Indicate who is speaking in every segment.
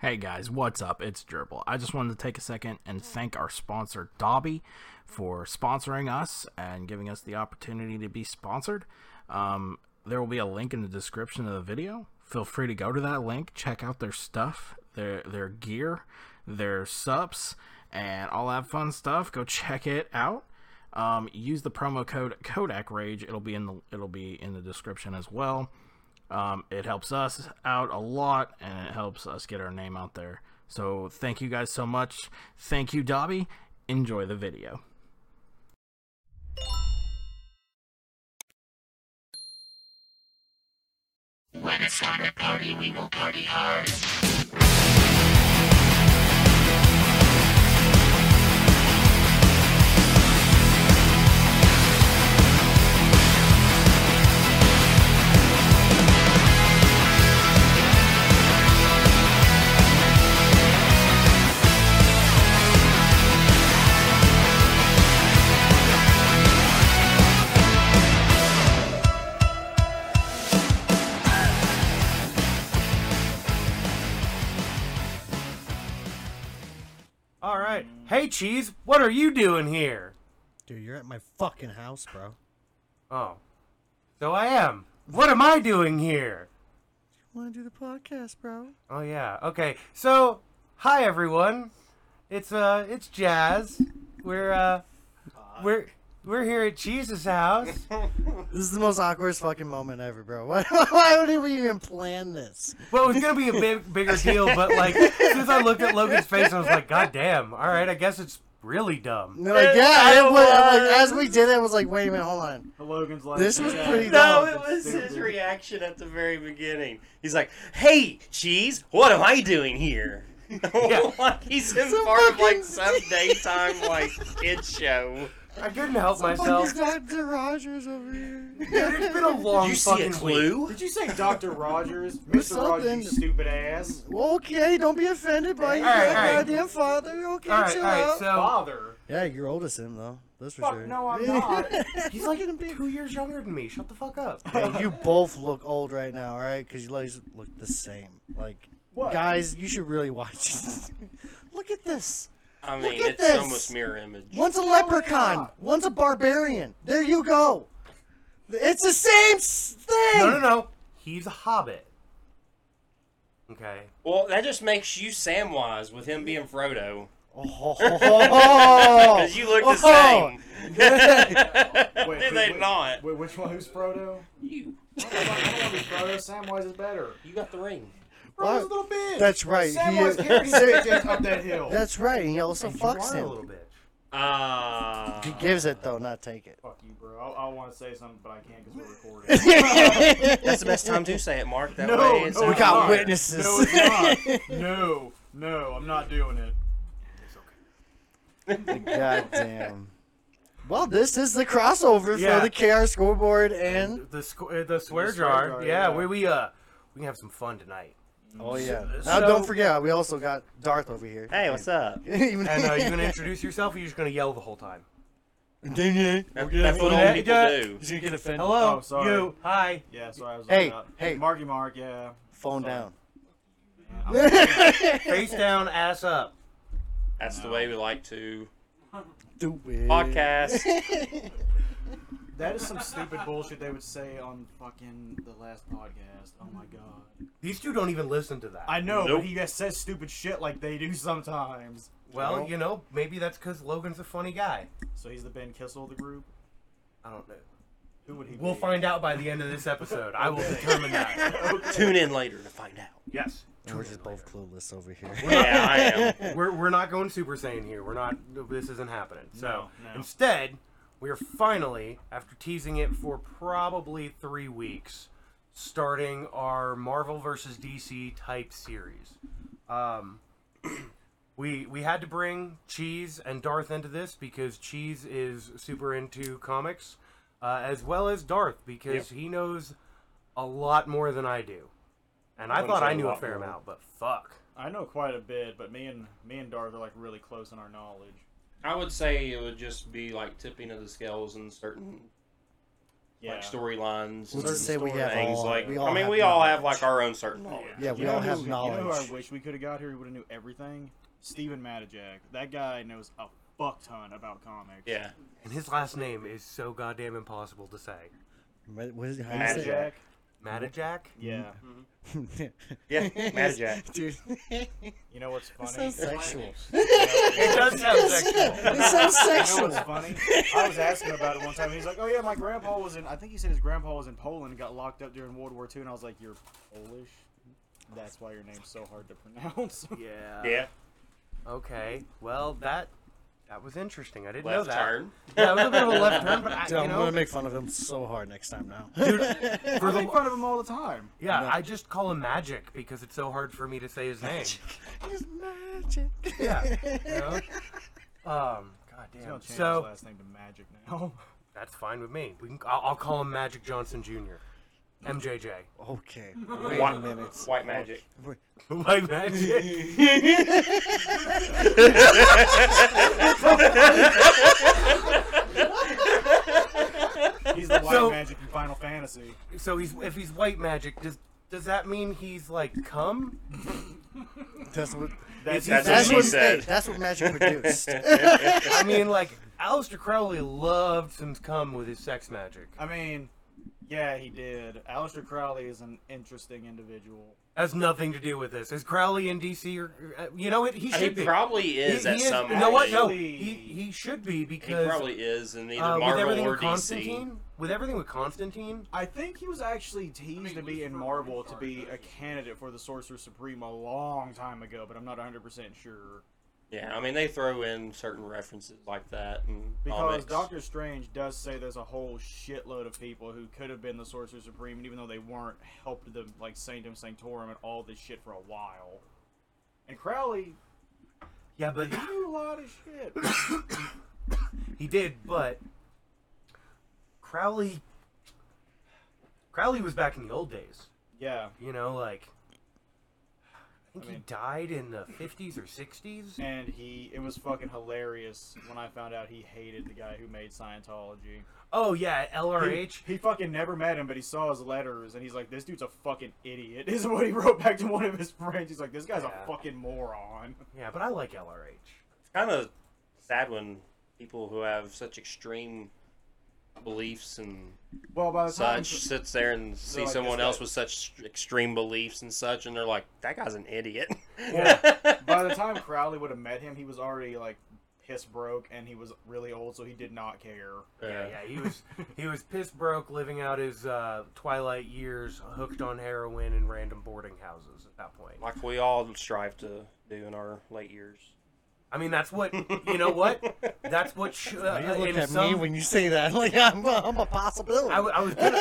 Speaker 1: Hey guys, what's up? It's Gerbil. I just wanted to take a second and thank our sponsor, Dobby, for sponsoring us and giving us the opportunity to be sponsored. Um, there will be a link in the description of the video. Feel free to go to that link, check out their stuff, their their gear, their subs, and all that fun stuff. Go check it out. Um, use the promo code Kodak Rage. It'll be in the it'll be in the description as well. Um, it helps us out a lot and it helps us get our name out there. So thank you guys so much. Thank you, Dobby. Enjoy the video.
Speaker 2: When it's time to party, we will party hard.
Speaker 3: All right. Hey, Cheese, what are you doing here?
Speaker 4: Dude, you're at my fucking house, bro.
Speaker 3: Oh. So I am. What am I doing here?
Speaker 4: Want to do the podcast, bro?
Speaker 3: Oh yeah. Okay. So, hi everyone. It's uh it's Jazz. We're uh we're we're here at Cheese's house.
Speaker 4: This is the most awkward fucking moment ever, bro. Why, why would we even plan this?
Speaker 3: Well, it was gonna be a big bigger deal, but like as soon as I looked at Logan's face, I was like, God damn. All right, I guess it's really dumb.
Speaker 4: No, like, yeah, it was, like, as we did it, I was like, wait a minute, hold on.
Speaker 5: Logan's like,
Speaker 4: This was pretty
Speaker 6: No,
Speaker 4: dumb.
Speaker 6: it was his reaction at the very beginning. He's like, "Hey, cheese, what am I doing here?" like he's in
Speaker 4: Some
Speaker 6: part of
Speaker 4: fucking-
Speaker 6: like some daytime like kid show.
Speaker 3: I couldn't help myself.
Speaker 4: Fucking Dr. Rogers over here.
Speaker 3: Dude, it's been a long
Speaker 6: you see a
Speaker 3: fucking week.
Speaker 6: clue?
Speaker 5: Did you say Dr. Rogers?
Speaker 4: There's
Speaker 5: Mr. Rogers, you
Speaker 4: something-
Speaker 5: stupid ass.
Speaker 4: Well, okay, don't be offended by your
Speaker 3: All right, all right.
Speaker 4: goddamn father. Okay,
Speaker 3: All right, all
Speaker 4: chill
Speaker 3: right.
Speaker 4: out.
Speaker 3: So
Speaker 5: Father.
Speaker 4: Yeah, you're older than him, though. That's for sure.
Speaker 3: fuck no, I'm not. He's like
Speaker 4: Fucking big-
Speaker 3: two years younger than me. Shut the fuck up.
Speaker 4: Hey, you both look old right now, all right? Because you guys look the same. Like,
Speaker 5: What?
Speaker 4: guys, you should really watch this. look at this.
Speaker 6: I mean,
Speaker 4: at
Speaker 6: it's
Speaker 4: this.
Speaker 6: almost mirror image.
Speaker 4: One's a leprechaun. One's a barbarian. There you go. It's the same s- thing.
Speaker 3: No, no, no. He's a hobbit. Okay.
Speaker 6: Well, that just makes you Samwise with him being Frodo,
Speaker 4: Oh,
Speaker 6: because you look the
Speaker 4: Oh.
Speaker 6: same.
Speaker 5: Wait,
Speaker 6: Did they not?
Speaker 5: Wait, which one? Who's Frodo?
Speaker 6: You,
Speaker 5: I don't know- I don't know who's Frodo. Samwise is better.
Speaker 6: you got the ring.
Speaker 4: Why-
Speaker 5: Frodo's a little bitch.
Speaker 4: That's right. He
Speaker 5: Samwise
Speaker 4: is-
Speaker 5: carried his bitch up that hill.
Speaker 4: That's right. He also fucks
Speaker 3: you are a
Speaker 4: him.
Speaker 3: little bitch.
Speaker 6: Ah.
Speaker 4: He gives it though, not take it.
Speaker 5: Fuck you, bro. I, I want to say something, but I can't because we're recording.
Speaker 6: That's the best time to say it, Mark. That
Speaker 5: No,
Speaker 6: way it's
Speaker 5: no,
Speaker 4: We
Speaker 6: out
Speaker 4: got
Speaker 6: loud.
Speaker 5: Alright.
Speaker 4: witnesses.
Speaker 5: no, it's not. No, no, I'm not doing it.
Speaker 4: God damn. Well, this is the crossover
Speaker 3: Yeah.
Speaker 4: for the KR scoreboard and
Speaker 3: The squ- uh, the swear
Speaker 5: swear
Speaker 3: jar.
Speaker 5: jar,
Speaker 3: yeah,
Speaker 5: yeah.
Speaker 3: we we uh we can have some fun tonight.
Speaker 4: oh yeah.
Speaker 3: So-
Speaker 4: Now don't forget, we also got Darth over here.
Speaker 6: Hey, what's up?
Speaker 4: Even
Speaker 3: And uh, you gonna introduce yourself? or You're just gonna yell the whole time.
Speaker 6: That- that's what old
Speaker 3: Yeah,
Speaker 6: people
Speaker 3: yeah.
Speaker 6: do.
Speaker 4: He's gonna get offended.
Speaker 3: Hello.
Speaker 5: Oh, sorry.
Speaker 3: You. Hi.
Speaker 5: Yeah, so I was
Speaker 4: Hey,
Speaker 5: looking up.
Speaker 4: hey.
Speaker 5: Marky Mark, yeah.
Speaker 4: Phone down.
Speaker 3: Face down, ass up.
Speaker 6: That's the way we like to
Speaker 4: Do it.
Speaker 6: podcast.
Speaker 5: That is some stupid bullshit they would say on fucking the last podcast. Oh my god.
Speaker 3: These two don't even listen to that.
Speaker 5: I know,
Speaker 6: Nope.
Speaker 5: but he just says stupid shit like they do sometimes.
Speaker 3: well, you know, maybe that's because Logan's a funny guy.
Speaker 5: So he's the Ben Kissel of the group.
Speaker 3: I don't know.
Speaker 5: Who would he
Speaker 3: We'll
Speaker 5: be?
Speaker 3: find out by the end of this episode. I will determine that.
Speaker 6: Tune in later to find out.
Speaker 3: Yes.
Speaker 4: We're just both clueless over here.
Speaker 6: Yeah, I am.
Speaker 3: We're, we're not going Super Saiyan here. We're not. This isn't happening. So
Speaker 5: No, no.
Speaker 3: instead, we're finally, after teasing it for probably three weeks, starting our Marvel versus DC type series. Um, we we had to bring Cheese and Darth into this because Cheese is super into comics, uh, as well as Darth because he knows a lot more than I do. And I,
Speaker 6: wouldn't
Speaker 3: thought
Speaker 6: say
Speaker 3: I
Speaker 6: a
Speaker 3: knew a
Speaker 6: lot
Speaker 3: fair
Speaker 6: more.
Speaker 3: amount, but fuck.
Speaker 5: I know quite a bit, but me and me and Darth are like really close in our knowledge.
Speaker 6: I would say it would just be like tipping of the scales in certain
Speaker 5: Yeah.
Speaker 6: like storylines.
Speaker 4: We'll
Speaker 6: and
Speaker 4: just say we have
Speaker 6: things
Speaker 4: all.
Speaker 6: like.
Speaker 4: we all
Speaker 6: I mean,
Speaker 4: have
Speaker 6: we all
Speaker 4: knowledge.
Speaker 6: have like our own certain knowledge.
Speaker 4: Yeah, we
Speaker 5: You know
Speaker 4: all
Speaker 5: who-
Speaker 4: have
Speaker 5: You know who
Speaker 4: knowledge.
Speaker 5: I wish we could have got here? Who would have knew everything? Steven Matajak. That guy knows a fuck ton about comics.
Speaker 6: Yeah.
Speaker 3: And his last name is so goddamn impossible to say.
Speaker 4: What- what is it? How do you say
Speaker 6: Matajak.
Speaker 5: Matajak.
Speaker 3: Matajak?
Speaker 5: Yeah.
Speaker 4: it?
Speaker 6: Yeah. Matajak.
Speaker 4: Dude, it
Speaker 5: You know what's funny?
Speaker 4: sounds sexual.
Speaker 3: It does sound sexual.
Speaker 4: it sounds
Speaker 5: You know
Speaker 4: sexual.
Speaker 5: what's funny? I was asking him about it one time. He's like, "Oh yeah, my grandpa was in. I think he said his grandpa was in Poland and got locked up during World War II." And I was like, "You're Polish. That's why your name's so hard to pronounce."
Speaker 3: Yeah.
Speaker 6: Yeah.
Speaker 3: Okay. Well, that that was interesting. I didn't know
Speaker 6: Left
Speaker 3: that.
Speaker 6: turn.
Speaker 3: Yeah, it was a bit of a left turn, but I,
Speaker 4: Dude,
Speaker 3: you
Speaker 4: I'm
Speaker 3: know,
Speaker 4: gonna make fun of him so hard next time now.
Speaker 5: I make fun of him all the time.
Speaker 3: yeah, I just call him Magic because it's so hard for me to say his name.
Speaker 4: It's magic.
Speaker 3: yeah. You know? Um. God
Speaker 5: He's gonna
Speaker 3: damn.
Speaker 5: change his
Speaker 3: So
Speaker 5: last name to Magic now.
Speaker 3: that's fine with me. We can, I'll, I'll call him Magic Johnson Jr. MJJ.
Speaker 4: Okay.
Speaker 6: White, white magic.
Speaker 3: Like Magic.
Speaker 5: He's the white
Speaker 3: So-
Speaker 5: magic in Final Fantasy.
Speaker 3: So he's if he's White Magic, does does that mean he's like cum?
Speaker 4: That's what.
Speaker 5: That's,
Speaker 6: That's
Speaker 4: That's
Speaker 6: what
Speaker 4: what,
Speaker 6: she said.
Speaker 4: hey, that's what magic produced.
Speaker 3: I mean, like Aleister Crowley loved some cum with his sex magic.
Speaker 5: I mean, yeah, he did. Aleister Crowley is an interesting individual.
Speaker 3: has nothing to do with this. Is Crowley in DC or uh, you know what he
Speaker 6: He
Speaker 3: should be?
Speaker 6: probably
Speaker 3: He-
Speaker 6: is
Speaker 3: he
Speaker 6: at
Speaker 3: is-
Speaker 6: some
Speaker 3: You know what?
Speaker 6: point.
Speaker 3: No,
Speaker 5: Actually-
Speaker 3: he, he should be
Speaker 6: He
Speaker 3: because
Speaker 6: probably is in either
Speaker 3: uh, with
Speaker 6: Marvel
Speaker 3: everything
Speaker 6: or
Speaker 3: with
Speaker 6: DC.
Speaker 3: Constantine, with everything with Constantine,
Speaker 5: I think he was actually teased to be in Marvel to be a candidate for the Sorcerer Supreme a long time ago, but I'm not 100% sure.
Speaker 6: Yeah, I mean they throw in certain references like that and
Speaker 5: Because
Speaker 6: comics.
Speaker 5: Doctor Strange does say there's a whole shitload of people who could have been the Sorcerer Supreme, and even though they weren't, helped them, like Sanctum Sanctorum and all this shit for a while. And Crowley
Speaker 3: yeah, but
Speaker 5: knew a lot of shit.
Speaker 3: he did. But Crowley, Crowley was back in the old days.
Speaker 5: yeah.
Speaker 3: You know, like I think
Speaker 5: I
Speaker 3: he
Speaker 5: mean-
Speaker 3: died in the fifties or sixties.
Speaker 5: And he, it was fucking hilarious when I found out he hated the guy who made Scientology.
Speaker 3: Oh yeah, LRH.
Speaker 5: He, he fucking never met him, but he saw his letters, and he's like, "This dude's a fucking idiot." Is what he wrote back to one of his friends. He's like, "This guy's
Speaker 3: Yeah.
Speaker 5: a fucking moron."
Speaker 3: Yeah, but I like LRH.
Speaker 6: It's kind of sad when people who have such extreme beliefs and
Speaker 5: Well, by the time
Speaker 6: such sits there and see
Speaker 5: like,
Speaker 6: someone
Speaker 5: "This
Speaker 6: else
Speaker 5: guy-"
Speaker 6: with such extreme beliefs and such, and they're like, "That guy's an idiot."
Speaker 5: by the time Crowley would have met him, he was already like piss broke, and he was really old, so he did not care.
Speaker 3: Yeah, yeah, he was he was piss broke, living out his uh, twilight years, hooked on heroin and random boarding houses. At that point,
Speaker 6: like we all strive to do in our late years.
Speaker 3: I mean, that's what you know. What that's what sh- uh,
Speaker 4: You look
Speaker 3: in
Speaker 4: at me
Speaker 3: some-
Speaker 4: when you say that. Like I'm, I'm a possibility.
Speaker 3: I, w- I was gonna,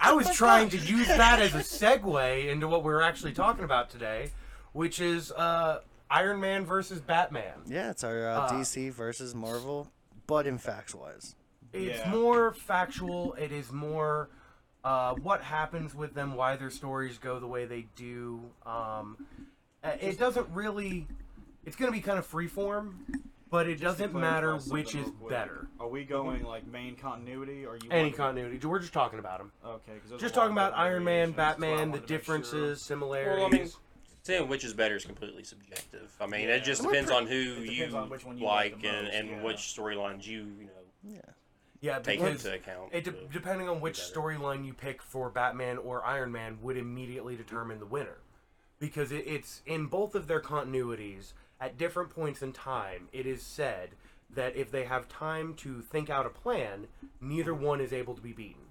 Speaker 3: I was trying to use that as a segue into what we were actually talking about today, which is uh, Iron Man versus Batman.
Speaker 4: yeah, it's our uh, DC versus Marvel, but in facts wise.
Speaker 3: It's
Speaker 5: Yeah.
Speaker 3: more factual. It is more uh, what happens with them, why their stories go the way they do. Um, uh, it doesn't really. It's going to be kind of freeform, but it doesn't matter which is better.
Speaker 5: Are we going like main continuity? Or are you
Speaker 3: Any
Speaker 5: want-
Speaker 3: continuity. We're just talking about them.
Speaker 5: Okay, because
Speaker 3: Just talking about Iron Man, Batman, the differences, similarities.
Speaker 6: Well, I mean, saying which is better is completely subjective. I mean, it just
Speaker 4: We're
Speaker 6: depends
Speaker 4: pre-
Speaker 6: on who
Speaker 5: It
Speaker 6: you,
Speaker 5: depends on which one you
Speaker 6: like,
Speaker 5: like the
Speaker 6: and,
Speaker 5: most,
Speaker 6: and
Speaker 5: yeah.
Speaker 6: which storylines you you know
Speaker 4: Yeah.
Speaker 3: yeah,
Speaker 6: take
Speaker 3: because
Speaker 6: into account.
Speaker 3: it de-
Speaker 6: to-
Speaker 3: depending on which
Speaker 6: better.
Speaker 3: storyline you pick for Batman or Iron Man would immediately determine the winner, because it, it's in both of their continuities at different points in time. It is said that if they have time to think out a plan, neither one is able to be beaten.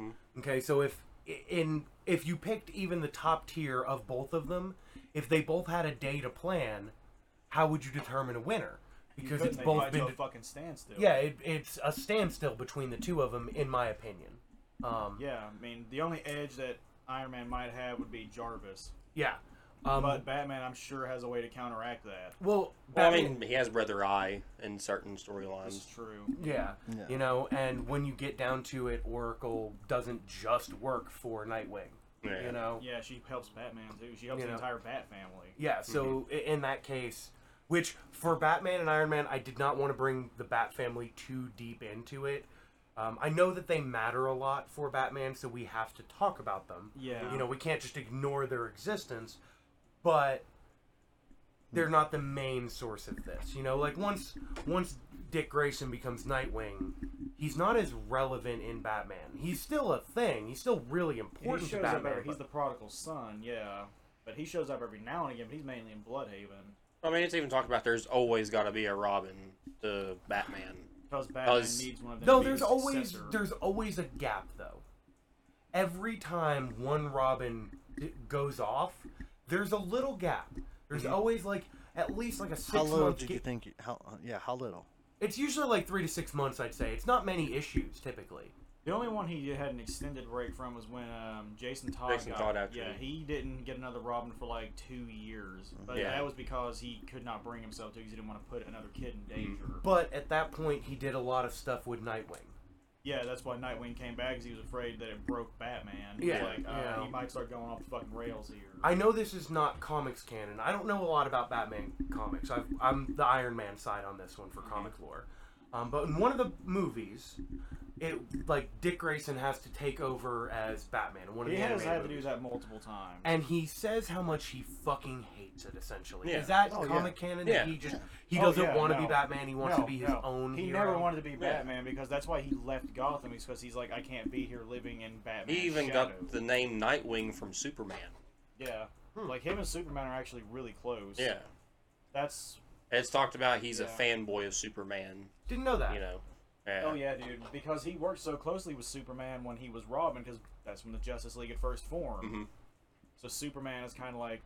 Speaker 6: Mm-hmm.
Speaker 3: Okay, so if i- in if you picked even the top tier of both of them, if they both had a day to plan, how would you determine a winner? Because it's both been
Speaker 5: a
Speaker 3: de-
Speaker 5: fucking standstill.
Speaker 3: yeah, it, it's a standstill between the two of them, in my opinion. Um, yeah,
Speaker 5: Yeah, I mean, the only edge that Iron Man might have would be Jarvis.
Speaker 3: Um,
Speaker 5: But Batman, I'm sure, has a way to counteract that.
Speaker 3: well,
Speaker 6: Well, I
Speaker 3: Batman-
Speaker 6: mean, he has Brother Eye in certain storylines.
Speaker 5: It's true.
Speaker 3: yeah,
Speaker 4: Yeah.
Speaker 3: you know, and when you get down to it, Oracle doesn't just work for Nightwing,
Speaker 6: Yeah.
Speaker 3: you know.
Speaker 5: Yeah, she helps Batman too. She helps
Speaker 3: You
Speaker 5: the
Speaker 3: know.
Speaker 5: entire Bat family.
Speaker 3: Yeah, so i in that case, which for Batman and Iron Man, I did not want to bring the Bat family too deep into it Um, I know that they matter a lot for Batman, so we have to talk about them.
Speaker 5: Yeah.
Speaker 3: You know, we can't just ignore their existence, but they're not the main source of this. You know, like once once Dick Grayson becomes Nightwing, he's not as relevant in Batman. He's still a thing. He's still really
Speaker 5: He
Speaker 3: important to
Speaker 5: shows up
Speaker 3: Batman.
Speaker 5: every, he's
Speaker 3: but-
Speaker 5: the prodigal son, yeah. But he shows up every now and again, but he's mainly in Bloodhaven.
Speaker 6: I mean, it's even talked about there's always got to be a Robin to Batman.
Speaker 5: Because Batman
Speaker 6: it's-
Speaker 5: needs one of them. to
Speaker 3: No,
Speaker 5: be
Speaker 3: there's
Speaker 5: his
Speaker 3: always
Speaker 5: successor.
Speaker 3: there's always a gap though. Every time one Robin d- goes off, there's a little gap. There's always like at least like a six
Speaker 4: Mm-hmm. How little
Speaker 3: month.
Speaker 4: did you
Speaker 3: ga-
Speaker 4: think? You, how uh, yeah, how little?
Speaker 3: It's usually like three to six months, I'd say. It's not many issues typically.
Speaker 5: The only one he had an extended break from was when um, Jason Todd.
Speaker 6: Jason
Speaker 5: got,
Speaker 6: Todd after
Speaker 5: Yeah,
Speaker 6: him.
Speaker 5: he didn't get another Robin for like two years, but
Speaker 6: Yeah.
Speaker 5: that was because he could not bring himself to. 'cause He didn't want to put another kid
Speaker 6: Mm-hmm.
Speaker 5: in danger.
Speaker 3: But at that point, he did a lot of stuff with Nightwing.
Speaker 5: Yeah, that's why Nightwing came back because he was afraid that it broke Batman. He was
Speaker 3: Yeah,
Speaker 5: like, uh,
Speaker 3: yeah.
Speaker 5: he might start going off the fucking rails here.
Speaker 3: I know this is not comics canon. I don't know a lot about Batman comics. I've, I'm the Iron Man side on this one
Speaker 5: Mm-hmm.
Speaker 3: for comic lore. Um, but in one of the movies, it like Dick Grayson has to take over as Batman. in One of
Speaker 5: he
Speaker 3: the
Speaker 5: has
Speaker 3: animated
Speaker 5: had to do
Speaker 3: movies.
Speaker 5: that multiple times.
Speaker 3: And he says how much he fucking hates it. Essentially,
Speaker 6: Yeah.
Speaker 3: is that
Speaker 4: Oh, yeah.
Speaker 3: comic canon?
Speaker 6: Yeah.
Speaker 3: That he just he
Speaker 5: Oh,
Speaker 3: doesn't
Speaker 5: yeah,
Speaker 3: want to
Speaker 5: no.
Speaker 3: be Batman. He wants
Speaker 5: No,
Speaker 3: to be his
Speaker 5: no.
Speaker 3: own.
Speaker 5: He
Speaker 3: hero.
Speaker 5: never wanted to be
Speaker 6: Yeah.
Speaker 5: Batman because that's why he left Gotham. Is because he's like, I can't be here living in Batman.
Speaker 6: He even
Speaker 5: shadow.
Speaker 6: got the name Nightwing from Superman.
Speaker 5: yeah.
Speaker 3: Hmm.
Speaker 5: Like him and Superman are actually really close.
Speaker 6: Yeah.
Speaker 5: That's
Speaker 6: It's talked about he's
Speaker 5: Yeah.
Speaker 6: a fanboy of Superman.
Speaker 3: Didn't know that.
Speaker 6: You know. Yeah.
Speaker 5: oh yeah, dude. Because he worked so closely with Superman when he was Robin, because that's when the Justice League had first formed.
Speaker 6: Mhm.
Speaker 5: So Superman is kind of like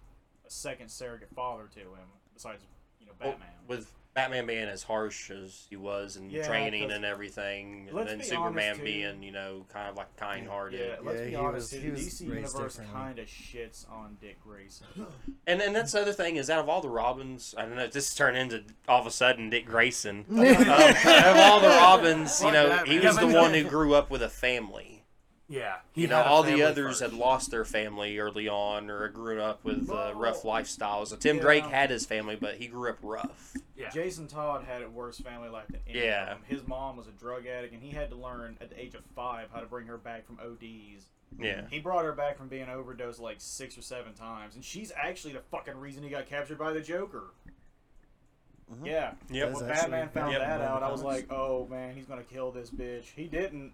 Speaker 5: a second surrogate father to him, besides you know
Speaker 6: Well,
Speaker 5: Batman.
Speaker 6: with Batman being as harsh as he was in
Speaker 5: Yeah,
Speaker 6: training
Speaker 5: 'cause-
Speaker 6: and everything, and
Speaker 5: Let's
Speaker 6: then
Speaker 5: be
Speaker 6: Superman
Speaker 5: honest, too.
Speaker 6: being, you know, kind of like kind hearted.
Speaker 5: yeah, let's
Speaker 4: Yeah,
Speaker 5: be
Speaker 4: he
Speaker 5: honest.
Speaker 4: was-
Speaker 5: dude,
Speaker 4: he was
Speaker 5: DC
Speaker 4: raised
Speaker 5: Universe
Speaker 4: differently.
Speaker 5: kind of shits on Dick Grayson.
Speaker 6: And and that's the other thing is out of all the Robins, I don't know. This turned into all of a sudden Dick Grayson. um, out of all the Robins, you
Speaker 1: Fuck
Speaker 6: know,
Speaker 1: that,
Speaker 6: he
Speaker 1: man.
Speaker 6: was
Speaker 3: Yeah,
Speaker 6: the
Speaker 3: but-
Speaker 6: one who grew up with a family.
Speaker 3: Yeah. He
Speaker 6: You know,
Speaker 3: had a
Speaker 6: all the
Speaker 3: family
Speaker 6: others
Speaker 3: first.
Speaker 6: had lost their family early on or grew up with uh, rough lifestyles. Tim
Speaker 5: Yeah.
Speaker 6: Drake had his family, but he grew up rough.
Speaker 3: Yeah.
Speaker 5: Jason Todd had it worse family life than any
Speaker 6: Yeah.
Speaker 5: of them. His mom was a drug addict, and he had to learn at the age of five how to bring her back from ODs.
Speaker 6: Yeah.
Speaker 5: He brought her back from being overdosed like six or seven times, and she's actually the fucking reason he got captured by the Joker.
Speaker 6: Mm-hmm.
Speaker 5: Yeah.
Speaker 6: Yep.
Speaker 5: When
Speaker 4: That's
Speaker 5: Batman
Speaker 4: actually-
Speaker 5: found
Speaker 4: Yep.
Speaker 5: that out, I was like, "Oh man, he's gonna kill this bitch." He didn't.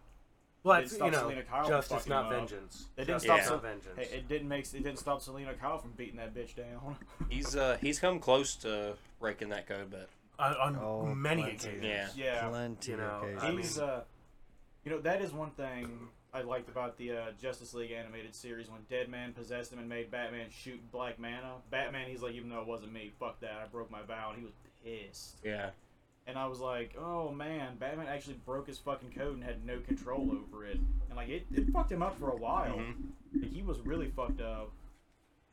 Speaker 3: Well,
Speaker 5: Didn't
Speaker 3: it's,
Speaker 5: stop
Speaker 3: you know,
Speaker 5: Selena Kyle from
Speaker 3: justice,
Speaker 5: fucking
Speaker 3: not
Speaker 5: him up.
Speaker 3: vengeance.
Speaker 5: It didn't
Speaker 3: Justice,
Speaker 5: stop.
Speaker 6: Yeah.
Speaker 5: Sel-
Speaker 3: not vengeance.
Speaker 5: it, it didn't make. It didn't stop Selena Kyle from beating that bitch down.
Speaker 6: He's uh he's come close to breaking that code, but
Speaker 3: on on
Speaker 4: Oh,
Speaker 3: many
Speaker 4: plenty.
Speaker 3: occasions.
Speaker 6: yeah.
Speaker 5: yeah.
Speaker 4: Plenty
Speaker 3: You
Speaker 4: of
Speaker 3: know,
Speaker 4: occasions.
Speaker 3: I mean-
Speaker 5: He's, uh, you know, that is one thing I liked about the uh, Justice League animated series when Deadman possessed him and made Batman shoot Black Mana. Batman, he's like, even though it wasn't me, fuck that, I broke my vow, and he was pissed.
Speaker 6: Yeah.
Speaker 5: And I was like, oh man, Batman actually broke his fucking code and had no control over it. And like, it, it fucked him up for a while.
Speaker 3: Mm-hmm.
Speaker 5: Like, he was really fucked up.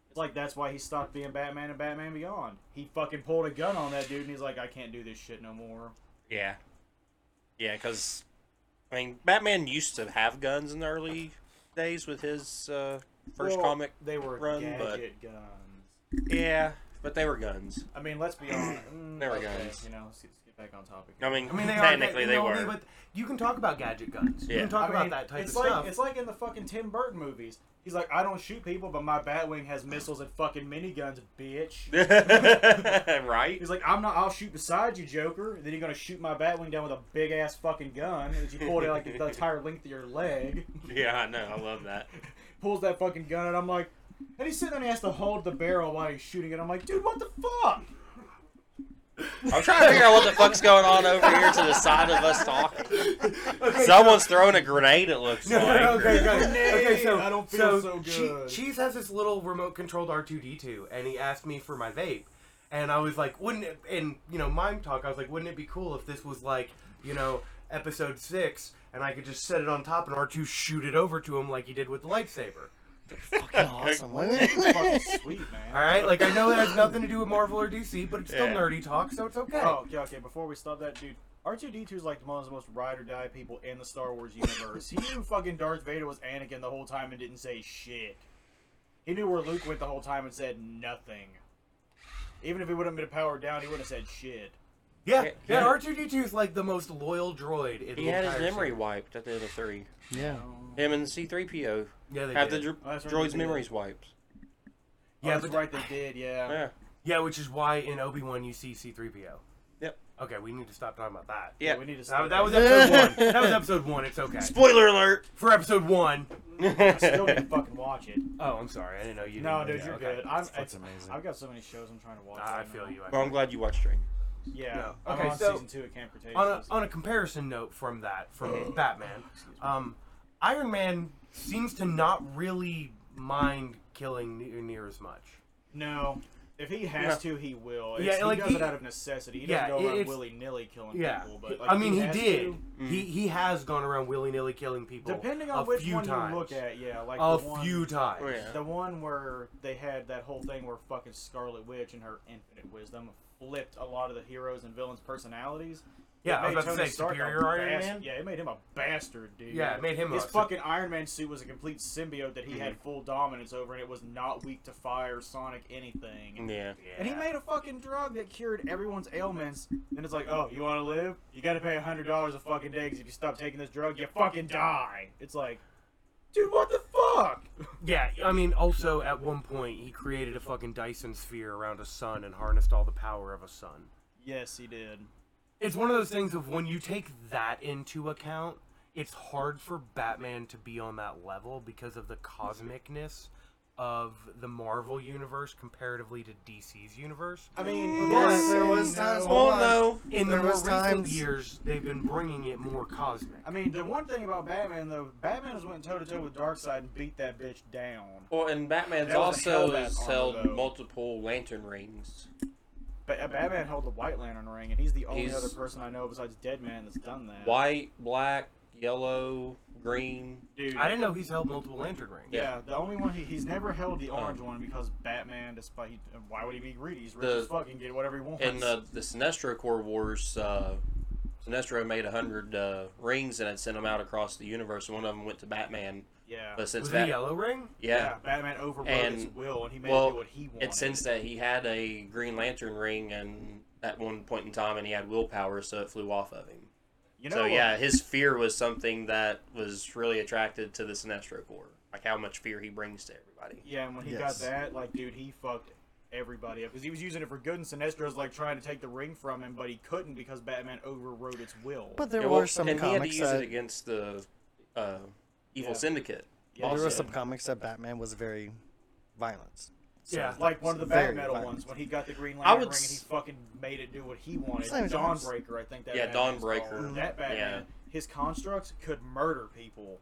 Speaker 5: It's like, that's why he stopped being Batman and Batman Beyond. He fucking pulled a gun on that dude and he's like, I can't do this shit no more.
Speaker 6: Yeah. Yeah, because I mean, Batman used to have guns in the early days with his uh, first
Speaker 5: Well,
Speaker 6: comic.
Speaker 5: they were
Speaker 6: run, but-
Speaker 5: gadget guns.
Speaker 6: Yeah, but they were guns.
Speaker 5: I mean, let's be honest. Mm,
Speaker 6: There we
Speaker 5: okay,
Speaker 6: go.
Speaker 5: You know, let's get, let's get back on topic.
Speaker 6: I mean,
Speaker 3: I mean, they are
Speaker 6: technically
Speaker 3: ga-
Speaker 6: they
Speaker 3: no,
Speaker 6: were.
Speaker 3: But you can talk about gadget guns. You
Speaker 6: Yeah.
Speaker 3: can talk
Speaker 5: I
Speaker 3: about
Speaker 5: mean,
Speaker 3: that type
Speaker 5: it's
Speaker 3: of
Speaker 5: like,
Speaker 3: stuff.
Speaker 5: It's like in the fucking Tim Burton movies. He's like, I don't shoot people, but my Batwing has missiles and fucking miniguns, bitch.
Speaker 6: right?
Speaker 5: He's like, I'm not. I'll shoot beside you, Joker. And then you're gonna shoot my Batwing down with a big ass fucking gun that you pulled out like the entire length of your leg.
Speaker 6: Yeah, I know. I love that.
Speaker 5: Pulls that fucking gun, and I'm like, and he's sitting there and he has to hold the barrel while he's shooting it. I'm like, dude, what the fuck?
Speaker 6: I'm trying to figure out what the fuck's going on over here to the side of us talking. Someone's throwing a grenade. It looks
Speaker 3: No,
Speaker 6: like.
Speaker 3: no, okay, guys.
Speaker 5: Nay,
Speaker 3: okay, so
Speaker 5: I don't feel so
Speaker 3: Che-
Speaker 5: good.
Speaker 3: Cheese has this little remote-controlled R2D2, and he asked me for my vape, and I was like, "Wouldn't it?" And you know, mime talk. I was like, "Wouldn't it be cool if this was like, you know, episode six, and I could just set it on top and R2 shoot it over to him like he did with the lightsaber?"
Speaker 4: Fucking awesome. wasn't it?
Speaker 5: fucking sweet, man.
Speaker 3: All right, like I know that has nothing to do with Marvel or DC, but it's still
Speaker 6: Yeah.
Speaker 3: nerdy talk, so it's okay.
Speaker 5: Oh, okay, okay. Before we stop that, dude, R2D2 is like one of the most ride or die people in the Star Wars universe. he knew fucking Darth Vader was Anakin the whole time and didn't say shit. He knew where Luke went the whole time and said nothing. Even if he would have been powered down, he wouldn't have said shit.
Speaker 3: Yeah,
Speaker 6: Yeah,
Speaker 3: yeah.
Speaker 6: yeah.
Speaker 3: R two D two is like the most loyal droid. In
Speaker 6: He
Speaker 3: the
Speaker 6: had his
Speaker 3: entire
Speaker 6: memory
Speaker 3: series.
Speaker 6: wiped at the end of three.
Speaker 4: Yeah.
Speaker 6: Him and C3PO
Speaker 3: Yeah, they
Speaker 6: have the
Speaker 3: did.
Speaker 6: dro-
Speaker 5: Oh, that's right,
Speaker 6: droid's
Speaker 5: they did.
Speaker 6: memories wiped.
Speaker 5: Yeah,
Speaker 3: Yeah,
Speaker 5: that's
Speaker 3: but-
Speaker 5: Oh, right. They did. Yeah.
Speaker 6: Yeah.
Speaker 3: yeah, which is why in Obi wan you see C three PO.
Speaker 6: Yep.
Speaker 3: Okay, we need to stop talking about that.
Speaker 6: Yeah.
Speaker 5: We need to
Speaker 3: That,
Speaker 5: stop.
Speaker 3: that was episode one. That was episode one. It's okay.
Speaker 6: Spoiler alert.
Speaker 3: For episode one.
Speaker 5: I still need to fucking watch it.
Speaker 3: Oh, I'm sorry. I didn't know you.
Speaker 5: No,
Speaker 3: didn't-
Speaker 5: dude,
Speaker 3: yeah,
Speaker 5: you're
Speaker 3: okay. Ah,
Speaker 5: good. I'm,
Speaker 7: That's
Speaker 5: I-
Speaker 7: amazing.
Speaker 5: I've got so many shows I'm trying to watch.
Speaker 3: I
Speaker 5: right
Speaker 3: feel
Speaker 5: now.
Speaker 3: you. I
Speaker 6: Well,
Speaker 3: feel
Speaker 6: I'm glad you watched String.
Speaker 5: Yeah.
Speaker 3: No.
Speaker 5: I'm
Speaker 3: Okay,
Speaker 5: on
Speaker 3: so-
Speaker 5: season two at Camp Cretaceous.
Speaker 3: on a, on a comparison note from that from Batman, um, Iron Man seems to not really mind killing near, near as much.
Speaker 5: No. If he has to, he will. It's,
Speaker 3: Yeah,
Speaker 5: he
Speaker 3: like,
Speaker 5: does
Speaker 3: he-
Speaker 5: it out of necessity. He
Speaker 3: yeah,
Speaker 5: doesn't go
Speaker 3: it-
Speaker 5: around
Speaker 3: it's-
Speaker 5: willy nilly killing
Speaker 3: Yeah,
Speaker 5: people. But like,
Speaker 3: I mean he,
Speaker 5: has
Speaker 3: did.
Speaker 5: to.
Speaker 6: Mm.
Speaker 3: He he has gone around willy nilly killing people.
Speaker 5: Depending
Speaker 3: a
Speaker 5: on which
Speaker 3: few
Speaker 5: one
Speaker 3: times.
Speaker 5: you look at, yeah, like
Speaker 3: a
Speaker 5: the one,
Speaker 3: few times.
Speaker 6: Oh, yeah.
Speaker 5: the one where they had that whole thing where fucking Scarlet Witch and her infinite wisdom flipped a lot of the heroes and villains' personalities.
Speaker 3: Yeah, I
Speaker 5: It
Speaker 3: was
Speaker 5: made
Speaker 3: about to
Speaker 5: Tony
Speaker 3: say,
Speaker 5: Stark a
Speaker 3: Superior Iron
Speaker 5: bas-
Speaker 3: Man?
Speaker 5: Yeah, it made him a bastard, dude.
Speaker 3: Yeah, it made him
Speaker 5: His
Speaker 3: a- Mm-hmm.
Speaker 5: fucking Iron Man suit was a complete symbiote that he had full dominance over, and it was not weak to fire, Sonic, anything.
Speaker 6: Yeah.
Speaker 5: And he made a fucking drug that cured everyone's ailments. And it's like, oh, you want to live? You got to pay hundred dollars a fucking day. 'cause if you stop taking this drug, you fucking die. It's like, dude, what the fuck?
Speaker 3: Yeah, I mean, also at one point he created a fucking Dyson sphere around a sun and harnessed all the power of a sun.
Speaker 5: yes, he did.
Speaker 3: It's one of those things of when you take that into account, it's hard for Batman to be on that level because of the cosmicness of the Marvel universe comparatively to DC's universe.
Speaker 5: I mean,
Speaker 4: Yes, there was
Speaker 5: no.
Speaker 4: times-
Speaker 6: Oh no.
Speaker 3: In the
Speaker 4: There
Speaker 3: more
Speaker 4: was
Speaker 3: recent
Speaker 4: times-
Speaker 3: years, they've been bringing it more cosmic.
Speaker 5: I mean, the one thing about Batman though, Batman just went toe to toe with Darkseid and beat that bitch down.
Speaker 6: Well, and Batman's
Speaker 5: That was a hell
Speaker 6: also
Speaker 5: of an
Speaker 6: held
Speaker 5: armor, though.
Speaker 6: multiple lantern rings.
Speaker 5: But uh, Batman held the White Lantern ring, and he's the only
Speaker 6: He's-
Speaker 5: other person I know besides Deadman that's done that.
Speaker 6: White, black, yellow, green.
Speaker 5: dude?
Speaker 3: I didn't know he's held multiple lantern rings.
Speaker 5: Yeah, the only one he, he's never held the orange one because Batman, despite he, why would he be greedy? He's rich
Speaker 6: Uh-huh. The-
Speaker 5: as fuck and get whatever he wants.
Speaker 6: In the, the Sinestro Corps Wars, uh, Sinestro made a hundred uh, rings and had sent them out across the universe. One of them went to Batman,
Speaker 5: yeah,
Speaker 6: but since
Speaker 3: Was it
Speaker 6: that,
Speaker 3: a yellow ring?
Speaker 6: yeah,
Speaker 5: Batman overrode his
Speaker 6: And-
Speaker 5: will and he made
Speaker 6: well,
Speaker 5: it do what he wanted.
Speaker 6: and since that he had a Green Lantern ring, and at one point in time, and he had willpower, so it flew off of him.
Speaker 5: you know,
Speaker 6: so
Speaker 5: what?
Speaker 6: yeah, his fear was something that was really attracted to the Sinestro Corps, like how much fear he brings to everybody.
Speaker 5: yeah, and when he
Speaker 7: Yes.
Speaker 5: got that, like, dude, he fucked everybody up because he was using it for good, and Sinestro's like trying to take the ring from him, but he couldn't because Batman overrode its will.
Speaker 4: But there
Speaker 6: Yeah, well,
Speaker 4: were some
Speaker 6: and he had to
Speaker 4: comics
Speaker 6: use it
Speaker 4: that
Speaker 6: against the uh, evil
Speaker 5: Yeah.
Speaker 6: syndicate.
Speaker 5: Yeah,
Speaker 4: there
Speaker 5: yeah.
Speaker 4: were some comics that Batman was very violent.
Speaker 3: Yeah.
Speaker 5: like one of the
Speaker 4: Very
Speaker 5: Batman metal
Speaker 4: violent.
Speaker 5: ones when he got the Green
Speaker 6: I
Speaker 5: Lantern
Speaker 6: would
Speaker 5: ring and he
Speaker 6: s-
Speaker 5: fucking made it do what he wanted.
Speaker 4: His name is-
Speaker 5: Dawnbreaker, I think that.
Speaker 6: Yeah,
Speaker 5: Batman was
Speaker 6: Dawnbreaker.
Speaker 5: called.
Speaker 6: Mhm.
Speaker 5: That Batman,
Speaker 6: Yeah.
Speaker 5: his constructs could murder people.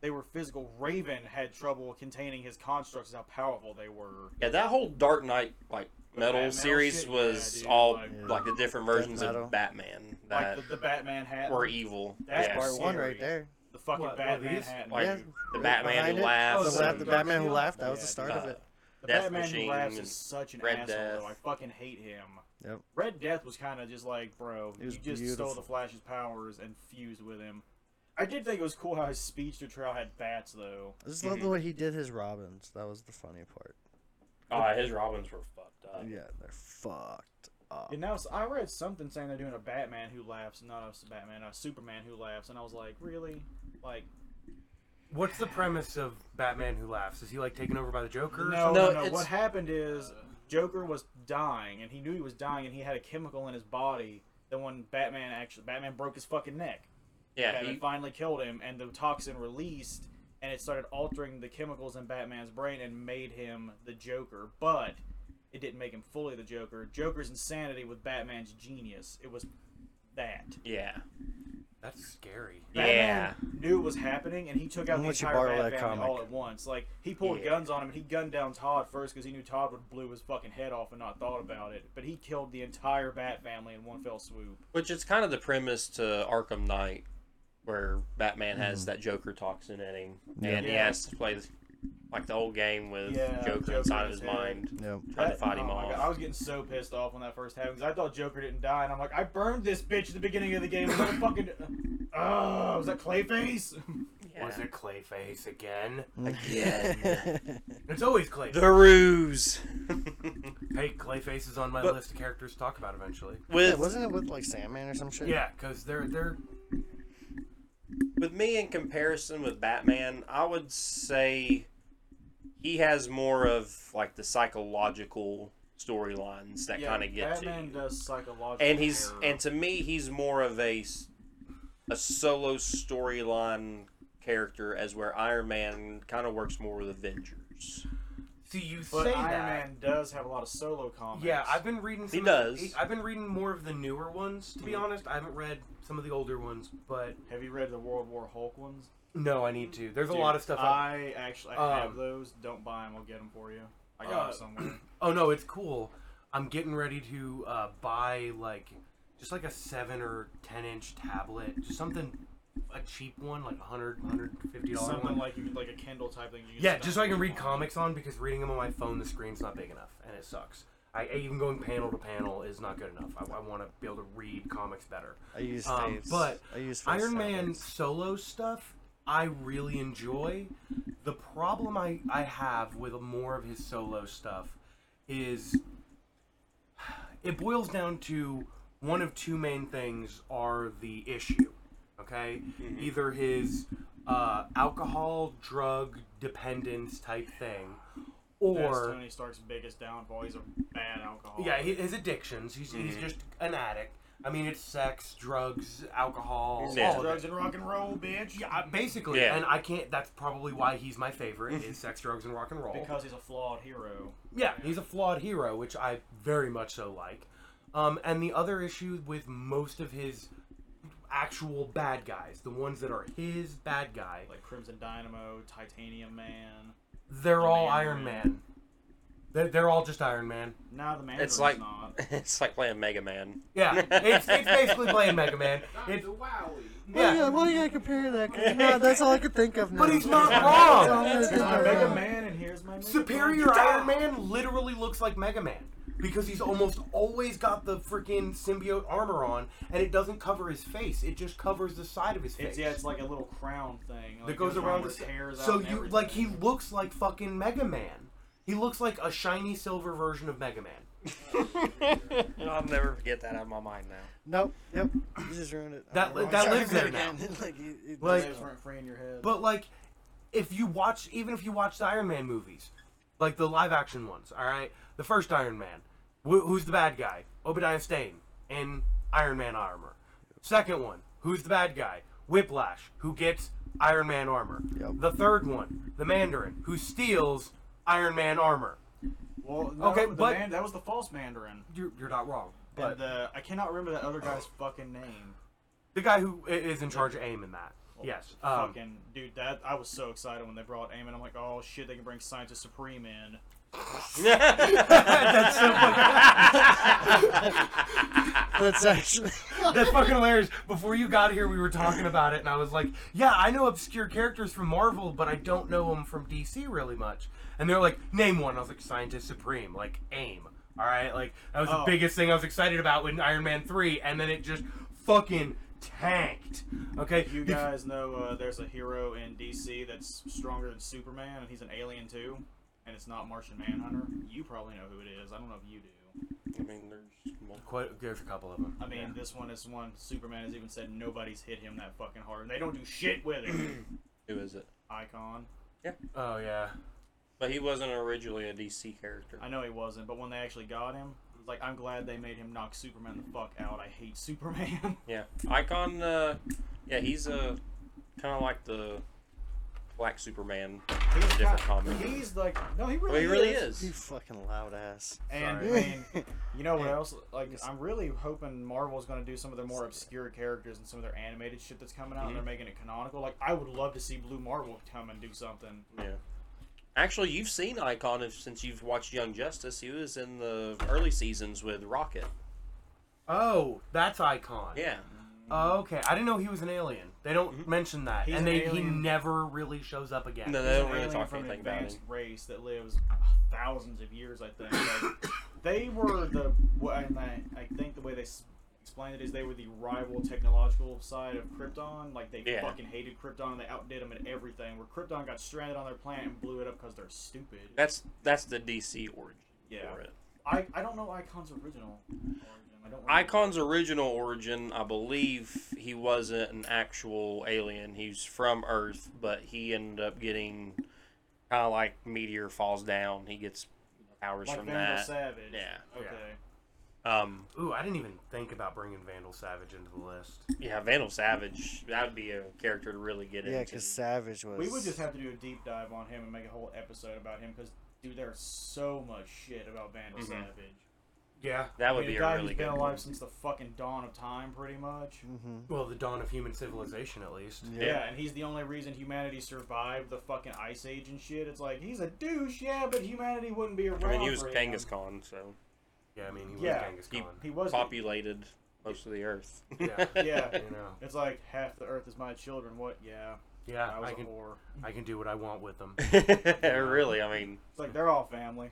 Speaker 5: They were physical. Raven had trouble containing his constructs. How powerful they were.
Speaker 6: Yeah, that whole Dark Knight like metal
Speaker 5: Batman
Speaker 6: series
Speaker 5: shit,
Speaker 6: was
Speaker 5: yeah, dude,
Speaker 6: all
Speaker 5: like-
Speaker 6: like, the different versions
Speaker 4: metal.
Speaker 6: of Batman
Speaker 5: Like
Speaker 6: that
Speaker 5: the, the Batman hat.
Speaker 6: were evil.
Speaker 5: That's
Speaker 6: yeah.
Speaker 4: Part one right
Speaker 5: Scary.
Speaker 4: there.
Speaker 5: The fucking
Speaker 3: What, what,
Speaker 5: Batman
Speaker 3: these?
Speaker 5: hat.
Speaker 6: Like,
Speaker 4: Yeah,
Speaker 6: the
Speaker 4: right
Speaker 6: Batman
Speaker 4: behind
Speaker 6: who
Speaker 4: it. Oh,
Speaker 6: laughs.
Speaker 4: The, laugh-
Speaker 6: and,
Speaker 4: the Batman who laughed. That was
Speaker 5: Yeah,
Speaker 4: the start of
Speaker 6: uh,
Speaker 4: it.
Speaker 5: The
Speaker 6: Death
Speaker 5: Batman
Speaker 6: Machine
Speaker 5: who laughs
Speaker 6: and
Speaker 5: is such an
Speaker 6: Red
Speaker 5: asshole.
Speaker 6: Death.
Speaker 5: Though. I fucking hate him.
Speaker 4: Yep.
Speaker 5: Red Death was kind of just like, bro,
Speaker 4: It
Speaker 5: you
Speaker 4: was
Speaker 5: just stole
Speaker 4: beautiful.
Speaker 5: the Flash's powers and fused with him. I did think it was cool how his speech to trial had bats though. Mhm.
Speaker 4: I just
Speaker 6: Mm-hmm.
Speaker 4: love the way he did his Robins. That was the funny part.
Speaker 6: Ah, his Robins were fucked up.
Speaker 4: Yeah, they're fucked up.
Speaker 5: And now s- I read something saying they're doing a Batman who laughs, not a Batman, a Superman who laughs, and I was like, really? Like,
Speaker 3: What's the premise of Batman Who Laughs? Is he like taken over by the Joker? or
Speaker 5: no,
Speaker 3: something?
Speaker 6: No,
Speaker 5: no, no.
Speaker 6: it's-
Speaker 5: What happened is Joker was dying, and he knew he was dying, and he had a chemical in his body. Then when Batman actually, Batman broke his fucking neck.
Speaker 6: Yeah,
Speaker 5: Batman
Speaker 6: he,
Speaker 5: finally killed him, and the toxin released, and it started altering the chemicals in Batman's brain and made him the Joker. But it didn't make him fully the Joker. Joker's insanity with Batman's genius. It was that.
Speaker 6: yeah,
Speaker 3: That's scary.
Speaker 6: yeah.
Speaker 5: Batman knew it was happening, and he took out
Speaker 4: I'll
Speaker 5: the
Speaker 4: let you
Speaker 5: entire
Speaker 4: borrow
Speaker 5: Bat
Speaker 4: that
Speaker 5: family
Speaker 4: comic.
Speaker 5: all at once. Like he pulled
Speaker 6: Yeah.
Speaker 5: guns on him, and he gunned down Todd first because he knew Todd would blew his fucking head off and not thought about it. But he killed the entire Bat family in one fell swoop.
Speaker 6: Which is kind of the premise to Arkham Knight, where Batman has that Joker toxin in him, and he
Speaker 5: Mm-hmm. Yeah.
Speaker 6: has to play like the old game with
Speaker 5: Yeah,
Speaker 6: Joker,
Speaker 5: Joker
Speaker 6: inside
Speaker 5: in
Speaker 6: of his
Speaker 5: his head.
Speaker 6: mind,
Speaker 4: Yep.
Speaker 6: trying to
Speaker 5: That-
Speaker 6: fight him
Speaker 5: oh my
Speaker 6: off.
Speaker 5: God, I was getting so pissed off when that first happened because I thought Joker didn't die, and I'm like, I burned this bitch at the beginning of the game. Was that fucking? Oh, was that Clayface?
Speaker 3: Was it Clayface again?
Speaker 6: Yeah.
Speaker 3: It's always Clayface.
Speaker 6: the ruse.
Speaker 3: Hey, Clayface is on my
Speaker 6: But-
Speaker 3: list of characters to talk about eventually.
Speaker 4: Yeah,
Speaker 6: With
Speaker 4: wasn't it with like Sandman or some shit?
Speaker 3: Yeah, because they're they're
Speaker 6: with me in comparison with Batman, I would say he has more of like the psychological storylines that
Speaker 5: Yeah,
Speaker 6: kind of get to you.
Speaker 5: Batman does psychological.
Speaker 6: and he's
Speaker 5: terror.
Speaker 6: and to me he's more of a s- a solo storyline character as where Iron Man kind of works more with Avengers.
Speaker 3: see you
Speaker 5: but
Speaker 3: say
Speaker 5: Iron
Speaker 3: that.
Speaker 5: Man does have a lot of solo comics.
Speaker 3: Yeah, I've been reading. Some
Speaker 6: He
Speaker 3: of-
Speaker 6: does.
Speaker 3: I've been reading more of the newer ones. To be
Speaker 5: Mm-hmm.
Speaker 3: honest, I haven't read some of the older ones, but
Speaker 5: Have you read the World War Hulk ones?
Speaker 3: no, I need to. There's a
Speaker 5: Dude,
Speaker 3: lot of stuff. I,
Speaker 5: I actually I
Speaker 3: Um,
Speaker 5: have those. Don't buy them. I'll get them for you. I got
Speaker 3: uh,
Speaker 5: 'em somewhere.
Speaker 3: oh no, it's cool. I'm getting ready to uh, buy like just like a seven or ten inch tablet, just something a cheap one, like 100 150 dollar
Speaker 5: Something
Speaker 3: one.
Speaker 5: like you could, like a Kindle type thing. You can
Speaker 3: yeah,
Speaker 5: stuff
Speaker 3: just so I can
Speaker 5: them
Speaker 3: read
Speaker 5: on.
Speaker 3: comics on because reading them on my phone, the screen's not big enough, and it sucks. I even going panel to panel is not good enough. I, I want to be able to read comics better.
Speaker 4: I use
Speaker 3: Um,
Speaker 4: Faith's-
Speaker 3: but
Speaker 4: I use Faith's
Speaker 3: Iron Man
Speaker 4: tablets.
Speaker 3: solo stuff, I really enjoy. The problem I, I have with more of his solo stuff is it boils down to one of two main things are the issue. Okay?
Speaker 5: Mm-hmm.
Speaker 3: Either his uh, alcohol, drug dependence type thing,
Speaker 5: That's
Speaker 3: or.
Speaker 5: Tony Stark's biggest downfall. He's a bad alcoholic.
Speaker 3: Yeah, he, his addictions. He's, he's
Speaker 5: Mm-hmm.
Speaker 3: just an addict. I mean, it's sex, drugs, alcohol,
Speaker 6: Yeah.
Speaker 3: all of it.
Speaker 5: drugs and rock and roll, bitch.
Speaker 3: Yeah, I- basically,
Speaker 6: Yeah.
Speaker 3: and I can't. That's probably why he's my favorite is sex, drugs, and rock and roll.
Speaker 5: Because he's a flawed hero.
Speaker 3: yeah, he's a flawed hero, which I very much so like. Um, and the other issue with most of his actual bad guys, the ones that are his bad guy,
Speaker 5: Like Crimson Dynamo, Titanium Man.
Speaker 3: they're all
Speaker 5: Man
Speaker 3: Iron
Speaker 5: Man.
Speaker 3: Man. They're, they're all just Iron Man.
Speaker 5: Now the man
Speaker 6: It's like
Speaker 5: not.
Speaker 6: it's like playing Mega Man.
Speaker 3: Yeah, it's, it's basically playing Mega Man. It's,
Speaker 4: Oh, Yeah.
Speaker 3: yeah,
Speaker 4: why you gotta compare that? 'Cause, no, that's all I could think of. Now.
Speaker 3: but he's not
Speaker 4: That's
Speaker 3: wrong.
Speaker 4: all I could think
Speaker 5: I'm
Speaker 4: of.
Speaker 5: Mega Man, and here's my Mega
Speaker 3: Superior
Speaker 5: Man.
Speaker 3: Iron Man literally looks like Mega Man because he's almost always got the freaking symbiote armor on, and it doesn't cover his face; it just covers the side of his face.
Speaker 5: It's yeah, it's like a little crown thing like,
Speaker 3: that goes around his
Speaker 5: his hairs. out
Speaker 3: So
Speaker 5: and
Speaker 3: you like he
Speaker 5: everything.
Speaker 3: looks like fucking Mega Man. He looks like a shiny silver version of Mega Man.
Speaker 6: I'll never forget that out of my mind now.
Speaker 4: Nope. Yep. You just ruined it.
Speaker 3: That-
Speaker 4: I'm
Speaker 3: that
Speaker 4: sorry.
Speaker 3: lives there now.
Speaker 4: like, you- you-
Speaker 3: Like-
Speaker 5: Hairs weren't free in your head.
Speaker 3: But like, if you watch, even if you watch the Iron Man movies, like the live action ones, all right, the first Iron Man, wh- who's the bad guy? Obadiah Stane in Iron Man armor. Second one, who's the bad guy? Whiplash, who gets Iron Man armor.
Speaker 4: Yep.
Speaker 3: The third one, the Mandarin, who steals Iron Man armor.
Speaker 5: well,
Speaker 3: okay,
Speaker 5: okay,
Speaker 3: but-
Speaker 5: man, that was the false Mandarin.
Speaker 3: You're, you're not wrong, but
Speaker 5: But the, I cannot remember that other guy's fucking name.
Speaker 3: the guy who i- is in charge of AIM in that. Yes. Um,
Speaker 5: fucking dude, that I was so excited when they brought Eamon. I'm like, oh shit, they can bring Scientist Supreme in.
Speaker 3: that's so fucking,
Speaker 4: That's actually.
Speaker 3: that's fucking hilarious. Before you got here, we were talking about it, and I was like, "Yeah, I know obscure characters from Marvel, but I don't know them from DC really much." And they're like, "Name one." I was like, "Scientist Supreme," like AIM. All right, like that was the
Speaker 5: Oh.
Speaker 3: biggest thing I was excited about when Iron Man three, and then it just fucking tanked. Okay,
Speaker 5: You
Speaker 3: Bec-
Speaker 5: guys know uh, there's a hero in DC that's stronger than Superman, and he's an alien too, and it's not Martian Manhunter. You probably know who it is. I don't know if you do.
Speaker 6: I mean, there's multiple.
Speaker 3: Quite, there's a couple of them.
Speaker 5: I mean, this one is one Superman has even said nobody's hit him that fucking hard, and they don't do shit with it.
Speaker 6: Who is it?
Speaker 5: Icon.
Speaker 3: Oh yeah.
Speaker 6: But he wasn't originally a DC character.
Speaker 5: I know he wasn't, but when they actually got him, it's like I'm glad they made him knock Superman the fuck out. I hate Superman.
Speaker 6: Yeah, Icon. Uh, yeah, he's uh, kind of like the Black Superman.
Speaker 5: he's
Speaker 6: Different comic.
Speaker 5: He's like, no, he really,
Speaker 6: Well, he really
Speaker 4: You
Speaker 6: is.
Speaker 4: fucking loud ass.
Speaker 5: And
Speaker 3: Sorry.
Speaker 5: I mean, you know what else? Like, I'm really hoping Marvel's going to do some of their more obscure characters and some of their animated shit that's coming out. and They're
Speaker 6: Mm-hmm.
Speaker 5: making it canonical. Like, I would love to see Blue Marvel come and do something.
Speaker 6: Yeah. Actually, you've seen Icon if, since you've watched Young Justice. He was in the early seasons with Rocket.
Speaker 3: Oh, that's Icon.
Speaker 6: Yeah.
Speaker 3: Oh, okay. I didn't know he was an alien. They don't mention that,
Speaker 5: Mm-hmm. He's
Speaker 3: and
Speaker 5: an
Speaker 3: they, he
Speaker 5: alien.
Speaker 3: never really shows up again.
Speaker 6: No, they don't
Speaker 5: An
Speaker 6: really
Speaker 5: alien
Speaker 6: talk
Speaker 5: from an
Speaker 6: anything about him.
Speaker 5: advanced race that lives thousands of years. I think like, they were the. What I, I think the way they s- explained it is they were the rival technological side of Krypton. Like they
Speaker 6: Yeah.
Speaker 5: fucking hated Krypton and they outdid them in everything. Where Krypton got stranded on their planet and blew it up because they're stupid.
Speaker 6: That's that's the DC origin
Speaker 5: Yeah.
Speaker 6: for it.
Speaker 5: I, I don't know Icon's original origin. I don't. remember.
Speaker 6: Icon's original origin, I believe he wasn't an actual alien. He's from Earth, but he ended up getting kind of like meteor falls down. He gets powers
Speaker 5: like
Speaker 6: from
Speaker 5: Vandal
Speaker 6: that.
Speaker 5: Savage.
Speaker 6: Yeah.
Speaker 5: Okay.
Speaker 6: Um,
Speaker 3: Ooh, I didn't even think about bringing Vandal Savage into the list.
Speaker 6: yeah, Vandal Savage. That would be a character to really get
Speaker 4: Yeah,
Speaker 6: into.
Speaker 4: because Savage was.
Speaker 5: We would just have to do a deep dive on him and make a whole episode about him because, dude, there's so much shit about Vandal
Speaker 6: Mhm.
Speaker 5: Savage.
Speaker 3: Yeah.
Speaker 6: that
Speaker 5: I
Speaker 6: would
Speaker 5: mean,
Speaker 6: be
Speaker 5: a
Speaker 6: a
Speaker 5: guy
Speaker 6: really
Speaker 5: who's
Speaker 6: good
Speaker 5: been alive
Speaker 6: one.
Speaker 5: since the fucking dawn of time, pretty much.
Speaker 3: Mm-hmm.
Speaker 4: Mhm.
Speaker 3: Well, the dawn of human civilization, at least.
Speaker 5: Yeah. and he's the only reason humanity survived the fucking ice age and shit. It's like he's a douche, yeah, but humanity wouldn't be around.
Speaker 6: I mean, he was
Speaker 5: for him.
Speaker 6: Genghis Khan, so
Speaker 3: Yeah, I mean, he was
Speaker 5: Yeah.
Speaker 3: Genghis
Speaker 6: He-
Speaker 3: Khan.
Speaker 5: He was.
Speaker 6: populated most of the Earth.
Speaker 3: yeah.
Speaker 5: Yeah.
Speaker 3: You know.
Speaker 5: It's like half the earth is my children. What? Yeah,
Speaker 3: Yeah,
Speaker 5: I was
Speaker 3: I
Speaker 5: a
Speaker 3: can,
Speaker 5: whore.
Speaker 3: I can do what I want with them.
Speaker 6: really, I mean,
Speaker 5: It's like they're all family.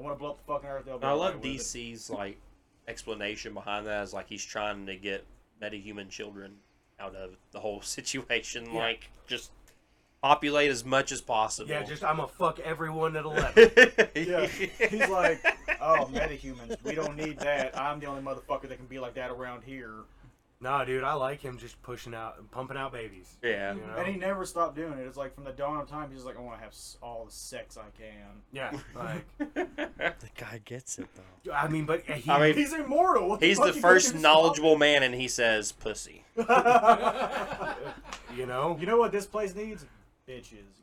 Speaker 5: I want to blow up the fucking earth. They'll be
Speaker 6: I
Speaker 5: all
Speaker 6: love
Speaker 5: right with it.
Speaker 6: DC's like explanation behind that is like he's trying to get metahuman children out of the whole situation, like just populate as much as possible.
Speaker 3: Yeah, just I'm gonna fuck everyone at eleven.
Speaker 5: Yeah, he's like, oh, metahumans, we don't need that. I'm the only motherfucker that can be like that around here.
Speaker 3: nah, dude, I like him just pushing out, pumping out babies.
Speaker 6: yeah.
Speaker 3: You know?
Speaker 5: And he never stopped doing it. It's like from the dawn of time, he's just like, I want to have s- all the sex I can.
Speaker 3: yeah, like
Speaker 4: The guy gets it though.
Speaker 3: I mean, but he,
Speaker 6: I mean,
Speaker 5: He's immortal. What
Speaker 6: he's
Speaker 5: fuck
Speaker 6: the
Speaker 5: you
Speaker 6: first
Speaker 5: gonna do?
Speaker 6: knowledgeable man, and he says pussy.
Speaker 3: you know,
Speaker 5: You know what this place needs? Bitches.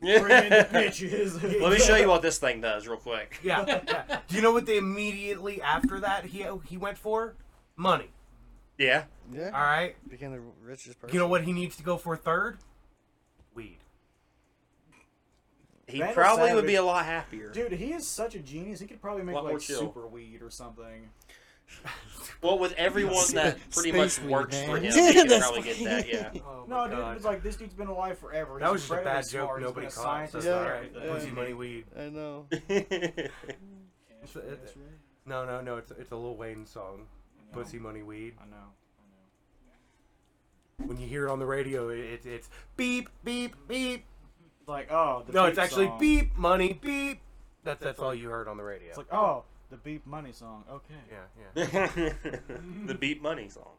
Speaker 5: Bring in the bitches.
Speaker 6: Let me show you what this thing does real quick.
Speaker 3: yeah, yeah. Do you know what they immediately after that he he went for? Money.
Speaker 6: Yeah.
Speaker 4: Yeah.
Speaker 3: All right.
Speaker 4: Became the richest person.
Speaker 3: You know what he needs to go for third? Weed.
Speaker 6: He
Speaker 5: Vandal
Speaker 6: probably would
Speaker 5: Savage-
Speaker 6: be a lot happier.
Speaker 5: Dude, he is such a genius. He could probably make
Speaker 6: Lot more
Speaker 5: like
Speaker 6: chill.
Speaker 5: super weed or something.
Speaker 6: Well, with everyone that pretty much
Speaker 4: Space weed,
Speaker 6: works
Speaker 4: man.
Speaker 6: for him,
Speaker 4: Dude,
Speaker 6: he could
Speaker 4: that's
Speaker 6: probably get that. Yeah.
Speaker 3: Oh
Speaker 5: no, dude, it's like this dude's been alive forever.
Speaker 3: that
Speaker 5: He's
Speaker 3: was just a
Speaker 5: incredibly
Speaker 3: bad joke.
Speaker 5: smart.
Speaker 3: Nobody caught. That's
Speaker 5: He's been a scientist.
Speaker 4: Yeah.
Speaker 3: all right.
Speaker 5: Yeah.
Speaker 3: Pussy money weed.
Speaker 4: I know.
Speaker 5: That's
Speaker 3: It's-
Speaker 5: right,
Speaker 3: it-
Speaker 5: that's right.
Speaker 3: No, no, no. It's it's a Lil Wayne song. Pussy money weed.
Speaker 5: I know.
Speaker 3: When you hear it on the radio, it, it, it's beep beep beep.
Speaker 5: Like, oh, the
Speaker 3: No,
Speaker 5: beep
Speaker 3: it's actually
Speaker 5: song.
Speaker 3: beep money beep. That's that's all you heard on the radio.
Speaker 5: It's like, oh, the beep money song. Okay.
Speaker 3: yeah, yeah.
Speaker 6: the beat money song.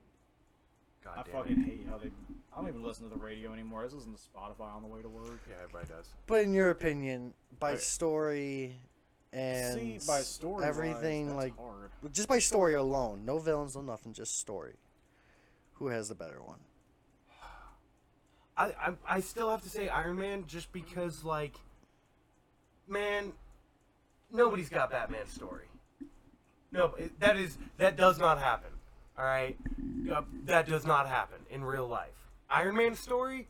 Speaker 3: God
Speaker 5: I
Speaker 3: damn
Speaker 5: fucking
Speaker 3: it.
Speaker 5: hate how they. I don't even listen to the radio anymore. I just listen to Spotify on the way to work.
Speaker 3: Yeah, everybody does.
Speaker 4: But in your opinion, by
Speaker 3: Okay.
Speaker 4: story and
Speaker 5: See, by story,
Speaker 4: everything like
Speaker 5: hard.
Speaker 4: just by story alone, no villains, no nothing, just story. Who has the better one?
Speaker 3: I, I I still have to say Iron Man just because like, man, nobody's got Batman's story. No, it- that is that does not happen. All right, Uh, that does not happen in real life. Iron Man's story,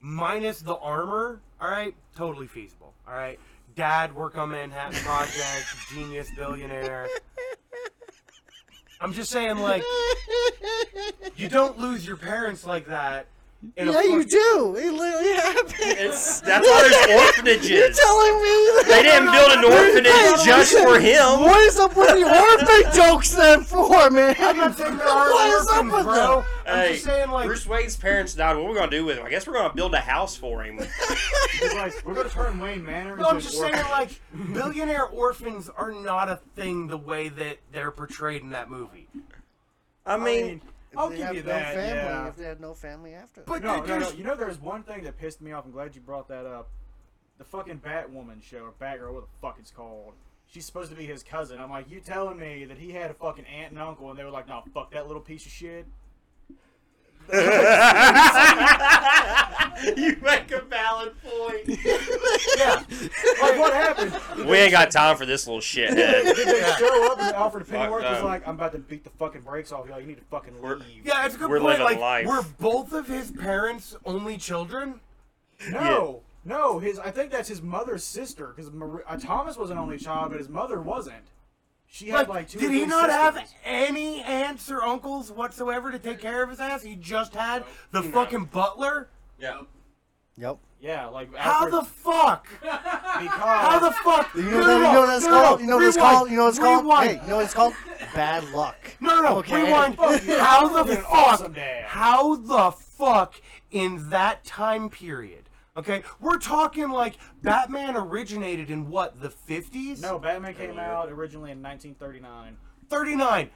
Speaker 3: minus the armor. All right, totally feasible. All right, Dad work on Manhattan Project, genius billionaire. I'm just saying, like, you don't lose your parents like that. In
Speaker 4: yeah, you
Speaker 3: fucking-
Speaker 4: do. It literally happened.
Speaker 6: It's that's why there's
Speaker 4: You're
Speaker 6: orphanages.
Speaker 4: telling me
Speaker 6: They didn't build an orphanage just for him.
Speaker 4: What is up with the orphan jokes then for, man?
Speaker 3: I'm not saying there aren't
Speaker 4: What is up
Speaker 3: orphans,
Speaker 4: with
Speaker 3: bro.
Speaker 4: them?
Speaker 3: I'm
Speaker 6: Hey,
Speaker 3: just saying, like,
Speaker 6: Bruce Wayne's parents died. What are we gonna do with him? I guess we're gonna build a house for him.
Speaker 5: He's like, we're gonna turn Wayne Manor.
Speaker 3: no, I'm
Speaker 5: into
Speaker 3: just
Speaker 5: an
Speaker 3: saying,
Speaker 5: orphan."
Speaker 3: like, billionaire orphans are not a thing the way that they're portrayed in that movie.
Speaker 6: I mean,
Speaker 5: I'll
Speaker 4: They
Speaker 5: give
Speaker 4: have
Speaker 5: you
Speaker 4: no
Speaker 5: that.
Speaker 4: family
Speaker 5: yeah.
Speaker 4: if they had no family after. that.
Speaker 3: But there-
Speaker 5: No, no, no.
Speaker 3: there's,
Speaker 5: You know, there's one thing that pissed me off. I'm glad you brought that up. The fucking Batwoman show, or Batgirl, what the fuck it's called. She's supposed to be his cousin. I'm like, you telling me that he had a fucking aunt and uncle, and they were like, no, fuck that little piece of shit.
Speaker 6: you make a valid point.
Speaker 5: Like, what happened?
Speaker 6: We ain't got time for this little shithead.
Speaker 5: They show up, and Alfred Pennyworth
Speaker 6: Fuck
Speaker 5: is
Speaker 6: no.
Speaker 5: like, I'm about to beat the fucking brakes off you. Like, you need to fucking
Speaker 6: We're-
Speaker 5: leave.
Speaker 3: yeah, it's a good
Speaker 6: We're
Speaker 3: point.
Speaker 6: living
Speaker 3: Like,
Speaker 6: life.
Speaker 3: were both of his parents only children?
Speaker 5: No, no, his. I think that's his mother's sister because uh, Thomas was an only child, but his mother wasn't. She had
Speaker 3: Like,
Speaker 5: like, two.
Speaker 3: did
Speaker 5: or
Speaker 3: he
Speaker 5: three
Speaker 3: not have
Speaker 5: sisters.
Speaker 3: any aunts or uncles whatsoever to take care of his ass? He just had the fucking butler.
Speaker 6: yeah.
Speaker 4: Yep.
Speaker 5: Yeah, like
Speaker 3: How
Speaker 5: Alfred,
Speaker 3: the fuck?
Speaker 5: because
Speaker 3: How the fuck?
Speaker 4: You know, you know what that's called? You know what it's called? You know what it's called?
Speaker 3: Rewind.
Speaker 4: Hey, you know what it's called? Bad luck.
Speaker 3: No, no, no.
Speaker 4: Okay.
Speaker 3: Rewind. How the
Speaker 5: You're an
Speaker 3: fuck?
Speaker 5: awesome dad.
Speaker 3: How the fuck in that time period Okay, we're talking like Batman originated in what the fifties?
Speaker 5: No, Batman came out originally in 1939.
Speaker 3: thirty-nine.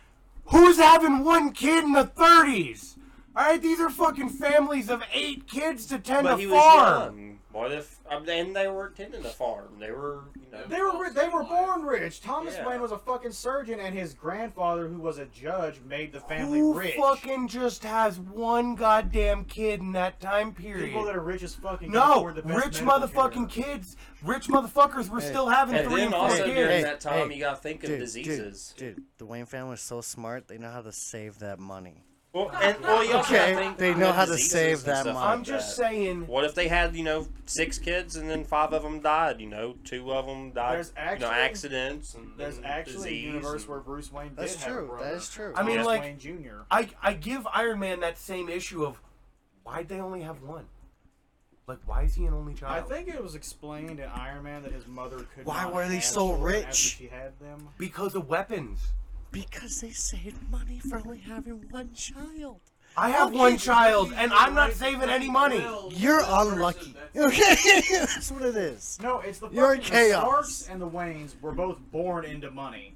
Speaker 3: Who's having one kid in the thirties? All right, these are fucking families of eight kids to tend
Speaker 6: But
Speaker 3: a
Speaker 6: he was
Speaker 3: farm.
Speaker 6: young. What if? I mean, and they were attending the farm. They were, you know.
Speaker 5: They were ri- they were born rich. Thomas
Speaker 6: Yeah.
Speaker 5: Wayne was a fucking surgeon, and his grandfather, who was a judge, made the family
Speaker 3: Who
Speaker 5: rich.
Speaker 3: fucking just has one goddamn kid in that time period?
Speaker 5: People that are rich as fucking. can
Speaker 3: no,
Speaker 5: afford the best
Speaker 3: rich
Speaker 5: medical care.
Speaker 3: motherfucking kids, rich motherfuckers were still having
Speaker 6: And
Speaker 3: three
Speaker 6: then
Speaker 3: and four
Speaker 6: also
Speaker 3: kids.
Speaker 6: during
Speaker 4: Hey,
Speaker 6: that time,
Speaker 4: hey,
Speaker 6: you gotta think of
Speaker 4: Dude,
Speaker 6: diseases.
Speaker 4: Dude, dude, the Wayne family is so smart. They know how to save that money.
Speaker 6: Well, and, well you also
Speaker 4: Okay,
Speaker 6: gotta think
Speaker 4: they
Speaker 6: of
Speaker 4: know how to
Speaker 6: diseases
Speaker 4: save
Speaker 6: and
Speaker 4: that
Speaker 6: stuff
Speaker 4: money.
Speaker 3: I'm
Speaker 6: like
Speaker 3: just
Speaker 6: that.
Speaker 3: saying.
Speaker 6: What if they had, you know, six kids and then five of them died? You know, two of them died,
Speaker 5: There's
Speaker 6: you know,
Speaker 5: actually-
Speaker 6: accidents and
Speaker 5: There's
Speaker 6: and
Speaker 5: actually
Speaker 6: disease
Speaker 5: a universe
Speaker 6: and-
Speaker 5: where Bruce Wayne did
Speaker 4: That's
Speaker 5: have a
Speaker 4: true,
Speaker 5: brother.
Speaker 4: that is true.
Speaker 3: I mean,
Speaker 5: Thomas
Speaker 3: like-
Speaker 5: Wayne Jr.
Speaker 3: I I give Iron Man that same issue of why'd they only have one? Like why is he an only
Speaker 5: I
Speaker 3: child?
Speaker 5: think it was explained in Iron Man that his mother could.
Speaker 4: Why
Speaker 5: not
Speaker 4: were they
Speaker 5: have
Speaker 4: so
Speaker 5: children
Speaker 4: rich?
Speaker 5: after She had them.
Speaker 3: because of weapons.
Speaker 4: Because they saved money for only having one child.
Speaker 3: I have one child and I'm not saving any money.
Speaker 4: You're unlucky. Okay, that's what it is.
Speaker 5: No, it's the
Speaker 4: You're
Speaker 5: fucking the
Speaker 4: chaos.
Speaker 5: Starks and the Waynes were both born into money.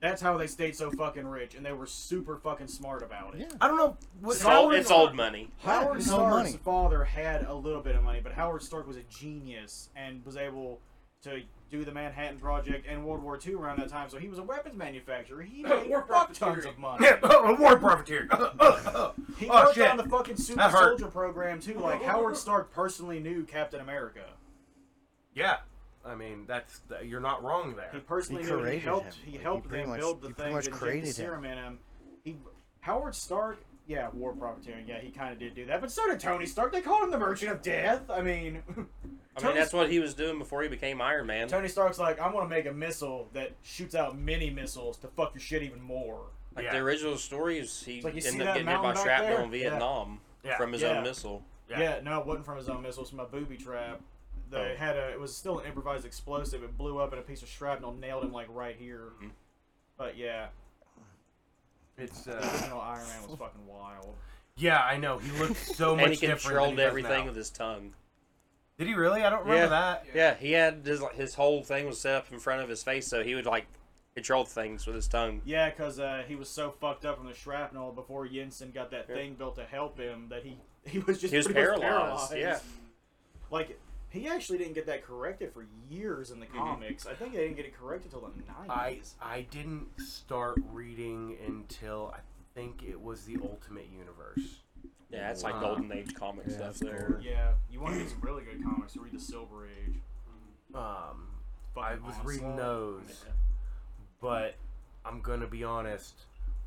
Speaker 5: That's how they stayed so fucking rich, and they were super fucking smart about it.
Speaker 4: Yeah.
Speaker 3: I don't know. What,
Speaker 6: It's, old,
Speaker 3: Howard-
Speaker 6: it's old money.
Speaker 5: Howard
Speaker 4: There's no
Speaker 5: Stark's
Speaker 4: money.
Speaker 5: father had a little bit of money, but Howard Stark was a genius and was able to do the Manhattan Project and World War II around that time. So he was a weapons manufacturer. He made fuck tons of money.
Speaker 3: Yeah, oh, a war profiteer.
Speaker 5: He
Speaker 3: Oh,
Speaker 5: worked
Speaker 3: shit.
Speaker 5: on the fucking Super
Speaker 3: That hurt.
Speaker 5: Soldier program too. Like Howard Stark personally knew Captain America.
Speaker 3: yeah, I mean that's you're not wrong
Speaker 5: He
Speaker 3: there.
Speaker 5: personally
Speaker 4: He
Speaker 5: knew and he
Speaker 4: created
Speaker 5: helped.
Speaker 4: him.
Speaker 5: He
Speaker 4: Like, he
Speaker 5: helped
Speaker 4: pretty
Speaker 5: them
Speaker 4: much-
Speaker 5: build the
Speaker 4: he pretty
Speaker 5: thing
Speaker 4: much
Speaker 5: that injected
Speaker 4: created him.
Speaker 5: serum in him. He, Howard Stark, yeah, war profiteering. Yeah, he kind of did do that. But so did Tony Stark. They called him the Merchant of Death. I mean,
Speaker 6: I mean,
Speaker 5: Tony
Speaker 6: that's what he was doing before he became Iron Man.
Speaker 5: Tony Stark's like, I'm gonna make a missile that shoots out mini missiles to fuck your shit even more.
Speaker 6: Like
Speaker 3: Yeah.
Speaker 6: the original story is he
Speaker 5: like you see
Speaker 6: ended
Speaker 5: that
Speaker 6: up getting hit by
Speaker 5: mountain back
Speaker 6: shrapnel
Speaker 5: there?
Speaker 6: in
Speaker 5: Yeah.
Speaker 6: Vietnam
Speaker 3: Yeah.
Speaker 6: from his
Speaker 5: Yeah.
Speaker 6: own missile.
Speaker 5: Yeah.
Speaker 3: Yeah.
Speaker 5: no, it wasn't from his own missile. It was from a booby trap. They
Speaker 6: Oh.
Speaker 5: had a. It was still an improvised explosive. It blew up, and a piece of shrapnel nailed him like right here.
Speaker 6: Mm-hmm.
Speaker 5: But yeah,
Speaker 3: It's
Speaker 5: the
Speaker 3: uh,
Speaker 5: original Iron Man was fucking wild.
Speaker 3: yeah, I know. He looks so much
Speaker 6: And
Speaker 3: different.
Speaker 6: he
Speaker 3: than
Speaker 6: controlled
Speaker 3: he does
Speaker 6: everything
Speaker 3: now.
Speaker 6: with his tongue.
Speaker 3: Did he really? I don't remember
Speaker 6: Yeah.
Speaker 3: that.
Speaker 6: Yeah, he had his like, his whole thing was set up in front of his face, so he would like control things with his tongue.
Speaker 5: Yeah, because uh, he was so fucked up from the shrapnel before Jensen got that thing built to help him that he he was just
Speaker 6: He was
Speaker 5: pretty much
Speaker 6: paralyzed. Yeah,
Speaker 5: like he actually didn't get that corrected for years in the
Speaker 6: Mm-hmm.
Speaker 5: comics. I think they didn't get it corrected till the
Speaker 3: I
Speaker 5: nineties.
Speaker 3: I didn't start reading until I think it was the Ultimate Universe.
Speaker 6: yeah, it's like
Speaker 3: Wow.
Speaker 6: golden age comic stuff there.
Speaker 5: Yeah, you want to read some really good comics? Read the Silver Age.
Speaker 3: Um, I
Speaker 5: Fucking
Speaker 3: was reading
Speaker 5: Onslaught.
Speaker 3: those, but I'm gonna be honest.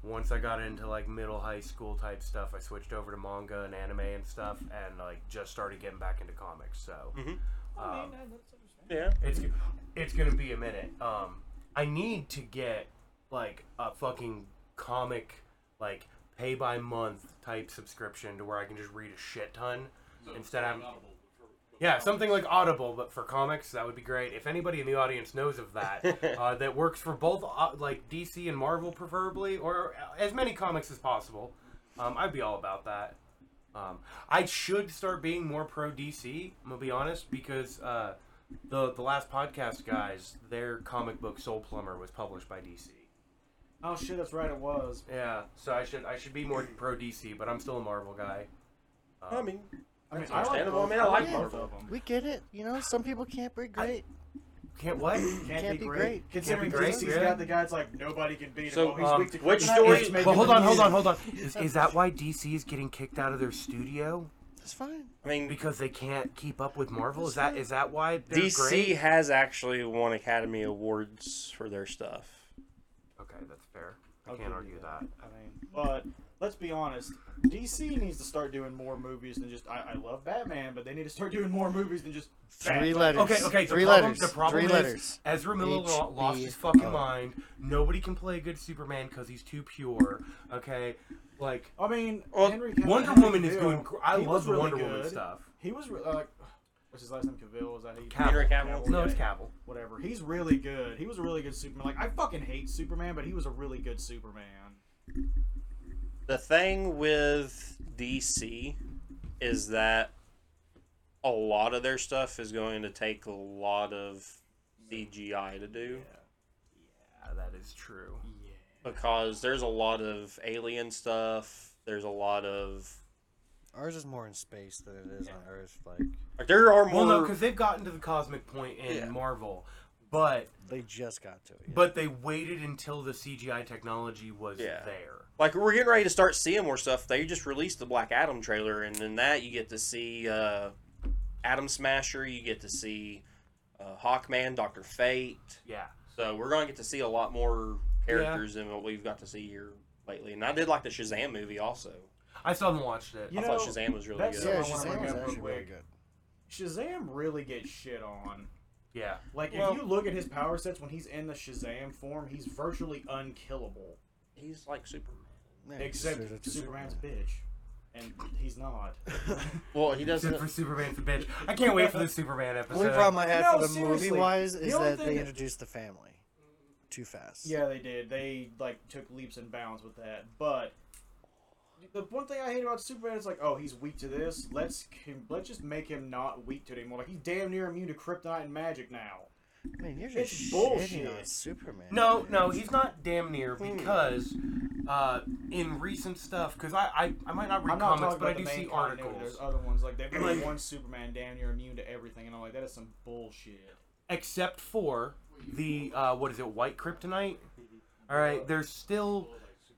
Speaker 3: Once I got into like middle high school type stuff, I switched over to manga and anime and stuff, and like just started getting back into comics. So um,
Speaker 6: Yeah,
Speaker 3: it's it's gonna be a minute. Um, I need to get like a fucking comic like pay by month type subscription to where I can just read a shit ton instead of. Yeah, something like Audible, but for comics, that would be great. If anybody in the audience knows of that, uh, that works for both uh, like DC and Marvel, preferably, or uh, as many comics as possible, um, I'd be all about that. Um, I should start being more pro DC. I'm gonna be honest because uh, the the last podcast guys, their comic book Soul Plumber was published by DC.
Speaker 5: Oh shit, that's right. It was.
Speaker 3: Yeah, so I should I should be more pro DC, but I'm still a Marvel guy.
Speaker 6: I mean,
Speaker 5: I mean,
Speaker 6: That's
Speaker 5: I like
Speaker 6: understandable.
Speaker 5: both.
Speaker 6: I mean, I like
Speaker 5: both
Speaker 6: Marvel.
Speaker 5: of them.
Speaker 4: We get it. You know, some people can't be great.
Speaker 3: Can't what?
Speaker 5: Can't,
Speaker 4: Can't
Speaker 5: be,
Speaker 4: be
Speaker 5: great.
Speaker 4: great.
Speaker 5: Considering
Speaker 3: great,
Speaker 5: Dixie's
Speaker 3: yeah.
Speaker 5: got the guy that's like nobody can beat him.
Speaker 6: So,
Speaker 5: oh, he's
Speaker 3: um,
Speaker 5: weak to
Speaker 6: which
Speaker 5: kryptonite,
Speaker 6: story-
Speaker 5: he's
Speaker 6: Well,
Speaker 5: making
Speaker 3: Well, hold on, hold on,
Speaker 5: movies.
Speaker 3: hold on. Is, is that why DC is getting kicked out of their studio
Speaker 4: It's fine.
Speaker 6: I mean,
Speaker 3: because they can't keep up with Marvel? Is that is that why they're
Speaker 6: DC
Speaker 3: great?
Speaker 6: has actually won Academy Awards for their stuff.
Speaker 3: Okay, that's fair. I
Speaker 5: I'll give
Speaker 3: can't
Speaker 5: you
Speaker 3: argue that.
Speaker 5: I mean, but let's be honest. DC needs to start doing more movies than just I, I love Batman, but they need to start doing more movies than just
Speaker 4: Three
Speaker 5: Batman.
Speaker 4: letters.
Speaker 3: Okay, okay. The
Speaker 4: Three
Speaker 3: problem,
Speaker 4: letters.
Speaker 3: The problem
Speaker 4: Three
Speaker 3: is
Speaker 4: letters.
Speaker 3: Ezra Miller lo-
Speaker 4: HBO.
Speaker 3: lost his fucking mind. Nobody can play a good Superman because he's too pure. Okay, like
Speaker 5: I mean,
Speaker 6: Well,
Speaker 5: Henry Cavill-
Speaker 3: Wonder
Speaker 5: Henry
Speaker 3: Woman is
Speaker 5: Cavill,
Speaker 3: doing. Gr- I
Speaker 5: he
Speaker 3: love
Speaker 5: was
Speaker 3: the
Speaker 5: really
Speaker 3: Wonder
Speaker 5: good.
Speaker 3: Woman stuff.
Speaker 5: He was re- like, what's his last name? Cavill is that he?
Speaker 3: Cavill.
Speaker 6: Henry Cavill.
Speaker 3: No,
Speaker 5: yeah,
Speaker 3: it's Cavill.
Speaker 5: Whatever. He's really good. He was a really good Superman. Like I fucking hate Superman, but he was a really good Superman.
Speaker 6: The thing with DC is that a lot of their stuff is going to take a lot of CGI to do
Speaker 3: Yeah, that is true.
Speaker 6: because there's a lot of alien stuff. There's a lot of
Speaker 4: Ours is more in space than it is on Earth. Like
Speaker 6: like there are
Speaker 3: Well,
Speaker 6: more.
Speaker 3: no, because they've gotten to the cosmic point in
Speaker 4: Yeah.
Speaker 3: Marvel, but
Speaker 4: they just got to it. yeah.
Speaker 3: but they waited until the CGI technology was
Speaker 6: Yeah.
Speaker 3: there.
Speaker 6: like we're getting ready to start seeing more stuff. They just released the Black Adam trailer, and in that you get to see uh, Atom Smasher. You get to see uh, Hawkman, Doctor Fate.
Speaker 3: Yeah.
Speaker 6: So we're going to get to see a lot more characters than what we've got to see here lately. And I did like the Shazam movie also.
Speaker 3: I still haven't watched it.
Speaker 5: You
Speaker 6: I
Speaker 5: know,
Speaker 6: thought Shazam was really
Speaker 5: that's
Speaker 6: good.
Speaker 5: so
Speaker 4: yeah,
Speaker 5: I wanna
Speaker 4: Shazam
Speaker 5: bring
Speaker 4: was
Speaker 5: up real
Speaker 4: actually really
Speaker 5: quick.
Speaker 4: good.
Speaker 5: Shazam really gets shit on.
Speaker 3: Yeah.
Speaker 5: Like
Speaker 6: Well-
Speaker 5: if you look at his power sets when he's in the Shazam form, he's virtually unkillable.
Speaker 6: He's like Superman.
Speaker 4: Yeah, it's
Speaker 5: Except
Speaker 4: just- it's
Speaker 5: Superman's
Speaker 4: Superman.
Speaker 5: bitch. And he's not.
Speaker 6: Well, he
Speaker 3: Except for Superman's a bitch. I can't wait for the Superman
Speaker 4: The
Speaker 3: episode.
Speaker 4: only problem I had
Speaker 5: No,
Speaker 4: for the
Speaker 5: seriously,
Speaker 4: movie wise
Speaker 5: the
Speaker 4: is
Speaker 5: only
Speaker 4: that
Speaker 5: thing
Speaker 4: they
Speaker 5: that-
Speaker 4: introduced the family too fast.
Speaker 5: yeah, they did. They like took leaps and bounds with that. But the one thing I hate about Superman is like, oh, he's weak to this. Let's can, let's just make him not weak to it anymore. Like he's damn near immune to kryptonite and magic now.
Speaker 4: I mean, you're
Speaker 5: It's
Speaker 4: just
Speaker 5: bullshit.
Speaker 4: shitting on Superman.
Speaker 3: No,
Speaker 4: man.
Speaker 3: no, he's not damn near because uh, in recent stuff, because I, I, I might not read
Speaker 5: I'm not
Speaker 3: comics,
Speaker 5: talking
Speaker 3: but I
Speaker 5: about
Speaker 3: do
Speaker 5: the main
Speaker 3: see
Speaker 5: continuity.
Speaker 3: articles.
Speaker 5: There's other ones like they've made one Superman damn near immune to everything, and I'm like, that is some bullshit.
Speaker 3: Except for the, uh, what is it, white kryptonite? All right, there's still,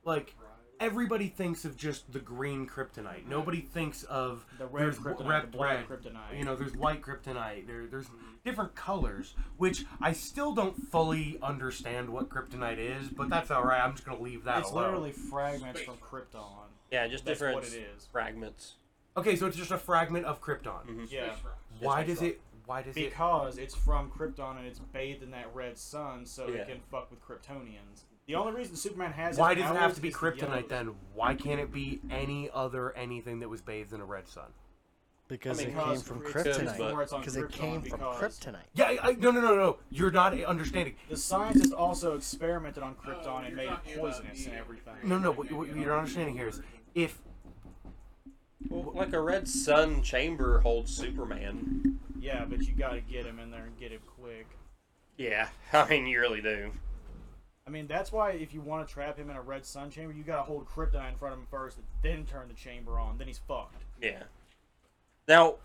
Speaker 3: like, everybody thinks of just the green kryptonite. Nobody thinks of
Speaker 5: The red
Speaker 3: there's
Speaker 5: kryptonite,
Speaker 3: red,
Speaker 5: the black
Speaker 3: red,
Speaker 5: kryptonite.
Speaker 3: You know, there's white kryptonite. There, there's different colors, which I still don't fully understand what kryptonite is, but that's all right. I'm just gonna leave that
Speaker 5: It's
Speaker 3: alone.
Speaker 5: literally fragments from Krypton.
Speaker 6: yeah, just
Speaker 5: That's
Speaker 6: different
Speaker 5: what it is.
Speaker 6: fragments.
Speaker 3: Okay, so it's just a fragment of Krypton.
Speaker 5: Yeah,
Speaker 3: Why
Speaker 6: It's
Speaker 3: does
Speaker 6: Krypton.
Speaker 3: it? Why does it?
Speaker 5: because it's from Krypton and it's bathed in that red sun, so
Speaker 6: Yeah.
Speaker 5: it can fuck with Kryptonians. The only reason Superman has
Speaker 3: Why
Speaker 5: his
Speaker 3: does it
Speaker 5: powers
Speaker 3: have to be
Speaker 5: is the yellows.
Speaker 3: kryptonite then? Why can't it be any other anything that was bathed in a red sun?
Speaker 4: because
Speaker 6: I mean,
Speaker 4: it came
Speaker 5: because
Speaker 4: from
Speaker 5: because
Speaker 4: kryptonite.
Speaker 5: before it's on
Speaker 4: Because it
Speaker 5: Krypton,
Speaker 4: came from
Speaker 5: because-
Speaker 4: kryptonite.
Speaker 3: Yeah, I, I, no, no, no, no. You're not understanding.
Speaker 5: The scientists also experimented on Krypton and made it poisonous and everything.
Speaker 3: No, no. What, what you're not understanding here is if
Speaker 6: Well, like a red sun chamber holds Superman.
Speaker 5: Yeah, but you gotta get him in there and get him quick.
Speaker 6: Yeah, I mean you really do.
Speaker 5: I mean, that's why if you want to trap him in a red sun chamber, you gotta hold Krypton in front of him first, then turn the chamber on, then he's fucked.
Speaker 6: Yeah. Now,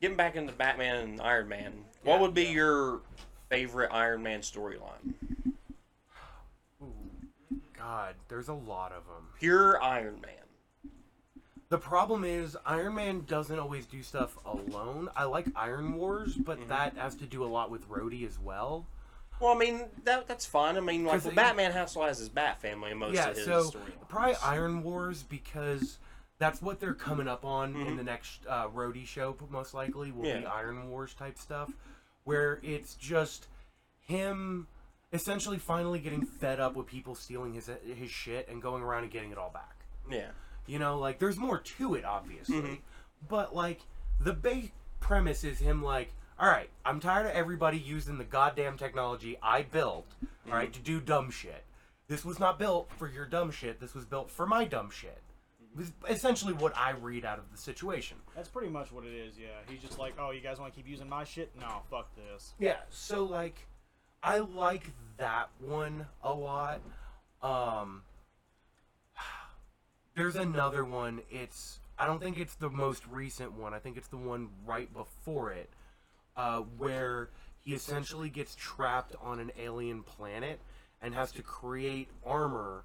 Speaker 6: getting back into Batman and Iron Man, what would be your favorite Iron Man storyline?
Speaker 3: God, there's a lot of them.
Speaker 6: Pure Iron Man.
Speaker 3: The problem is Iron Man doesn't always do stuff alone. I like Iron Wars, but that has to do a lot with Rhodey as well.
Speaker 6: Well, I mean that that's fine. I mean, like
Speaker 3: 'Cause
Speaker 6: well,
Speaker 3: it-
Speaker 6: Batman also has his Bat family in most
Speaker 3: yeah,
Speaker 6: of his
Speaker 3: so
Speaker 6: story.
Speaker 3: probably Iron Wars because that's what they're coming up on in the next uh, roadie show, p- most likely will be
Speaker 6: Mm-hmm. Yeah.
Speaker 3: Iron Wars type stuff, where it's just him essentially finally getting fed up with people stealing his uh, his shit and going around and getting it all back.
Speaker 6: Yeah,
Speaker 3: You know, like there's more to it, obviously, but like the base premise is him like. All right, I'm tired of everybody using the goddamn technology I built, all right, to do dumb shit. This was not built for your dumb shit. This was built for my dumb shit. This is essentially what I read out of the situation.
Speaker 5: That's pretty much what it is, yeah. He's just like, oh, you guys want to keep using my shit? No, fuck this.
Speaker 3: Yeah, so like I like that one a lot. Um There's another one. It's I don't think it's the most recent one. I think it's the one right before it uh where he essentially gets trapped on an alien planet and has to create armor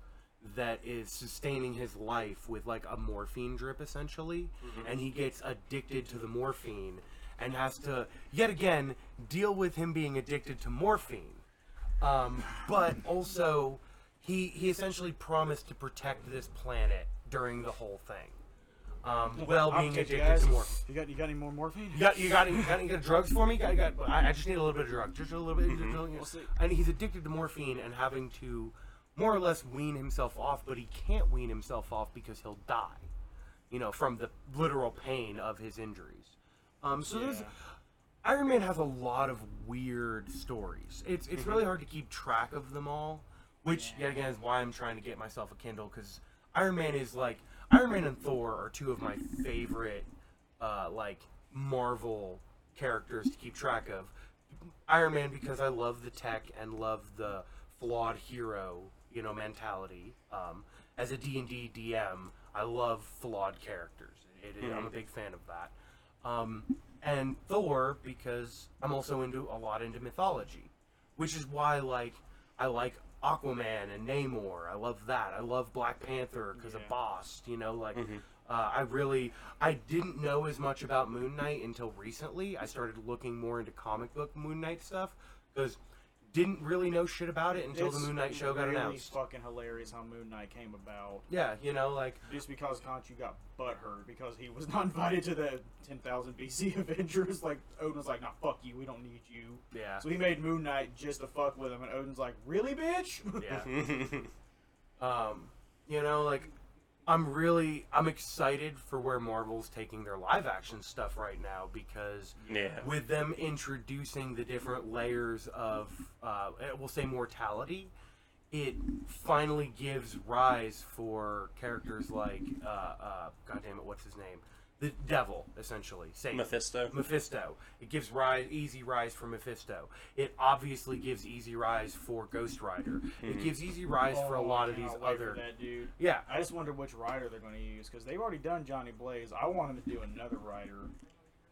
Speaker 3: that is sustaining his life with like a morphine drip essentially
Speaker 5: Mm-hmm.
Speaker 3: and he gets addicted to the morphine and has to yet again deal with him being addicted to morphine um, but also he he essentially promised to protect this planet during the whole thing um, well
Speaker 5: I'll
Speaker 3: being
Speaker 5: take you
Speaker 3: addicted
Speaker 5: guys.
Speaker 3: to morphine
Speaker 5: You got, you got any more morphine?
Speaker 3: you got, you got, any, got any good drugs for me? Got, got, I, I just need a little bit of drug, just a little bit. Just a little,
Speaker 5: see.
Speaker 3: And he's addicted to morphine and having to more or less wean himself off, but he can't wean himself off because he'll die, you know, from the literal pain of his injuries. Um, so there's
Speaker 5: Yeah.
Speaker 3: Iron Man has a lot of weird stories. It's it's really hard to keep track of them all, which yet again is why I'm trying to get myself a Kindle because Iron Man is like Iron Man and Thor are two of my favorite uh, like Marvel characters to keep track of. Iron Man because I love the tech and love the flawed hero, you know, mentality. Um, as a D&D DM, I love flawed characters. It, it- I'm a big fan of that. Um, and Thor because I'm also into a lot into mythology, which is why like I like Aquaman and Namor. I love that. I love Black Panther because of Boss. You know, like uh, I really I didn't know as much about Moon Knight until recently. I started looking more into comic book Moon Knight stuff because didn't really know shit about it until the Moon Knight show got
Speaker 5: really
Speaker 3: announced.
Speaker 5: fucking hilarious how Moon Knight came about.
Speaker 3: yeah, you know, like
Speaker 5: Just because Kanchu got butthurt because he was not invited to the 10,000 BC Avengers, like Odin was like, "Nah, fuck you, we don't need you."
Speaker 3: yeah,
Speaker 5: So he made Moon Knight just to fuck with him, and Odin's like, "Really, bitch?"
Speaker 3: yeah. um, you know, like I'm really I'm excited for where Marvel's taking their live action stuff right now because
Speaker 6: Yeah.
Speaker 3: with them introducing the different layers of uh, eh, we'll say mortality, it finally gives rise for characters like uh, uh, God damn it, what's his name? The devil, essentially. Satan.
Speaker 6: Mephisto.
Speaker 3: Mephisto. It gives rise easy rise for Mephisto. It obviously gives easy rise for Ghost Rider.
Speaker 6: Mm-hmm.
Speaker 3: It gives easy rise for a
Speaker 5: Oh,
Speaker 3: lot
Speaker 5: I
Speaker 3: of these
Speaker 5: cannot wait for
Speaker 3: other.
Speaker 5: that dude.
Speaker 3: Yeah,
Speaker 5: I just wonder which writer they're going to use because they've already done Johnny Blaze. I want them to do another writer.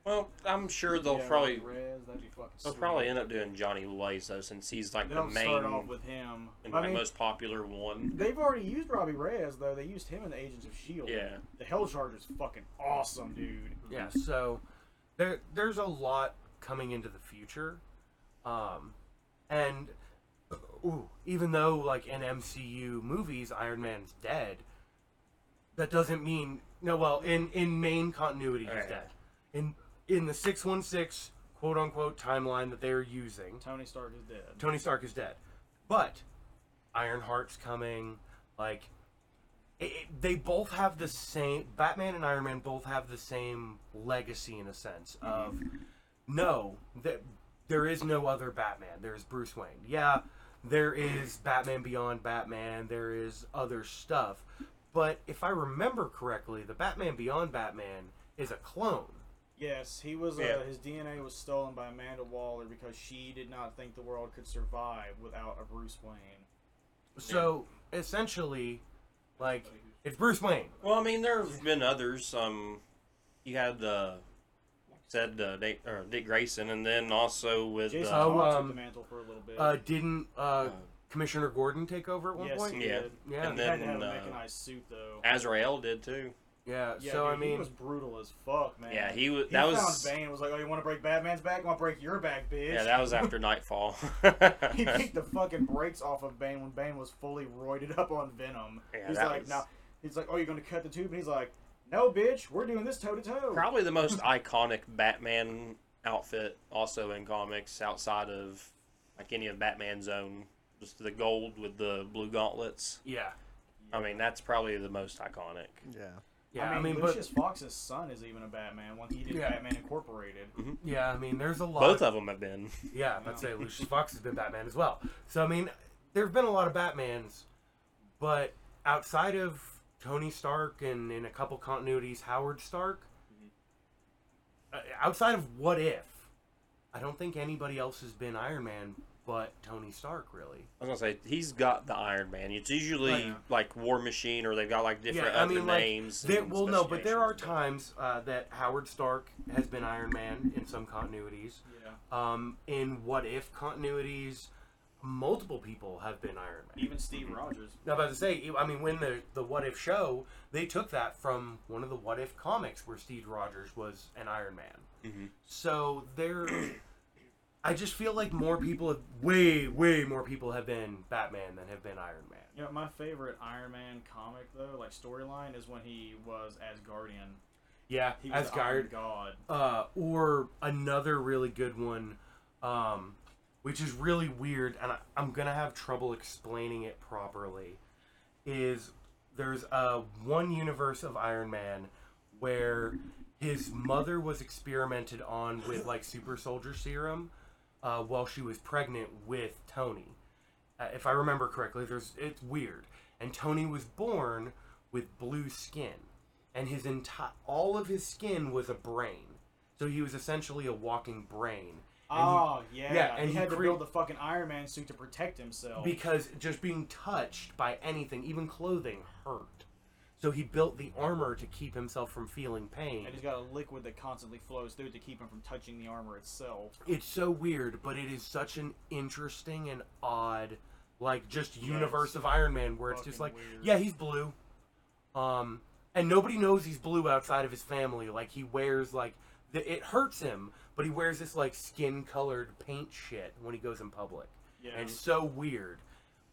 Speaker 6: Well, I'm sure they'll
Speaker 5: Yeah,
Speaker 6: probably
Speaker 5: Rez, that'd be fucking
Speaker 6: they'll
Speaker 5: sweet.
Speaker 6: probably end up doing Johnny Blaze though, since he's like
Speaker 5: They'll
Speaker 6: the main
Speaker 5: start off with him.
Speaker 6: and
Speaker 5: I
Speaker 6: like
Speaker 5: mean,
Speaker 6: most popular one.
Speaker 5: They've already used Robbie Reyes though. They used him in the Agents of Shield.
Speaker 6: Yeah.
Speaker 5: E The Hell Charger's fucking awesome, dude.
Speaker 3: yeah. So there, there's a lot coming into the future, um, and ooh, even though like in MCU movies Iron Man's dead, that doesn't mean no. Well, in in main continuity he's
Speaker 6: Right.
Speaker 3: dead. In in the six one six quote unquote timeline that they're using,
Speaker 5: Tony Stark is dead.
Speaker 3: Tony Stark is dead. But Ironheart's coming. Like, it, it- they both have the same. Batman and Iron Man both have the same legacy in a sense of no, that there is no other Batman. There is Bruce Wayne. Yeah, there is Batman Beyond Batman. There is other stuff. But if I remember correctly, the Batman Beyond Batman is a clone.
Speaker 5: Yes, he was. Uh,
Speaker 6: Yeah.
Speaker 5: His DNA was stolen by Amanda Waller because she did not think the world could survive without a Bruce Wayne.
Speaker 3: So essentially, like, it's Bruce Wayne.
Speaker 6: Well, I mean, there have been others. Um, you had the like I said uh, Dick, or Dick Grayson, and then also with
Speaker 5: Jason
Speaker 6: uh,
Speaker 3: Oh,
Speaker 5: Todd
Speaker 3: um,
Speaker 5: took the mantle for a little bit.
Speaker 3: Uh, didn't uh, Commissioner Gordon take over at one
Speaker 5: yes,
Speaker 3: point?
Speaker 5: he
Speaker 6: yeah,
Speaker 5: did.
Speaker 3: Yeah.
Speaker 6: and
Speaker 5: He had to have
Speaker 6: then
Speaker 5: a
Speaker 6: uh,
Speaker 5: mechanized suit though.
Speaker 6: Azrael did too.
Speaker 3: Yeah.
Speaker 5: Yeah,
Speaker 3: so
Speaker 5: dude,
Speaker 3: I mean,
Speaker 5: he was brutal as fuck, man.
Speaker 6: Yeah, he was- that
Speaker 5: found
Speaker 6: was-
Speaker 5: Bane and was like, "Oh, you want to break Batman's back? I'm gonna break your back, bitch."
Speaker 6: Yeah, that was after Nightfall.
Speaker 5: he kicked the fucking brakes off of Bane when Bane was fully roided up on Venom.
Speaker 6: Yeah,
Speaker 5: he's
Speaker 6: that
Speaker 5: like,
Speaker 6: was-
Speaker 5: "No," he's like, "Oh, you're gonna cut the tube?" And he's like, "No, bitch, we're doing this toe to toe."
Speaker 6: Probably the most iconic Batman outfit, also in comics, outside of like any of Batman's own. Just the gold with the blue gauntlets.
Speaker 3: yeah,
Speaker 6: I mean, that's probably the most iconic.
Speaker 4: Yeah.
Speaker 3: yeah.
Speaker 5: I mean,
Speaker 3: but
Speaker 5: Lucius Fox's son is even a Batman when he did
Speaker 3: Yeah.
Speaker 5: Batman Incorporated.
Speaker 6: Mm-hmm.
Speaker 3: yeah, I mean, there's a lot.
Speaker 6: Both of them have been.
Speaker 3: Yeah, I'd say Lucius Fox has been Batman as well. So I mean, there have been a lot of Batmans, but outside of Tony Stark and in a couple continuities, Howard Stark. uh, Outside of What If, I don't think anybody else has been Iron Man but Tony Stark, really.
Speaker 6: I was gonna say he's got the Iron Man. It's usually like War Machine, or they've got like different other names.
Speaker 3: Like, there,
Speaker 6: and
Speaker 3: well, no, but there are times
Speaker 6: specifications,
Speaker 3: uh, that Howard Stark has been Iron Man in some continuities.
Speaker 5: Yeah.
Speaker 3: Um, in what if continuities, multiple people have been Iron Man.
Speaker 5: Even Steve Rogers.
Speaker 3: Now, about to say, e, I mean, when the the What If show, they took that from one of the What If comics where Steve Rogers was an Iron Man. So there, I just feel like more people, have, way, way more people have been Batman than have been Iron Man.
Speaker 5: You know, my favorite Iron Man comic though, like storyline, is when he was Asgardian.
Speaker 3: Yeah,
Speaker 5: He was the Iron
Speaker 3: Asgard.
Speaker 5: God.
Speaker 3: uh, or another really good one, um, which is really weird, and I, I'm gonna have trouble explaining it properly. Is there's uh, one universe of Iron Man where his mother was experimented on with like super soldier serum uh, while she was pregnant with Tony. Uh, if I remember correctly, there's it's weird. And Tony was born with blue skin, and his entire all of his skin was a brain. So So he was essentially a walking brain. And he-
Speaker 5: Oh yeah,
Speaker 3: yeah, and
Speaker 5: he,
Speaker 3: he
Speaker 5: had to
Speaker 3: crea-
Speaker 5: build the fucking Iron Man suit to protect himself.
Speaker 3: because just being touched by anything, even clothing, hurt. So he built the armor to keep himself from feeling pain.
Speaker 5: and he's got a liquid that constantly flows through it to keep him from touching the armor itself.
Speaker 3: It's so weird, but it is such an interesting and odd, like just universe of Iron Man where it's just like,
Speaker 5: fucking weird.
Speaker 3: yeah, he's blue, um, and nobody knows he's blue outside of his family. Like he wears like the, it hurts him, but he wears this like skin colored paint shit when he goes in public.
Speaker 5: Yeah.
Speaker 3: It's so weird.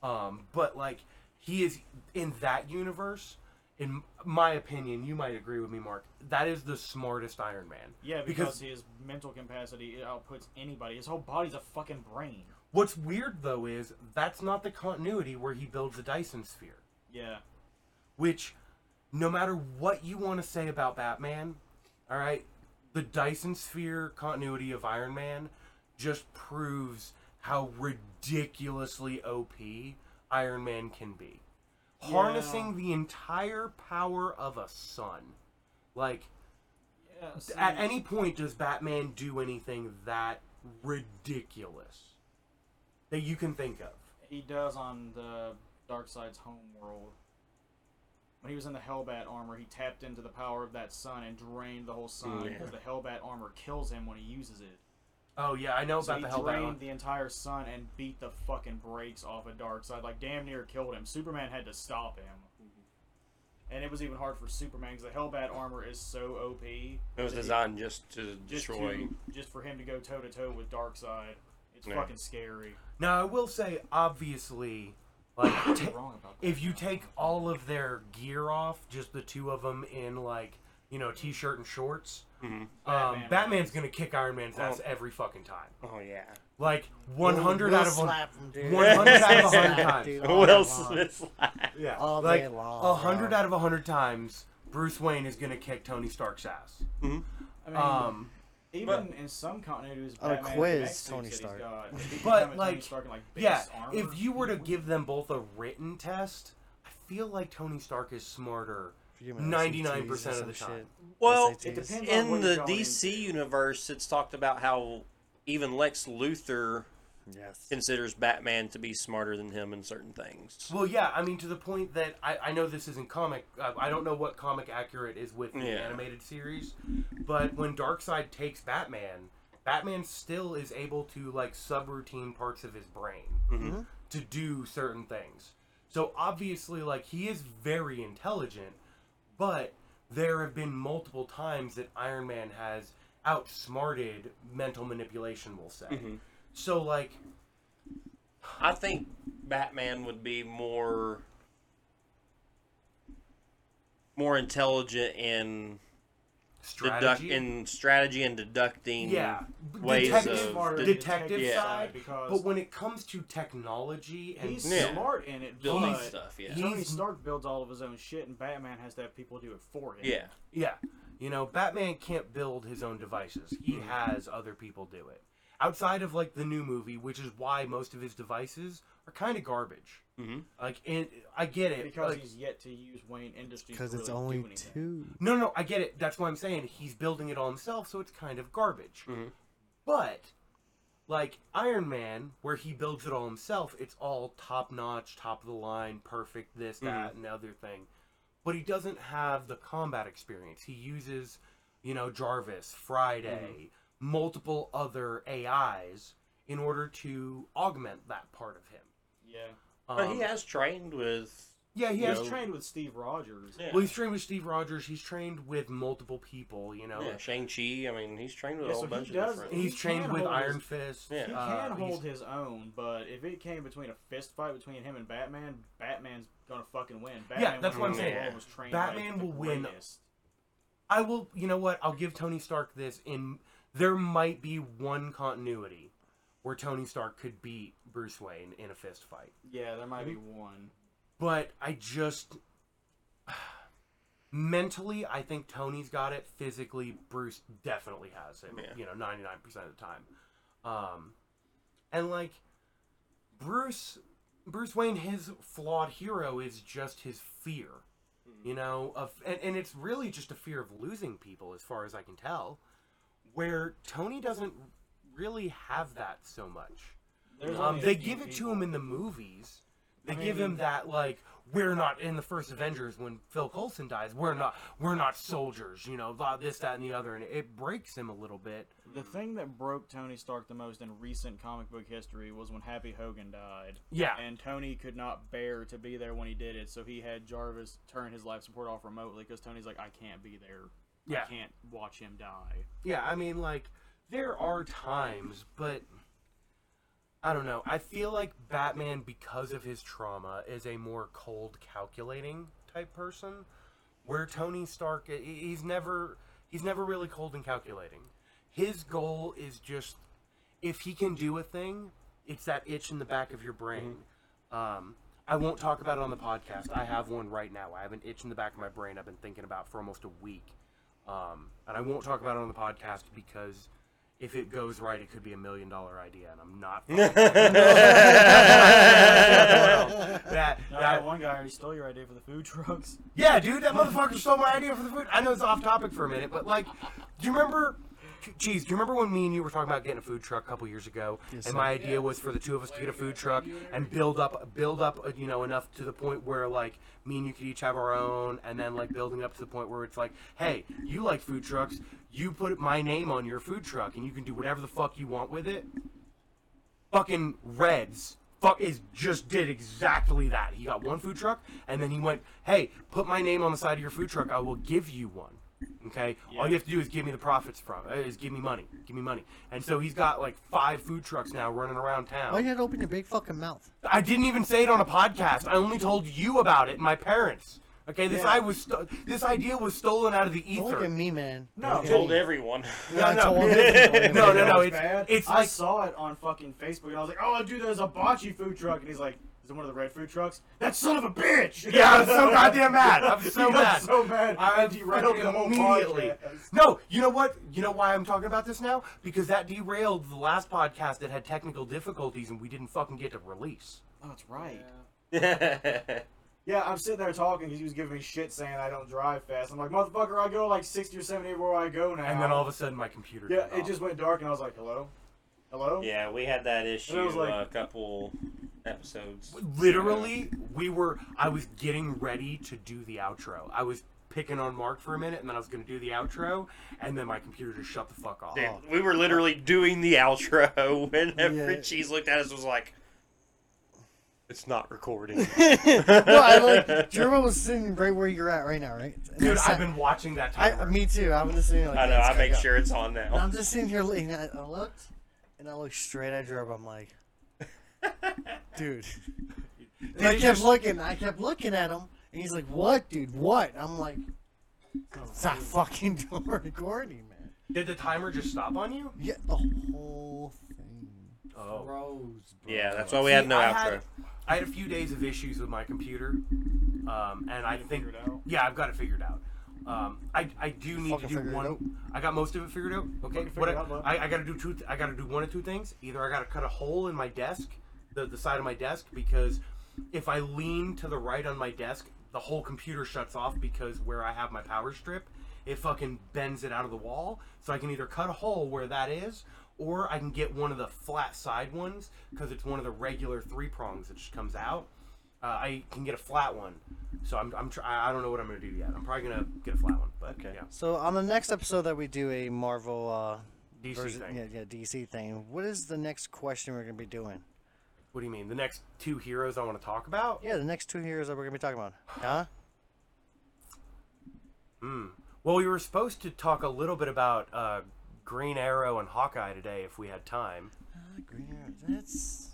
Speaker 3: Um, but like he is in that universe. In my opinion, you might agree with me, Mark. That is the smartest Iron Man.
Speaker 5: Yeah, because, his mental capacity it outputs anybody. His whole body's a fucking brain.
Speaker 3: What's weird though is that's not the continuity where he builds the Dyson sphere,
Speaker 5: Yeah.
Speaker 3: which no matter what you want to say about Batman, all right, the Dyson sphere continuity of Iron Man just proves how ridiculously OP Iron Man can be. Harnessing the entire power of a sun. Like
Speaker 5: yeah see,
Speaker 3: at any point does Batman do anything that ridiculous that you can think of?
Speaker 5: he does on the Darkseid's home world. When he was in the Hellbat armor, he tapped into the power of that sun and drained the whole sun
Speaker 6: Yeah.
Speaker 5: because the Hellbat armor kills him when he uses it.
Speaker 3: Oh yeah, I know
Speaker 5: So
Speaker 3: about
Speaker 5: he
Speaker 3: the hell
Speaker 5: drained the entire sun and beat the fucking brakes off of Darkseid. Like damn near killed him. Superman had to stop him.
Speaker 3: Mm-hmm.
Speaker 5: And it was even hard for Superman because the Hellbat armor is so OP.
Speaker 6: It was
Speaker 5: that he-
Speaker 6: designed just to
Speaker 5: just
Speaker 6: destroy.
Speaker 5: to, just for him to go toe to toe with Darkseid. It's
Speaker 6: Yeah.
Speaker 5: fucking scary.
Speaker 3: Now I will say, obviously, like ta-
Speaker 5: Wrong about that.
Speaker 3: if you take all of their gear off, just the two of them in like you know t-shirt and shorts,
Speaker 4: Mm-hmm.
Speaker 3: um,
Speaker 5: Batman.
Speaker 3: Batman's gonna kick Iron Man's ass
Speaker 6: Oh.
Speaker 3: every fucking time.
Speaker 6: oh yeah.
Speaker 3: Like 100
Speaker 4: We'll
Speaker 3: out of one.
Speaker 4: slap him, dude.
Speaker 3: 100
Speaker 6: out of
Speaker 4: Slap
Speaker 3: 100 times.
Speaker 4: dude all
Speaker 6: Will
Speaker 4: day long.
Speaker 6: Smith's laugh.
Speaker 3: Yeah,
Speaker 4: All
Speaker 3: like
Speaker 4: day long,
Speaker 3: a hundred
Speaker 4: bro.
Speaker 3: out of a hundred times, Bruce Wayne is gonna kick Tony Stark's ass.
Speaker 4: Mm-hmm.
Speaker 5: I mean,
Speaker 3: Um,
Speaker 5: even in some continuities,
Speaker 4: On a
Speaker 5: Batman
Speaker 4: Oh, quiz,
Speaker 5: connects things
Speaker 4: Tony
Speaker 5: that he's
Speaker 4: Stark.
Speaker 5: got. If he
Speaker 3: But,
Speaker 5: become a Tony
Speaker 3: like,
Speaker 5: Stark and, like,
Speaker 3: yeah,
Speaker 5: base armor,
Speaker 3: if you were to
Speaker 5: he
Speaker 3: give them both a written test, I feel like Tony Stark is smarter
Speaker 4: Give him
Speaker 3: ninety-nine
Speaker 4: SATs or
Speaker 3: percent of
Speaker 4: some
Speaker 3: the time.
Speaker 4: shit.
Speaker 6: Well,
Speaker 4: SATs.
Speaker 5: It depends on
Speaker 6: in
Speaker 5: what you're
Speaker 6: the
Speaker 5: going
Speaker 6: DC
Speaker 5: into.
Speaker 6: universe, it's talked about how even Lex Luthor
Speaker 4: Yes.
Speaker 6: considers Batman to be smarter than him in certain things.
Speaker 3: Well, yeah, I mean to the point that I, I know this isn't comic. Uh, I don't know what comic accurate is with the
Speaker 6: Yeah.
Speaker 3: animated series, but when Darkseid takes Batman, Batman still is able to like subroutine parts of his brain
Speaker 6: Mm-hmm.
Speaker 3: to do certain things. So obviously, like he is very intelligent, but there have been multiple times that Iron Man has outsmarted mental manipulation. We'll say.
Speaker 6: Mm-hmm.
Speaker 3: So like
Speaker 6: I think Batman would be more more intelligent in deduct
Speaker 3: strategy.
Speaker 6: in strategy and deducting
Speaker 3: yeah,
Speaker 6: ways
Speaker 5: is
Speaker 3: detective-
Speaker 6: of
Speaker 5: smarter
Speaker 6: de-
Speaker 5: than
Speaker 3: detective
Speaker 6: Yeah.
Speaker 3: side,
Speaker 5: because
Speaker 3: but when it comes to technology and
Speaker 5: he's
Speaker 6: Yeah.
Speaker 5: smart in it,
Speaker 6: building
Speaker 5: but
Speaker 6: stuff. Yeah,
Speaker 3: he-
Speaker 5: Tony
Speaker 3: He's-
Speaker 5: Stark builds all of his own shit, and Batman has to have people do it for him.
Speaker 6: yeah.
Speaker 3: yeah, you know, Batman can't build his own devices. He
Speaker 5: Mm-hmm.
Speaker 3: has other people do it. Outside of like the new movie, which is why most of his devices are kind of garbage.
Speaker 6: Mhm.
Speaker 3: Like, and I get it.
Speaker 5: because
Speaker 3: like-
Speaker 5: he's yet to use Wayne Industries
Speaker 4: Because
Speaker 5: to
Speaker 4: it's
Speaker 5: really
Speaker 4: only
Speaker 5: do anything.
Speaker 4: two.
Speaker 3: no, no, I get it. That's why I'm saying he's building it all himself, so it's kind of garbage.
Speaker 6: Mhm.
Speaker 3: But like Iron Man, where he builds it all himself, it's all top notch, top of the line, perfect, this,
Speaker 6: Mm-hmm.
Speaker 3: that, and the other thing. But he doesn't have the combat experience. He uses, you know, Jarvis, Friday,
Speaker 6: Mm-hmm.
Speaker 3: multiple other AIs in order to augment that part of him.
Speaker 5: Yeah,
Speaker 6: But
Speaker 3: Um,
Speaker 6: he has trained with
Speaker 3: yeah, he
Speaker 5: he's
Speaker 3: has.
Speaker 6: know,
Speaker 5: trained with Steve Rogers.
Speaker 6: yeah,
Speaker 3: well, he's trained with Steve Rogers. He's trained with multiple people. You know,
Speaker 6: yeah, Shang Chi. I mean, he's trained with
Speaker 5: Yeah,
Speaker 6: a whole
Speaker 5: so he
Speaker 6: bunch of
Speaker 5: does-
Speaker 6: different.
Speaker 3: And he's
Speaker 5: He
Speaker 3: trained
Speaker 5: can
Speaker 3: with
Speaker 5: hold his-
Speaker 3: Iron Fist.
Speaker 6: Yeah.
Speaker 5: He
Speaker 3: uh,
Speaker 5: can
Speaker 3: he's-
Speaker 5: hold his own, but if it came between a fist fight between him and Batman, Batman's gonna fucking win. Batman
Speaker 3: that's
Speaker 5: was
Speaker 3: what
Speaker 6: I'm saying.
Speaker 5: alone, was trained
Speaker 3: Batman
Speaker 5: like the
Speaker 3: will win.
Speaker 5: greatest.
Speaker 3: I will. You know what? I'll give Tony Stark this. In there might be one continuity where Tony Stark could beat Bruce Wayne in a fist fight,
Speaker 5: Yeah, there might be one.
Speaker 3: but I just mentally, I think Tony's got it. Physically, Bruce definitely has it.
Speaker 6: Yeah.
Speaker 3: You know, ninety nine percent of the time. Um, and like Bruce, Bruce Wayne, his flawed hero is just his fear, you know, of and, and it's really just a fear of losing people, as far as I can tell. where Tony doesn't really have that so much.
Speaker 5: There's
Speaker 3: Um,
Speaker 5: only a
Speaker 3: they
Speaker 5: few
Speaker 3: give it to him
Speaker 5: people.
Speaker 3: in the movies. They give him that like we're not in the first Avengers when Phil Coulson dies. We're not we're not soldiers, you know, blah, this that and the other and it breaks him a little bit.
Speaker 5: The thing that broke Tony Stark the most in recent comic book history was when Happy Hogan died.
Speaker 3: Yeah.
Speaker 5: And Tony could not bear to be there when he did it, so he had Jarvis turn his life support off remotely because Tony's like, I can't be there.
Speaker 3: Yeah.
Speaker 5: I can't watch him die.
Speaker 3: Yeah, I mean like there are times, but I don't know. I feel like Batman because of his trauma is a more cold calculating type person where Tony Stark he- he's never he's never really cold and calculating. His goal is just if he can do a thing, it's that itch in the back of your brain. Um, I won't talk about it on the podcast. I have one right now. I have an itch in the back of my brain I've been thinking about for almost a week. Um, and I won't talk about it on the podcast because if it goes right, it could be a million dollar idea, and I'm not. that, that,
Speaker 5: That one guy already stole your idea for the food trucks.
Speaker 3: yeah, dude, that motherfucker stole my idea for the food. I know it's off topic for a minute, but like, do you remember? Geez, do you remember when me and you were talking about getting a food truck a couple years ago? and my idea was for the two of us to get a food truck and build up, build up, uh, you know, enough to the point where like me and you could each have our own, and then like building up to the point where it's like, hey, you like food trucks, you put my name on your food truck, and you can do whatever the fuck you want with it fucking Reds fuck is just did exactly that. He got one food truck and then he went, "Hey, put my name on the side of your food truck. I will give you one." Okay? All you have to do is give me the profits from uh, is give me money. Give me money. And so he's got like five food trucks now running around town.
Speaker 4: Why did Oh, you open your big fucking mouth?
Speaker 3: I didn't even say it on a podcast. I only told you about it and my parents. Okay, this I was sto- this idea was stolen out of the ether.
Speaker 4: Look at me, man.
Speaker 5: No,
Speaker 6: I told everyone.
Speaker 3: No,
Speaker 4: I
Speaker 3: no.
Speaker 4: told
Speaker 3: no,
Speaker 4: him.
Speaker 3: no, no,
Speaker 5: That was
Speaker 3: It's,
Speaker 5: bad.
Speaker 3: it's
Speaker 5: I
Speaker 3: like
Speaker 5: saw it on fucking Facebook and I was like, oh, dude, there's a bocce food truck. And he's like, is it one of the red food trucks? That son of a bitch!
Speaker 3: Yeah, I'm so goddamn mad. I'm so
Speaker 5: I'm
Speaker 3: mad.
Speaker 5: so mad.
Speaker 3: I
Speaker 5: You
Speaker 3: derailed
Speaker 5: failed
Speaker 3: him
Speaker 5: the whole
Speaker 3: immediately.
Speaker 5: podcast.
Speaker 3: No, you know what? You know why I'm talking about this now? Because that derailed the last podcast that had technical difficulties and we didn't fucking get to release.
Speaker 5: Oh, that's right.
Speaker 6: yeah,
Speaker 5: Yeah, I'm sitting there talking because he was giving me shit saying I don't drive fast. I'm like, motherfucker, I go like 60 or 70 where I go now.
Speaker 3: And then all of a sudden oh. my computer.
Speaker 5: Yeah,
Speaker 3: turned
Speaker 5: it
Speaker 3: off.
Speaker 5: just went dark and I was like, hello? Hello?
Speaker 6: we had that issue
Speaker 5: was like-
Speaker 6: uh, a couple episodes.
Speaker 3: literally we were. I was getting ready to do the outro. I was picking on Mark for a minute and then I was going to do the outro and then my computer just shut the fuck off.
Speaker 6: Dude, we were literally doing the outro whenever
Speaker 4: Yeah.
Speaker 6: Cheese looked at us and was like, "It's not recording."
Speaker 4: no, I like. Jerome was sitting right where you're at right now, right? And I
Speaker 3: Dude,
Speaker 4: sat-
Speaker 3: I've been watching that.
Speaker 4: I,
Speaker 3: Timer.
Speaker 4: me too. I'm just sitting like.
Speaker 6: I know.
Speaker 4: "That's
Speaker 6: I make
Speaker 4: gotta go."
Speaker 6: sure it's on now.
Speaker 4: And I'm just sitting here looking. at- I looked, and I looked straight at Jerome. I'm like, dude. And I
Speaker 3: it
Speaker 4: kept
Speaker 3: just-
Speaker 4: looking. I kept looking at him, and he's like, "What, dude? What?" I'm like, "It's not fucking doing recording, man."
Speaker 3: Did the timer just stop on you?
Speaker 4: Yeah, the whole thing.
Speaker 3: Oh.
Speaker 4: Froze, bro.
Speaker 6: Yeah, that's why we had no
Speaker 3: I
Speaker 6: outro.
Speaker 3: Had, I had a few days of issues with my computer, um, and I think
Speaker 5: figure it out?
Speaker 3: yeah, I've got it figured out. Um, I, I do need
Speaker 4: Fucking
Speaker 3: to
Speaker 4: figure
Speaker 3: do
Speaker 4: it out.
Speaker 3: one. I got most of it figured out. Okay,
Speaker 5: Fucking
Speaker 3: what
Speaker 5: figure
Speaker 3: I,
Speaker 5: it out, bud.
Speaker 3: I, I got to do two. th- I got to do one of two things. Either I got to cut a hole in my desk, the the side of my desk, because if I lean to the right on my desk, the whole computer shuts off because where I have my power strip, it fucking bends it out of the wall. So I can either cut a hole where that is, or I can get one of the flat side ones because it's one of the regular three prongs that just comes out. Uh, I can get a flat one, so I'm, I'm try- I I don't know what I'm gonna do yet. I'm probably gonna get a flat one, but okay. yeah,
Speaker 4: So on the next episode that we do a Marvel uh,
Speaker 3: DC
Speaker 4: version-
Speaker 3: thing.
Speaker 4: yeah, yeah, DC thing. What is the next question we're gonna be doing?
Speaker 3: What do you mean? The next two heroes I want to talk about?
Speaker 4: Yeah, the next two heroes that we're gonna be talking about, huh?
Speaker 3: Well, we were supposed to talk a little bit about uh, Green Arrow and Hawkeye today if we had time,
Speaker 4: Green Arrow. That's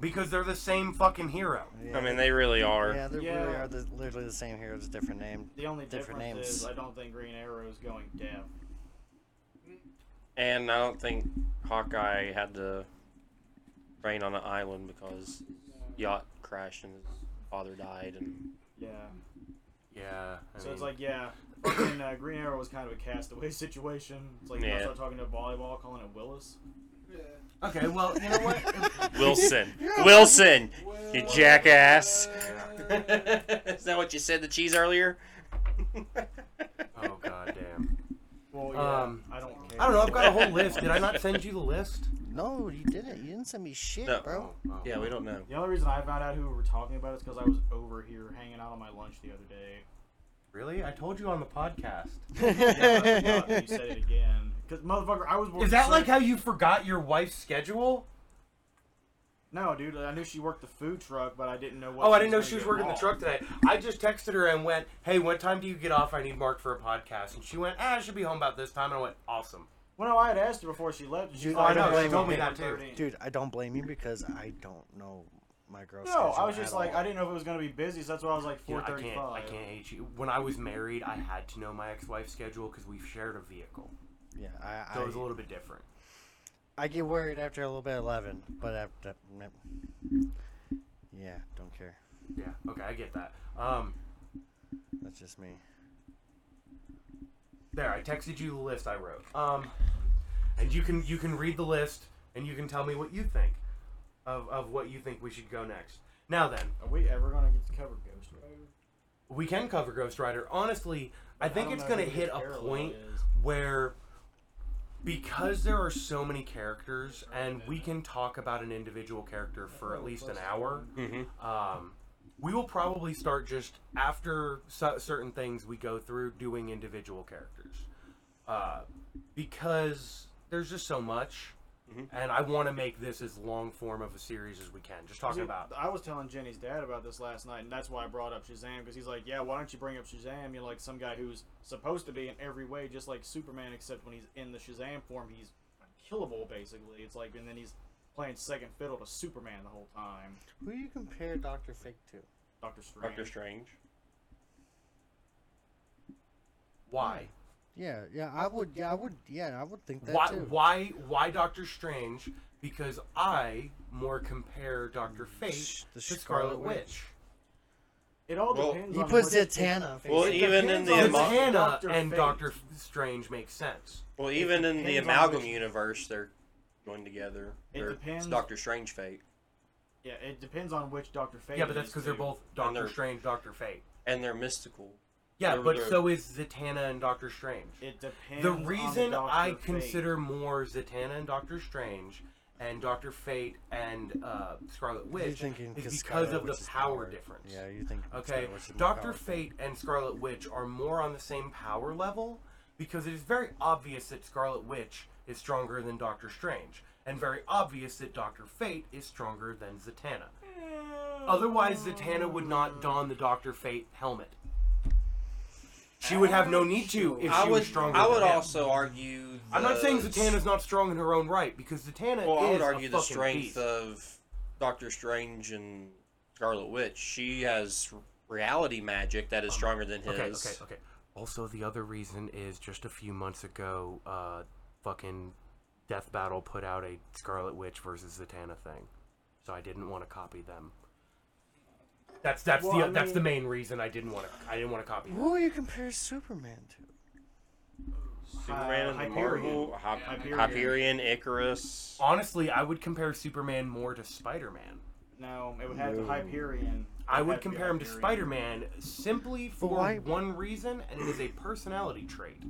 Speaker 3: because they're the same fucking hero.
Speaker 6: I mean, they really are.
Speaker 4: yeah, they really
Speaker 5: Yeah.
Speaker 4: are the, literally the same heroes, different name,
Speaker 5: The only
Speaker 4: different
Speaker 5: difference
Speaker 4: names.
Speaker 5: is I don't think Green Arrow is going deaf.
Speaker 6: And I don't think Hawkeye had to train on an island because his yacht crashed and his father died. And
Speaker 5: Yeah.
Speaker 3: Yeah. I
Speaker 5: So it's
Speaker 3: mean,
Speaker 5: like, yeah, fucking uh, Green Arrow was kind of a castaway situation. It's like,
Speaker 6: Yeah.
Speaker 5: I start talking to volleyball, calling it Willis.
Speaker 3: okay, well, you know what?
Speaker 6: Wilson, Wilson, you jackass! Is that what you said to Cheese earlier?
Speaker 3: oh god damn.
Speaker 5: Well, yeah,
Speaker 3: Um,
Speaker 5: I don't care.
Speaker 3: I don't know. I've got a whole list. Did I not send you the list?
Speaker 4: No, you didn't. You didn't send me shit,
Speaker 6: No.
Speaker 4: bro.
Speaker 6: Yeah, we don't know.
Speaker 5: The only reason I found out who we were talking about is because I was over here hanging out on my lunch the other day.
Speaker 3: Really? I told you on the podcast.
Speaker 5: Yeah, I forgot. you said it again. Because motherfucker, I was.
Speaker 3: Is that like how you forgot your wife's schedule?
Speaker 5: No, dude. I knew she worked the food truck, but I didn't know what.
Speaker 3: Oh, I didn't know she was
Speaker 5: gonna
Speaker 3: working
Speaker 5: get
Speaker 3: the truck today. I just texted her and went, "Hey, what time do you get off? I need Mark for a podcast." And she went, "Ah, I should be home about this time." And I went, "Awesome."
Speaker 5: Well, no, I had asked her before she left. and She's
Speaker 4: Dude,
Speaker 5: like,
Speaker 4: I don't
Speaker 5: "No,
Speaker 4: blame
Speaker 5: she
Speaker 4: you.
Speaker 5: told me
Speaker 3: Told
Speaker 5: that
Speaker 3: me that,
Speaker 5: too.
Speaker 4: Dude, I don't blame you because I don't know my girl's
Speaker 5: No, I
Speaker 4: schedule
Speaker 5: was just
Speaker 4: at
Speaker 5: like,
Speaker 4: all.
Speaker 5: I didn't know if it was gonna be busy, so that's why I was like
Speaker 3: You know,
Speaker 5: four
Speaker 3: I can't. I
Speaker 5: thirty-five.
Speaker 3: can't hate you. When I was married, I had to know my ex-wife's schedule because we shared a vehicle,
Speaker 4: Yeah, I,
Speaker 3: so it was a
Speaker 4: I,
Speaker 3: little bit different.
Speaker 4: I get worried after a little bit of eleven, but after, mm, yeah, don't care.
Speaker 3: Yeah. Okay, I get that. Um,
Speaker 4: That's just me.
Speaker 3: there. I texted you the list I wrote. Um, and you can you can read the list and you can tell me what you think of of what you think we should go next. Now then,
Speaker 5: Are we ever gonna get to cover Ghost Rider?
Speaker 3: we can cover Ghost Rider. Honestly, I think
Speaker 5: don't
Speaker 3: it's
Speaker 5: know
Speaker 3: going to
Speaker 5: who the
Speaker 3: hit a
Speaker 5: parallel
Speaker 3: point
Speaker 5: is.
Speaker 3: where because there are so many characters and we can talk about an individual character for at least an hour, um, we will probably start just after so- certain things we go through doing individual characters uh, because there's just so much. And I want to make this as long form of a series as we can. Just talking
Speaker 5: See,
Speaker 3: about
Speaker 5: I was telling Jenny's dad about this last night, and that's why I brought up Shazam because he's like, "Yeah, why don't you bring up Shazam? You're like some guy who's supposed to be in every way just like Superman, except when he's in the Shazam form, he's unkillable. Basically, it's like, and then he's playing second fiddle to Superman the whole time.
Speaker 4: Who do you compare Doctor Fake to?
Speaker 5: Doctor Strange.
Speaker 6: Doctor Strange.
Speaker 3: why.
Speaker 4: Yeah, yeah, I would, yeah, I would, yeah, I would think that
Speaker 3: why,
Speaker 4: too.
Speaker 3: why why Doctor Strange? Because I more compare Doctor Fate to
Speaker 4: the
Speaker 3: Scarlet,
Speaker 4: Scarlet
Speaker 3: Witch.
Speaker 4: Witch.
Speaker 5: It all
Speaker 6: Well,
Speaker 5: depends.
Speaker 4: He
Speaker 5: on
Speaker 4: puts
Speaker 5: what-
Speaker 4: Zatanna. face.
Speaker 6: Well, even in
Speaker 5: depends
Speaker 6: the
Speaker 5: on
Speaker 6: amo-
Speaker 5: the-
Speaker 3: Zatanna
Speaker 5: Doctor
Speaker 3: and
Speaker 5: Fate.
Speaker 3: Doctor F- Strange make sense.
Speaker 6: well, even in the
Speaker 5: depends on
Speaker 6: amalgam
Speaker 5: which-
Speaker 6: universe, they're going together.
Speaker 5: It
Speaker 6: They're-
Speaker 5: depends-
Speaker 6: It's Doctor Strange fate,
Speaker 5: Yeah, it depends on which Doctor Fate.
Speaker 3: yeah, but that's
Speaker 5: it is,
Speaker 3: because they're
Speaker 5: too.
Speaker 3: both
Speaker 6: And
Speaker 3: Doctor
Speaker 6: they're-
Speaker 3: Strange, Doctor Fate.
Speaker 6: and they're mystical.
Speaker 3: Yeah,
Speaker 6: They're-
Speaker 3: but
Speaker 6: they're-
Speaker 3: so is Zatanna and Doctor Strange.
Speaker 5: It depends.
Speaker 3: the
Speaker 5: on
Speaker 3: reason
Speaker 5: Doctor
Speaker 3: I
Speaker 5: Fate.
Speaker 3: consider more Zatanna and Doctor Strange and Doctor Fate and uh, Scarlet
Speaker 4: You're
Speaker 3: Witch
Speaker 4: thinking
Speaker 3: is because
Speaker 4: Scarlet
Speaker 3: of the
Speaker 4: Witch is
Speaker 3: power
Speaker 4: powered.
Speaker 3: difference.
Speaker 4: Yeah, you think
Speaker 3: Okay,
Speaker 4: Scarlet Witch is more
Speaker 3: Doctor
Speaker 4: powerful.
Speaker 3: Fate and Scarlet Witch are more on the same power level because it is very obvious that Scarlet Witch is stronger than Doctor Strange, and very obvious that Doctor Fate is stronger than Zatanna. Otherwise, Zatanna would not don the Doctor Fate helmet. She would have no need to if she
Speaker 6: I would.
Speaker 3: was stronger.
Speaker 6: I would
Speaker 3: than him.
Speaker 6: also argue.
Speaker 3: I'm not saying
Speaker 6: the-
Speaker 3: Zatanna's not strong in her own right because Zatanna
Speaker 6: Well,
Speaker 3: is
Speaker 6: I would argue
Speaker 3: a
Speaker 6: the
Speaker 3: fucking
Speaker 6: strength
Speaker 3: beast.
Speaker 6: of Doctor Strange and Scarlet Witch. She has reality magic that is stronger than his.
Speaker 3: Um, Okay, okay, okay. Also, the other reason is just a few months ago, uh, fucking Death Battle put out a Scarlet Witch versus Zatanna thing, so I didn't want to copy them. That's that's
Speaker 5: Well,
Speaker 3: the
Speaker 5: I
Speaker 3: that's the
Speaker 5: mean-
Speaker 3: main reason I didn't want to I didn't want to copy. Them.
Speaker 4: Who you compare Superman to?
Speaker 6: Superman and
Speaker 5: Uh,
Speaker 6: the
Speaker 5: Hyperion.
Speaker 6: Marvel, Hy-
Speaker 5: Hyperion.
Speaker 6: Hyperion. Icarus.
Speaker 3: Honestly, I would compare Superman more to Spider-Man.
Speaker 5: No, it would have to Hyperion.
Speaker 3: I
Speaker 5: It'd have
Speaker 3: would
Speaker 5: be
Speaker 3: compare him to
Speaker 5: Hyperion.
Speaker 3: Spider-Man simply for
Speaker 4: why-
Speaker 3: one reason, and it is a personality trait.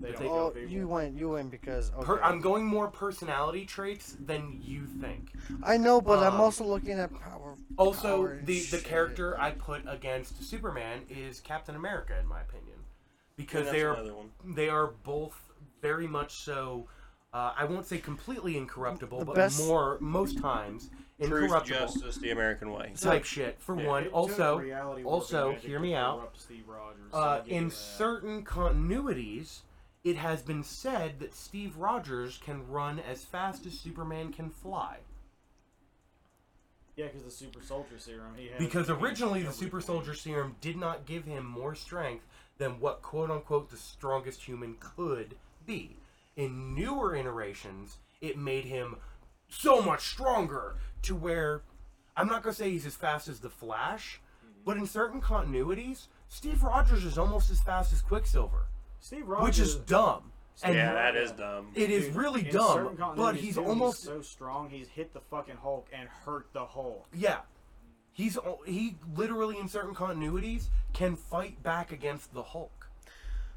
Speaker 5: They
Speaker 3: If
Speaker 5: don't
Speaker 3: they-
Speaker 5: know
Speaker 4: Oh,
Speaker 5: people.
Speaker 4: you went, you went because okay.
Speaker 3: Per- I'm going more personality traits than you think.
Speaker 4: I know, but I'm
Speaker 3: um,
Speaker 4: also looking at power. power
Speaker 3: Also,
Speaker 4: and
Speaker 3: the, the
Speaker 4: shit.
Speaker 3: character I put against Superman is Captain America, in my opinion, because
Speaker 6: That's
Speaker 3: they are
Speaker 6: another one.
Speaker 3: they are both very much so. Uh, I won't say completely incorruptible,
Speaker 4: The
Speaker 3: but
Speaker 4: best-
Speaker 3: more most times
Speaker 6: Truth,
Speaker 3: incorruptible
Speaker 6: justice, the American way.
Speaker 3: type shit. For
Speaker 6: Yeah.
Speaker 3: one,
Speaker 5: It took
Speaker 3: also
Speaker 5: reality
Speaker 3: also
Speaker 5: warping magic
Speaker 3: hear
Speaker 5: to
Speaker 3: me out.
Speaker 5: corrupt Steve Rogers, so
Speaker 3: Uh,
Speaker 5: I'll give you
Speaker 3: in
Speaker 5: that.
Speaker 3: certain continuities, it has been said that Steve Rogers can run as fast as Superman can fly.
Speaker 5: yeah, because the super soldier serum he had
Speaker 3: Because originally the super soldier serum did not give him more strength than what quote unquote the strongest human could be. In newer iterations, it made him so much stronger to where I'm not going to say he's as fast as the Flash,
Speaker 5: Mm-hmm.
Speaker 3: but in certain continuities, Steve Rogers is almost as fast as Quicksilver,
Speaker 5: Steve Rogers,
Speaker 3: which is dumb. And
Speaker 6: yeah, that is dumb.
Speaker 3: It is really
Speaker 5: in
Speaker 3: dumb,
Speaker 5: certain continuities,
Speaker 3: but he's
Speaker 5: too,
Speaker 3: almost
Speaker 5: so strong. He's hit the fucking Hulk and hurt the Hulk.
Speaker 3: Yeah. He's o- he literally in certain continuities can fight back against the Hulk.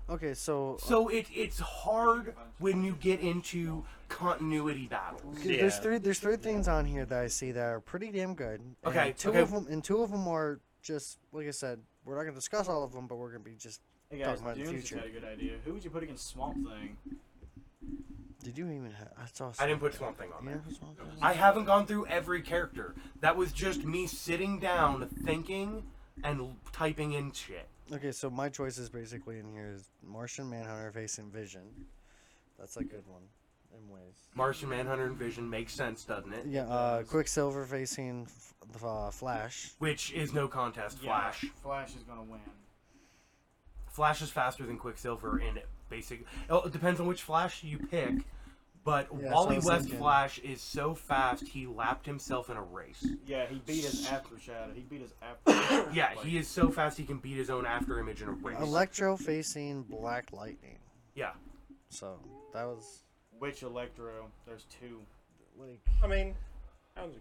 Speaker 4: Okay, so uh,
Speaker 3: So it it's hard when you get into continuity battles.
Speaker 4: Okay, There's
Speaker 6: Yeah.
Speaker 4: three. There's three things on here that I see that are pretty damn good. and
Speaker 3: Okay,
Speaker 4: Two
Speaker 3: okay.
Speaker 4: of them, and two of them are just like I said. We're not gonna discuss all of them, but we're gonna be just.
Speaker 5: Hey guys,
Speaker 4: Talking about the
Speaker 5: Dunes just
Speaker 4: future.
Speaker 5: had a good idea. Who would you put against Swamp Thing?
Speaker 4: Did you even? Have, I saw.
Speaker 3: I
Speaker 4: some-
Speaker 3: didn't put Swamp Thing on
Speaker 4: you
Speaker 3: there.
Speaker 4: know who's on there?
Speaker 3: I haven't gone through every character. That was just me sitting down, thinking, and l- typing in shit.
Speaker 4: Okay, so my choices basically in here is Martian Manhunter, Vacant Vision. That's a good one, in ways.
Speaker 3: Martian Manhunter and Vision makes sense, doesn't it?
Speaker 4: Yeah, uh, Quicksilver facing F- the, uh, Flash.
Speaker 3: Which is no contest. Flash.
Speaker 5: Yeah, Flash is gonna win.
Speaker 3: Flash is faster than Quicksilver in it. Basic. oh, It depends on which Flash you pick, but
Speaker 4: that's what I
Speaker 3: Wally
Speaker 4: was
Speaker 3: West
Speaker 4: thinking.
Speaker 3: Flash is so fast he lapped himself in a race.
Speaker 5: Yeah, he beat his after shadow. He beat his after.
Speaker 3: Yeah, he is so fast he can beat his own after image in a race.
Speaker 4: Electro facing Black Lightning.
Speaker 3: yeah,
Speaker 4: So that was
Speaker 5: Which Electro? There's two.
Speaker 4: like
Speaker 6: I mean, sounds-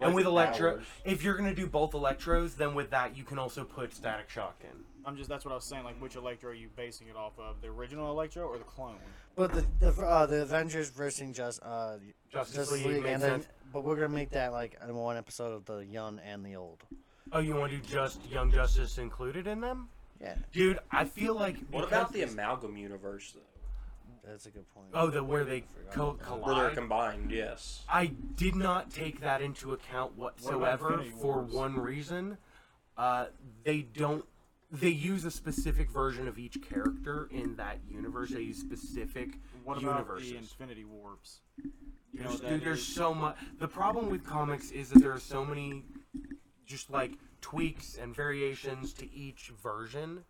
Speaker 3: and with Electro,
Speaker 6: powers.
Speaker 3: if you're gonna do both Electros, then with that you can also put Static Shock in.
Speaker 5: I'm just that's what I was saying. Like, which Electro are you basing it off of? The original Electro or the clone?
Speaker 4: But the the, uh, the Avengers versus just uh,
Speaker 3: Justice
Speaker 4: Justice,
Speaker 3: League
Speaker 4: League,
Speaker 3: makes
Speaker 4: and then,
Speaker 3: sense.
Speaker 4: but we're gonna make that like in one episode of the young and the old.
Speaker 3: Oh, you want to do just Young Justice included in them?
Speaker 4: Yeah,
Speaker 3: Dude, I feel like.
Speaker 6: What
Speaker 3: because-
Speaker 6: about the amalgam universe though?
Speaker 4: that's a good point.
Speaker 3: Oh, the where they co-
Speaker 6: Where they're
Speaker 3: collide.
Speaker 6: combined, yes.
Speaker 3: I did not take that into account whatsoever
Speaker 5: Infinity
Speaker 3: for
Speaker 5: Wars?
Speaker 3: one reason. Uh, they don't. They use a specific version of each character in that universe. They use specific
Speaker 5: What about
Speaker 3: universes.
Speaker 5: the Infinity Warps? You
Speaker 3: There's,
Speaker 5: what
Speaker 3: dude,
Speaker 5: that
Speaker 3: there's
Speaker 5: is?
Speaker 3: so much. The problem with comics is that there are so many, just like tweaks and variations to each version,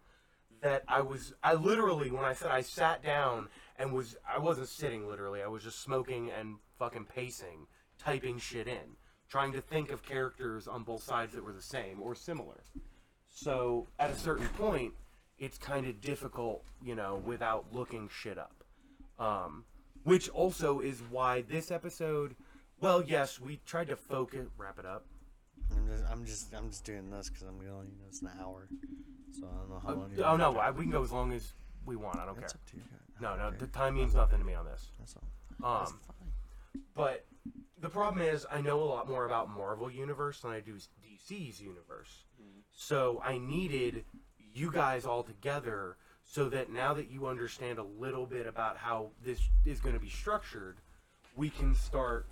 Speaker 3: that I was, I literally, when I said I sat down and was, I wasn't sitting literally. I was just smoking and fucking pacing, typing shit in, trying to think of characters on both sides that were the same or similar. So at a certain point, it's kind of difficult, you know, without looking shit up. Um, which also is why this episode, well, yes, we tried to focus, wrap it up.
Speaker 4: I'm just I'm just I'm just doing this because I'm going. You know, it's an hour, so I don't know how long. you
Speaker 3: oh
Speaker 4: want.
Speaker 3: no, I, we can go as long as we want. I don't care.
Speaker 4: It's up to you guys.
Speaker 3: No, no, the time means nothing to me on this.
Speaker 4: That's all. That's
Speaker 3: Um,
Speaker 4: fine.
Speaker 3: but the problem is, I know a lot more about Marvel Universe than I do DC's universe. So I needed you guys all together so that now that you understand a little bit about how this is going to be structured, we can start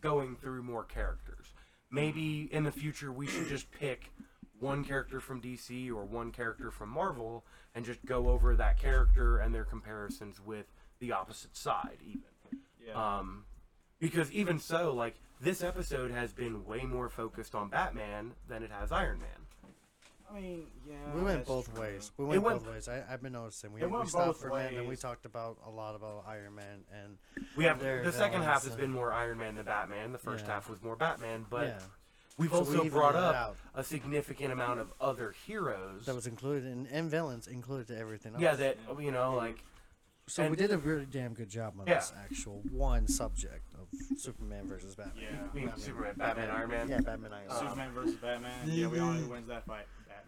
Speaker 3: going through more characters. Maybe in the future we should just pick one character from DC or one character from Marvel and just go over that character and their comparisons with the opposite side even.
Speaker 5: Yeah.
Speaker 3: Um, because even so, like this episode has been way more focused on Batman than it has Iron Man.
Speaker 5: I mean, yeah.
Speaker 4: we went
Speaker 5: that's
Speaker 4: both
Speaker 5: true.
Speaker 4: ways. We went,
Speaker 3: went-
Speaker 4: both ways. I, I've been noticing. We,
Speaker 5: It
Speaker 4: we
Speaker 5: went
Speaker 4: stopped
Speaker 5: both
Speaker 4: for a minute, and then we
Speaker 5: ways.
Speaker 4: talked about a lot about Iron Man, and
Speaker 3: We have
Speaker 4: Their
Speaker 3: the second half
Speaker 4: villains
Speaker 3: has
Speaker 4: and-
Speaker 3: been more Iron Man than Batman. The first
Speaker 4: Yeah.
Speaker 3: half was more Batman, but
Speaker 4: Yeah.
Speaker 3: we've
Speaker 4: So we
Speaker 3: also
Speaker 4: evened
Speaker 3: brought
Speaker 4: that
Speaker 3: up
Speaker 4: out.
Speaker 3: a significant amount of other heroes.
Speaker 4: that was included, and, and villains included to everything. Else.
Speaker 3: yeah, that oh, you know, like
Speaker 4: So we
Speaker 3: And-
Speaker 4: did a really damn good job on
Speaker 3: Yeah.
Speaker 4: this actual one subject of Superman versus Batman.
Speaker 5: Yeah.
Speaker 3: I mean, Superman, Batman, Iron Man,
Speaker 4: Yeah, Batman. I
Speaker 5: Superman versus Batman. Yeah, we all know who wins that fight. Batman.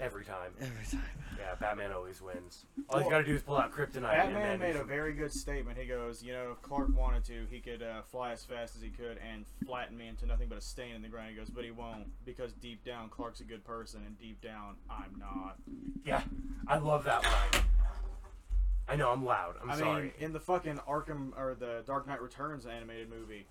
Speaker 3: every time.
Speaker 4: every time.
Speaker 3: Yeah, Batman always wins. All he's got to do is pull out kryptonite.
Speaker 5: Batman
Speaker 3: and then
Speaker 5: made a
Speaker 3: he's-
Speaker 5: very good statement. He goes, you know, if Clark wanted to, he could uh, fly as fast as he could and flatten me into nothing but a stain in the ground. He goes, but he won't because deep down, Clark's a good person, and deep down, I'm not.
Speaker 3: yeah. I love that line. I know I'm loud. I'm
Speaker 5: I
Speaker 3: sorry.
Speaker 5: mean, in the fucking Arkham or the Dark Knight Returns animated movie,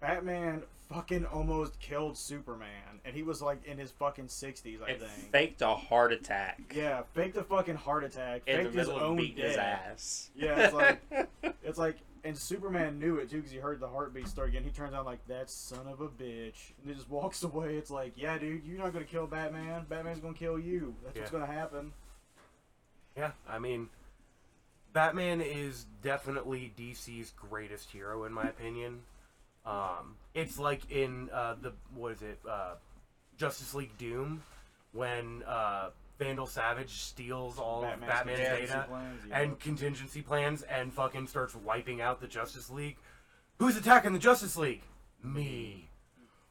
Speaker 5: Batman fucking almost killed Superman, and he was like in his fucking sixties, I
Speaker 6: It
Speaker 5: think.
Speaker 6: faked a heart attack
Speaker 5: yeah, faked the fucking heart attack,
Speaker 6: in the
Speaker 5: faked his
Speaker 6: middle of
Speaker 5: own
Speaker 6: beating his
Speaker 5: death.
Speaker 6: ass.
Speaker 5: Yeah, it's like it's like, and Superman knew it too because he heard the heartbeat start again. He turns out like that son of a bitch, and he just walks away. It's like, yeah, dude, you're not gonna kill Batman. Batman's gonna kill you. That's what's
Speaker 3: Yeah.
Speaker 5: gonna happen.
Speaker 3: Yeah, I mean, Batman is definitely DC's greatest hero, in my opinion. Um, it's like in uh, the what is it, uh, Justice League Doom, when uh, Vandal Savage steals all of
Speaker 5: Batman's
Speaker 3: Batman's
Speaker 5: contingency
Speaker 3: data
Speaker 5: plans, yeah.
Speaker 3: and contingency plans, and fucking starts wiping out the Justice League. Who's attacking the Justice League? Me.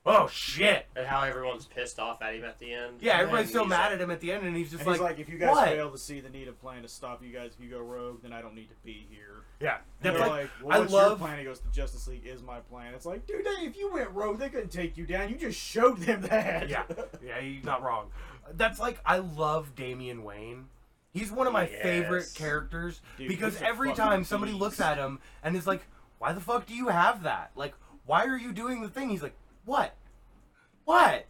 Speaker 3: oh shit.
Speaker 6: And how everyone's pissed off at him at the end.
Speaker 3: Yeah, everybody's
Speaker 6: And
Speaker 3: still
Speaker 6: he's
Speaker 3: mad
Speaker 6: like,
Speaker 3: at him at the end, and he's just
Speaker 5: And
Speaker 3: like,
Speaker 5: he's like, if you guys
Speaker 3: what?
Speaker 5: fail to see the need of plan to stop you guys, if you go rogue, then I don't need to be here.
Speaker 3: Yeah,
Speaker 5: And
Speaker 3: that's
Speaker 5: they're
Speaker 3: like,
Speaker 5: like,
Speaker 3: I
Speaker 5: well, what's your
Speaker 3: love.
Speaker 5: plan? He goes, the Justice League is my plan. It's like, dude, they, if you went rogue, they couldn't take you down. You just showed them that.
Speaker 3: Yeah, yeah, he's not wrong. That's like, I love Damian Wayne. He's one of my favorite
Speaker 6: Yes.
Speaker 3: characters
Speaker 5: Dude,
Speaker 3: because
Speaker 5: he's a
Speaker 3: every
Speaker 5: fucking
Speaker 3: time somebody
Speaker 5: beast.
Speaker 3: looks at him and is like, "Why the fuck do you have that? Like, why are you doing the thing?" He's like, "What? What?"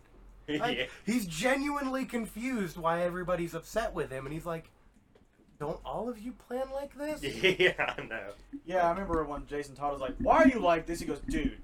Speaker 3: Like,
Speaker 6: yeah.
Speaker 3: He's genuinely confused why everybody's upset with him, and he's like, "Don't all of you plan like this?"
Speaker 6: yeah, I know.
Speaker 5: Yeah, I remember when Jason Todd was like, "Why are you like this?" He goes, "Dude,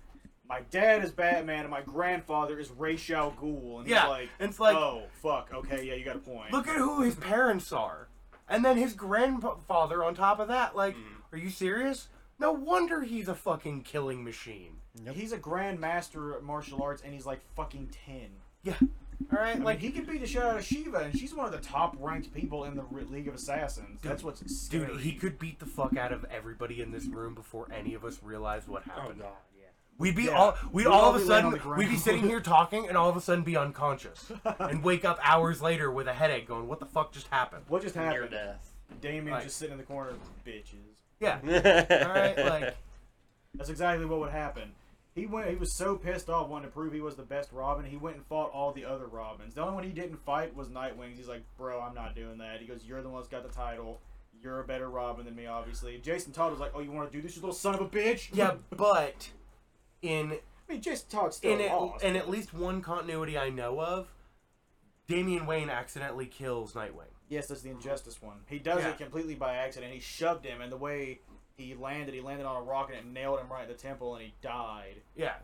Speaker 5: my dad is Batman and my grandfather is Ra's al Ghul." And
Speaker 3: Yeah,
Speaker 5: he's like,
Speaker 3: it's like-
Speaker 5: "Oh fuck, okay, yeah, you got a point."
Speaker 3: Look at who his parents are, and then his grandfather on top of that. Like,
Speaker 5: Mm.
Speaker 3: are you serious? No wonder he's a fucking killing machine.
Speaker 5: he's a grandmaster at martial arts and he's like fucking ten.
Speaker 3: Yeah. All right.
Speaker 5: Like
Speaker 3: like,
Speaker 5: he can beat the shit out of Shiva, and she's one of the top ranked people in the R- League of Assassins. That's what's scary.
Speaker 3: dude, he could beat the fuck out of everybody in this room before any of us realized what
Speaker 6: Oh
Speaker 3: happened.
Speaker 6: god, yeah.
Speaker 3: We'd be
Speaker 5: Yeah.
Speaker 3: all we'd,
Speaker 5: We'd
Speaker 3: all,
Speaker 5: all
Speaker 3: of a
Speaker 5: be laying on
Speaker 3: sudden
Speaker 5: the
Speaker 3: we'd be
Speaker 5: ground.
Speaker 3: sitting here talking and all of a sudden be unconscious and wake up hours later with a headache going, "What the fuck just happened?"
Speaker 5: What just
Speaker 6: Near
Speaker 5: happened?
Speaker 6: death.
Speaker 5: Damien
Speaker 3: Like-
Speaker 5: just sitting in the corner, bitches.
Speaker 3: Yeah.
Speaker 6: All
Speaker 3: All right, like
Speaker 5: That's exactly what would happen. He went. He was so pissed off, wanting to prove he was the best Robin. He went and fought all the other Robins. The only one he didn't fight was Nightwings. He's like, "Bro, I'm not doing that." He goes, "You're the one that's got the title. You're a better Robin than me, obviously." Jason Todd was like, "Oh, you want to do this, you little son of a bitch?"
Speaker 3: yeah, but in
Speaker 5: I mean, Jason Todd still
Speaker 3: in at,
Speaker 5: lost.
Speaker 3: in at least one continuity I know of, Damian Wayne accidentally kills Nightwing.
Speaker 5: yes, that's the injustice one. He does
Speaker 3: Yeah.
Speaker 5: it completely by accident. He shoved him, and the way he landed, he landed on a rock and it nailed him right at the temple, and he died.
Speaker 3: Yeah.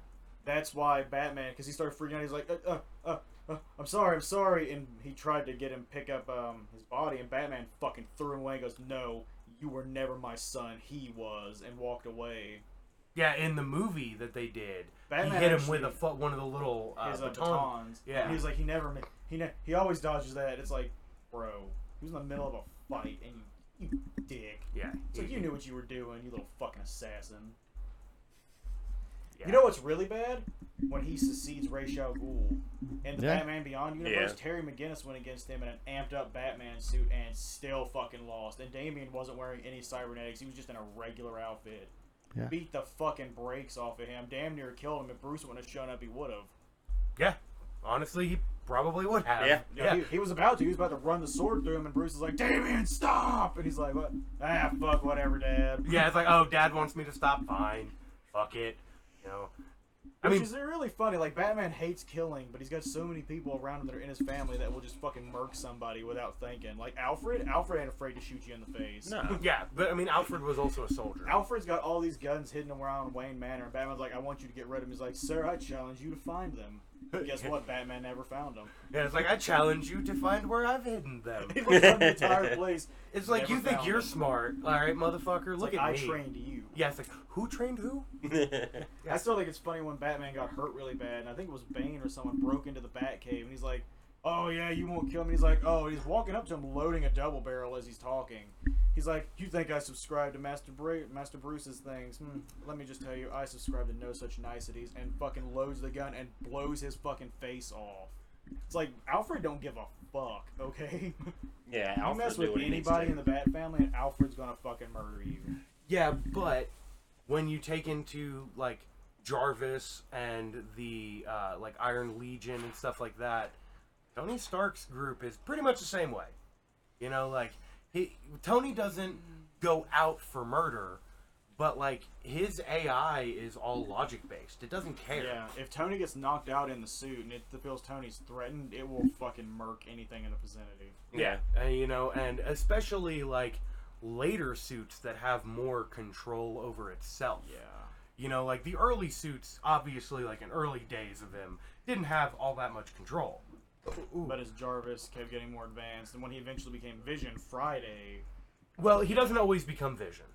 Speaker 5: That's why Batman, because he started freaking out. He's like, uh, uh, uh, uh, "I'm sorry, I'm sorry," and he tried to get him pick up um, his body, and Batman fucking threw him away. and Goes, "No, you were never my son. He was," and walked away.
Speaker 3: Yeah, in the movie that they did,
Speaker 5: Batman
Speaker 3: he hit him
Speaker 5: actually-
Speaker 3: with a fu- one of the little uh,
Speaker 5: His uh,
Speaker 3: baton-
Speaker 5: batons.
Speaker 3: Yeah.
Speaker 5: And he was like, "He never, ma- he ne- he always dodges that." It's like, bro, he was in the middle of a fight, and you, you dick.
Speaker 3: Yeah.
Speaker 5: It's like you knew what you were doing, you little fucking assassin.
Speaker 3: Yeah.
Speaker 5: You know what's really bad? When he succeeds Ra's al Ghul in the
Speaker 4: Yeah.
Speaker 5: Batman Beyond universe,
Speaker 6: Yeah.
Speaker 5: Terry McGinnis went against him in an amped up Batman suit and still fucking lost. And Damien wasn't wearing any cybernetics; he was just in a regular outfit.
Speaker 4: Yeah.
Speaker 5: Beat the fucking brakes off of him. Damn near killed him. If Bruce wouldn't have shown up, he would have.
Speaker 3: Yeah. Honestly, he probably would have.
Speaker 6: Yeah.
Speaker 3: Yeah.
Speaker 5: He, he was about to. He was about to run the sword through him, and Bruce is like, "Damien, stop!" And he's like, "What? Ah, fuck, whatever, Dad."
Speaker 3: Yeah, it's like, oh, dad wants me to stop. Fine. Fuck it. You know. I
Speaker 5: Which
Speaker 3: mean,
Speaker 5: is really funny. Like Batman hates killing, but he's got so many people around him that are in his family that will just fucking murk somebody without thinking. Like Alfred, Alfred ain't afraid to shoot you in the face.
Speaker 6: No.
Speaker 3: uh, yeah, but I mean, Alfred was also a soldier.
Speaker 5: Alfred's got all these guns hidden around Wayne Manor, and Batman's like, "I want you to get rid of them." He's like, "Sir, I challenge you to find them." Guess what? Batman never found them.
Speaker 3: yeah, it's like, I challenge you to find where I've hidden them.
Speaker 5: He looked around the entire place.
Speaker 3: It's like,
Speaker 5: Never
Speaker 3: you think
Speaker 5: found
Speaker 3: you're
Speaker 5: them.
Speaker 3: smart. All right, motherfucker,
Speaker 5: It's
Speaker 3: look
Speaker 5: like,
Speaker 3: at
Speaker 5: I
Speaker 3: me.
Speaker 5: trained you.
Speaker 3: Yeah, it's like, who trained who?
Speaker 5: I still think it's funny when Batman got hurt really bad, and I think it was Bane or someone broke into the Batcave, and he's like, "Oh yeah, you won't kill me." He's like, "Oh," and he's walking up to him, loading a double barrel as he's talking. He's like, "You think I subscribe to Master Bra- Master Bruce's things? Hmm, let me just tell you, I subscribe to no such niceties." And fucking loads the gun and blows his fucking face off. It's like Alfred don't give a fuck, okay?
Speaker 6: Yeah,
Speaker 5: you
Speaker 6: Alfred
Speaker 5: mess
Speaker 6: do
Speaker 5: with
Speaker 6: what he needs to do.
Speaker 5: anybody in the Bat family, and Alfred's gonna fucking murder you.
Speaker 3: Yeah, but when you take into like Jarvis and the uh, like Iron Legion and stuff like that, Tony Stark's group is pretty much the same way. You know, like he Tony doesn't go out for murder, but like his AI is all logic based. It doesn't care.
Speaker 5: Yeah, if Tony gets knocked out in the suit and it feels Tony's threatened, it will fucking murk anything in the vicinity.
Speaker 6: Yeah.
Speaker 3: And, you know, and especially like later suits that have more control over itself. You know, like the early suits, obviously, like in early days of them, didn't have all that much control.
Speaker 5: But as Jarvis kept getting more advanced, and when he eventually became Vision Friday,
Speaker 3: Well, he doesn't always become Vision.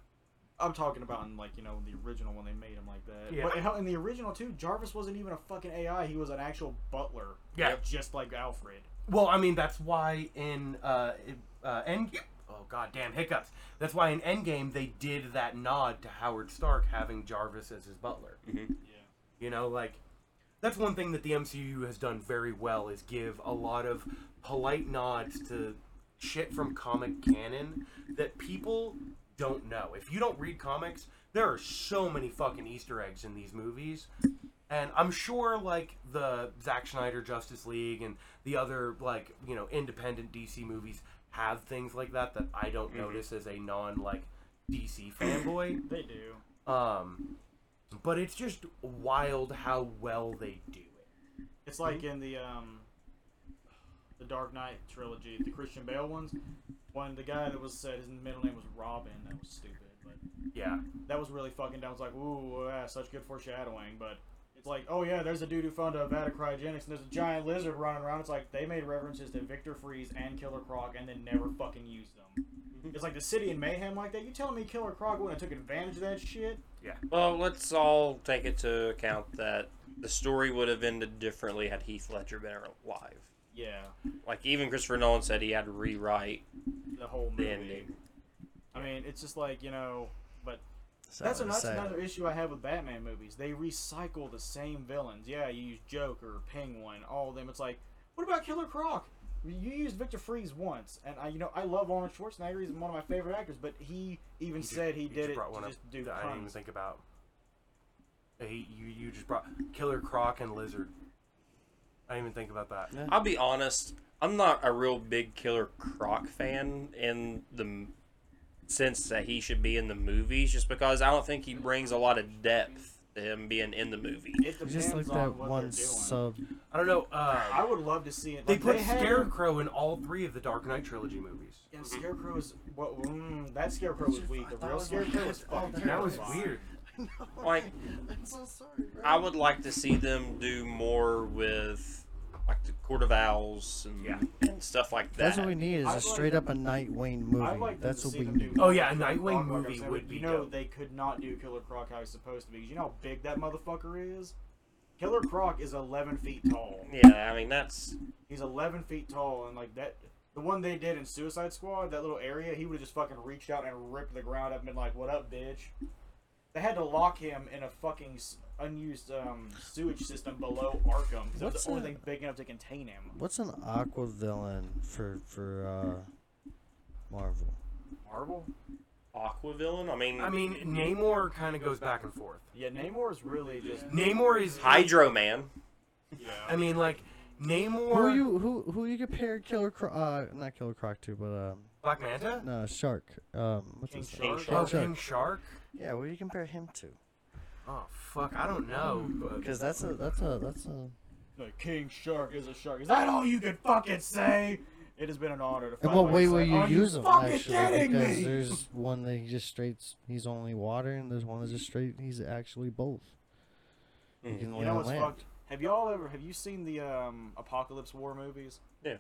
Speaker 5: I'm talking about in like you know the original when they made him like that.
Speaker 3: Yeah.
Speaker 5: But hell, in the original too, Jarvis wasn't even a fucking AI. He was an actual butler.
Speaker 3: Yeah.
Speaker 5: Just like Alfred.
Speaker 3: Well, I mean, that's why in uh, uh, End. Oh goddamn hiccups! That's why in Endgame they did that nod to Howard Stark having Jarvis as his butler.
Speaker 5: Yeah.
Speaker 3: You know, like that's one thing that the MCU has done very well is give a lot of polite nods to shit from comic canon that people don't know. If you don't read comics, there are so many fucking Easter eggs in these movies. And I'm sure like the Zack Snyder Justice League and the other like, you know, independent DC movies have things like that that I don't notice as a non like DC fanboy.
Speaker 5: They do.
Speaker 3: Um, but it's just wild how well they do it.
Speaker 5: It's
Speaker 3: Mm-hmm.
Speaker 5: like in the um, the Dark Knight trilogy, the Christian Bale ones. One, the guy that was said his middle name was Robin. That was stupid, but
Speaker 3: Yeah.
Speaker 5: that was really fucking down. It's like, ooh, yeah, such good foreshadowing. But it's like, oh yeah, there's a dude who found a vat of cryogenics, and there's a giant lizard running around. It's like they made references to Victor Freeze and Killer Croc, and then never fucking used them. It's like the city in mayhem like that. You telling me Killer Croc wouldn't have took advantage of that shit?
Speaker 6: Well, let's all take into account that the story would have ended differently had Heath Ledger been alive.
Speaker 5: Yeah,
Speaker 6: Like even Christopher Nolan said he had to rewrite
Speaker 5: the whole
Speaker 6: the
Speaker 5: movie.
Speaker 6: ending.
Speaker 5: I mean, it's just like you know, but
Speaker 4: So
Speaker 5: That's,
Speaker 4: I'm
Speaker 5: another,
Speaker 4: saying-
Speaker 5: another issue I have with Batman movies. They recycle the same villains. Yeah, you use Joker, Penguin, all of them. It's like, what about Killer Croc? You used Victor Freeze once, and I, you know, I love Arnold Schwarzenegger. He's one of my favorite actors, but he even
Speaker 3: ju-
Speaker 5: said he
Speaker 3: you
Speaker 5: did
Speaker 3: just
Speaker 5: it
Speaker 3: brought
Speaker 5: to
Speaker 3: one up
Speaker 5: just do
Speaker 3: that I didn't even
Speaker 5: puns.
Speaker 3: think about. Hey, you you just brought Killer Croc and Lizard. I didn't even think about that.
Speaker 6: I'll be honest, I'm not a real big Killer Croc fan in the m- sense that he should be in the movies, just because I don't think he brings a lot of depth to him being in the movie.
Speaker 5: It depends
Speaker 4: Just like
Speaker 5: on
Speaker 4: that
Speaker 5: what
Speaker 4: one
Speaker 5: they're doing.
Speaker 4: sub.
Speaker 3: I don't know.
Speaker 5: I
Speaker 3: Uh,
Speaker 5: would love to see it.
Speaker 3: they
Speaker 5: like,
Speaker 3: put
Speaker 5: had-
Speaker 3: Scarecrow in all three of the Dark Knight trilogy movies.
Speaker 5: And Scarecrow is what? mm, that Scarecrow was weak. The
Speaker 4: thought it
Speaker 5: real
Speaker 4: was like-
Speaker 5: Scarecrow was
Speaker 4: Oh,
Speaker 5: fucking.
Speaker 3: That was
Speaker 5: terrifying.
Speaker 3: weird.
Speaker 6: Like
Speaker 4: I'm so sorry, bro.
Speaker 6: I would like to see them do more with like the Court of Owls and,
Speaker 3: Yeah.
Speaker 6: and stuff like that.
Speaker 4: That's what we need is
Speaker 5: I'd
Speaker 4: a
Speaker 5: like-
Speaker 4: straight up a Nightwing
Speaker 5: I'd
Speaker 4: movie.
Speaker 5: like them
Speaker 4: That's
Speaker 5: to
Speaker 4: what
Speaker 5: see
Speaker 4: we
Speaker 5: them do
Speaker 4: need.
Speaker 3: Oh, yeah, a
Speaker 5: Killer
Speaker 3: Nightwing
Speaker 5: Croc, like I
Speaker 3: movie
Speaker 5: said,
Speaker 3: would
Speaker 5: you
Speaker 3: be
Speaker 5: know
Speaker 3: dope.
Speaker 5: they could not do Killer Croc how he's supposed to be. 'cause You know how big that motherfucker is. Killer Croc is 11 feet tall.
Speaker 6: Yeah, I mean that's
Speaker 5: He's 11 feet tall, and like that, the one they did in Suicide Squad, that little area, he would have just fucking reached out and ripped the ground up and been like, "What up, bitch?" They had to lock him in a fucking s- unused um, sewage system below Arkham. 'cause That's
Speaker 4: What's
Speaker 5: the only
Speaker 4: a-
Speaker 5: thing big enough to contain him.
Speaker 4: What's an Aqua villain for for uh, Marvel?
Speaker 5: Marvel?
Speaker 6: Aquavillain. I mean,
Speaker 3: I mean, Namor kind of goes back and forth.
Speaker 5: Yeah, Namor is really just.
Speaker 3: Namor is.
Speaker 6: Hydro Man.
Speaker 3: I mean, like Namor.
Speaker 4: Who you who who you compare Killer Croc? Uh, not Killer Croc to, but um,
Speaker 3: Black Manta.
Speaker 4: no Uh, Shark. Um, what's his name?
Speaker 6: King
Speaker 5: Shark?
Speaker 3: Oh,
Speaker 6: Shark.
Speaker 3: King Shark.
Speaker 4: Yeah, what do you compare him to?
Speaker 3: Oh fuck, I don't know. But
Speaker 4: Because that's a that's a that's a.
Speaker 5: The King Shark is a shark. Is that all you can fucking say? It has been an honor to.
Speaker 4: In
Speaker 5: find
Speaker 4: what way
Speaker 5: myself.
Speaker 4: will you
Speaker 5: Are
Speaker 4: use him?
Speaker 5: fucking
Speaker 4: Actually,
Speaker 5: kidding
Speaker 4: because
Speaker 5: me?
Speaker 4: there's one that he just straight he's only water, and there's one that's just straight he's actually both. He
Speaker 6: Mm.
Speaker 4: can
Speaker 5: You
Speaker 4: lay
Speaker 5: know
Speaker 4: on
Speaker 5: what's
Speaker 4: land.
Speaker 5: fucked? Have y'all ever have you seen the um, Apocalypse War movies?
Speaker 6: Yeah.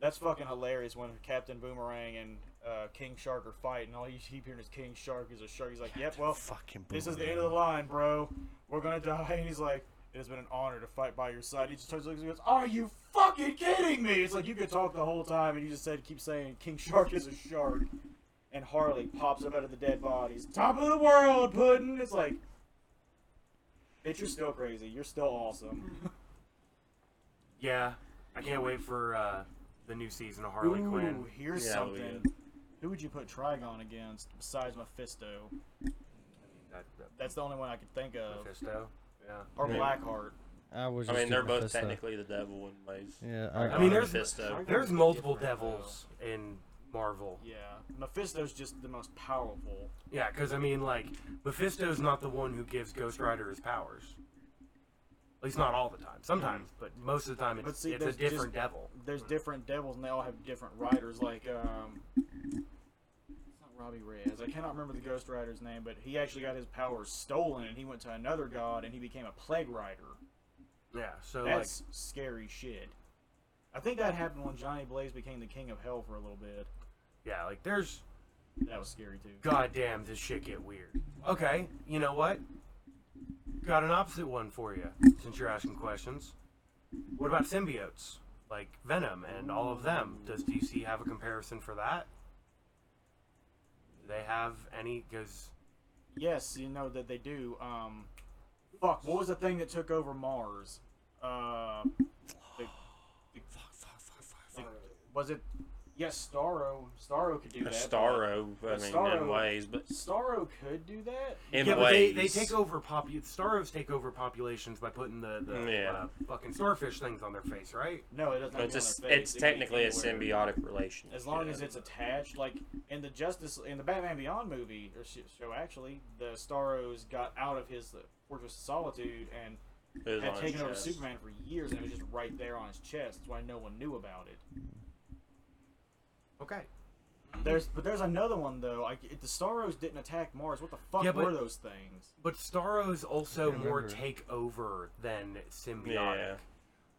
Speaker 5: That's fucking hilarious when Captain Boomerang and uh, King Shark are fighting. All you keep hearing is King Shark is a shark. He's like, yep, well,
Speaker 4: fucking.
Speaker 5: this is the end of the line, bro. We're gonna die. And he's like, it has been an honor to fight by your side. He just turns looks and goes, are you fucking kidding me? It's like you could talk the whole time and you just said, keep saying King Shark is a shark. And Harley pops up out of the dead bodies. Top of the world, Puddin'. It's like, bitch, you're still crazy. You're still awesome.
Speaker 3: yeah, I can't wait for uh, the new season of Harley
Speaker 5: Ooh,
Speaker 3: Quinn. oh,
Speaker 5: here's
Speaker 6: Yeah, we
Speaker 5: something. Who would you put Trigon against besides Mephisto?
Speaker 3: That- that-
Speaker 5: That's the only one I could think of.
Speaker 3: Mephisto. Yeah.
Speaker 5: Or
Speaker 6: Yeah.
Speaker 5: Blackheart.
Speaker 4: I was.
Speaker 6: I
Speaker 4: just
Speaker 6: mean, they're
Speaker 4: thinking
Speaker 6: both
Speaker 4: Mephisto.
Speaker 6: technically the devil in ways.
Speaker 4: Yeah,
Speaker 6: Like,
Speaker 4: I,
Speaker 3: I mean,
Speaker 6: uh,
Speaker 3: there's-
Speaker 6: Mephisto.
Speaker 3: There's multiple devils in Marvel.
Speaker 5: Yeah. Mephisto's just the most powerful.
Speaker 3: Yeah, because I mean, like Mephisto's not the one who gives Ghost Rider his powers. At least not all the time. Sometimes, but most of the time,
Speaker 5: But
Speaker 3: it's,
Speaker 5: see,
Speaker 3: it's a
Speaker 5: there's
Speaker 3: different
Speaker 5: just-
Speaker 3: devil.
Speaker 5: there's different devils and they all have different riders. Like um, it's not Robbie Reyes. I cannot remember the Ghost Rider's name, but he actually got his powers stolen and he went to another god and he became a plague rider.
Speaker 3: Yeah. So
Speaker 5: That's scary shit. I think that happened when Johnny Blaze became the king of hell for a little bit.
Speaker 3: like, yeah, like there's
Speaker 5: That was scary too.
Speaker 3: goddamn this shit get weird. Okay, you know what? Got an opposite one for you since you're asking questions. What about symbiotes like Venom and all of them? Does DC have a comparison for that? Do they have any? Because
Speaker 5: Yes, you know that they do. Um, fuck, what was the thing that took over Mars? uh, the, the, was it? Yes, Starro. Starro could do that. but-
Speaker 6: Starro, I mean, in
Speaker 5: Starro-
Speaker 6: ways, but
Speaker 5: Starro could do that.
Speaker 6: in
Speaker 3: yeah, but they,
Speaker 6: ways,
Speaker 3: they take over popu- Staros take over populations by putting the, the
Speaker 6: Yeah.
Speaker 3: uh, fucking starfish things on their face, right?
Speaker 5: No, it doesn't. have to be on
Speaker 6: It's a,
Speaker 5: their face.
Speaker 6: it's
Speaker 5: It can be
Speaker 6: technically a
Speaker 5: anywhere.
Speaker 6: symbiotic relationship.
Speaker 5: As long as it's attached, like in the Justice in the Batman Beyond movie or sh- show, actually, the Starro's got out of his uh, Fortress of Solitude and
Speaker 6: It's
Speaker 5: had
Speaker 6: on
Speaker 5: taken
Speaker 6: his
Speaker 5: over
Speaker 6: chest.
Speaker 5: Superman for years, and it was just right there on his chest. That's why no one knew about it.
Speaker 3: Okay.
Speaker 5: There's, but there's another one though. Like if the Starros didn't attack Mars, what the fuck
Speaker 3: Yeah, but-
Speaker 5: were those things?
Speaker 3: But Staros also more take over than symbiotic.
Speaker 6: Yeah.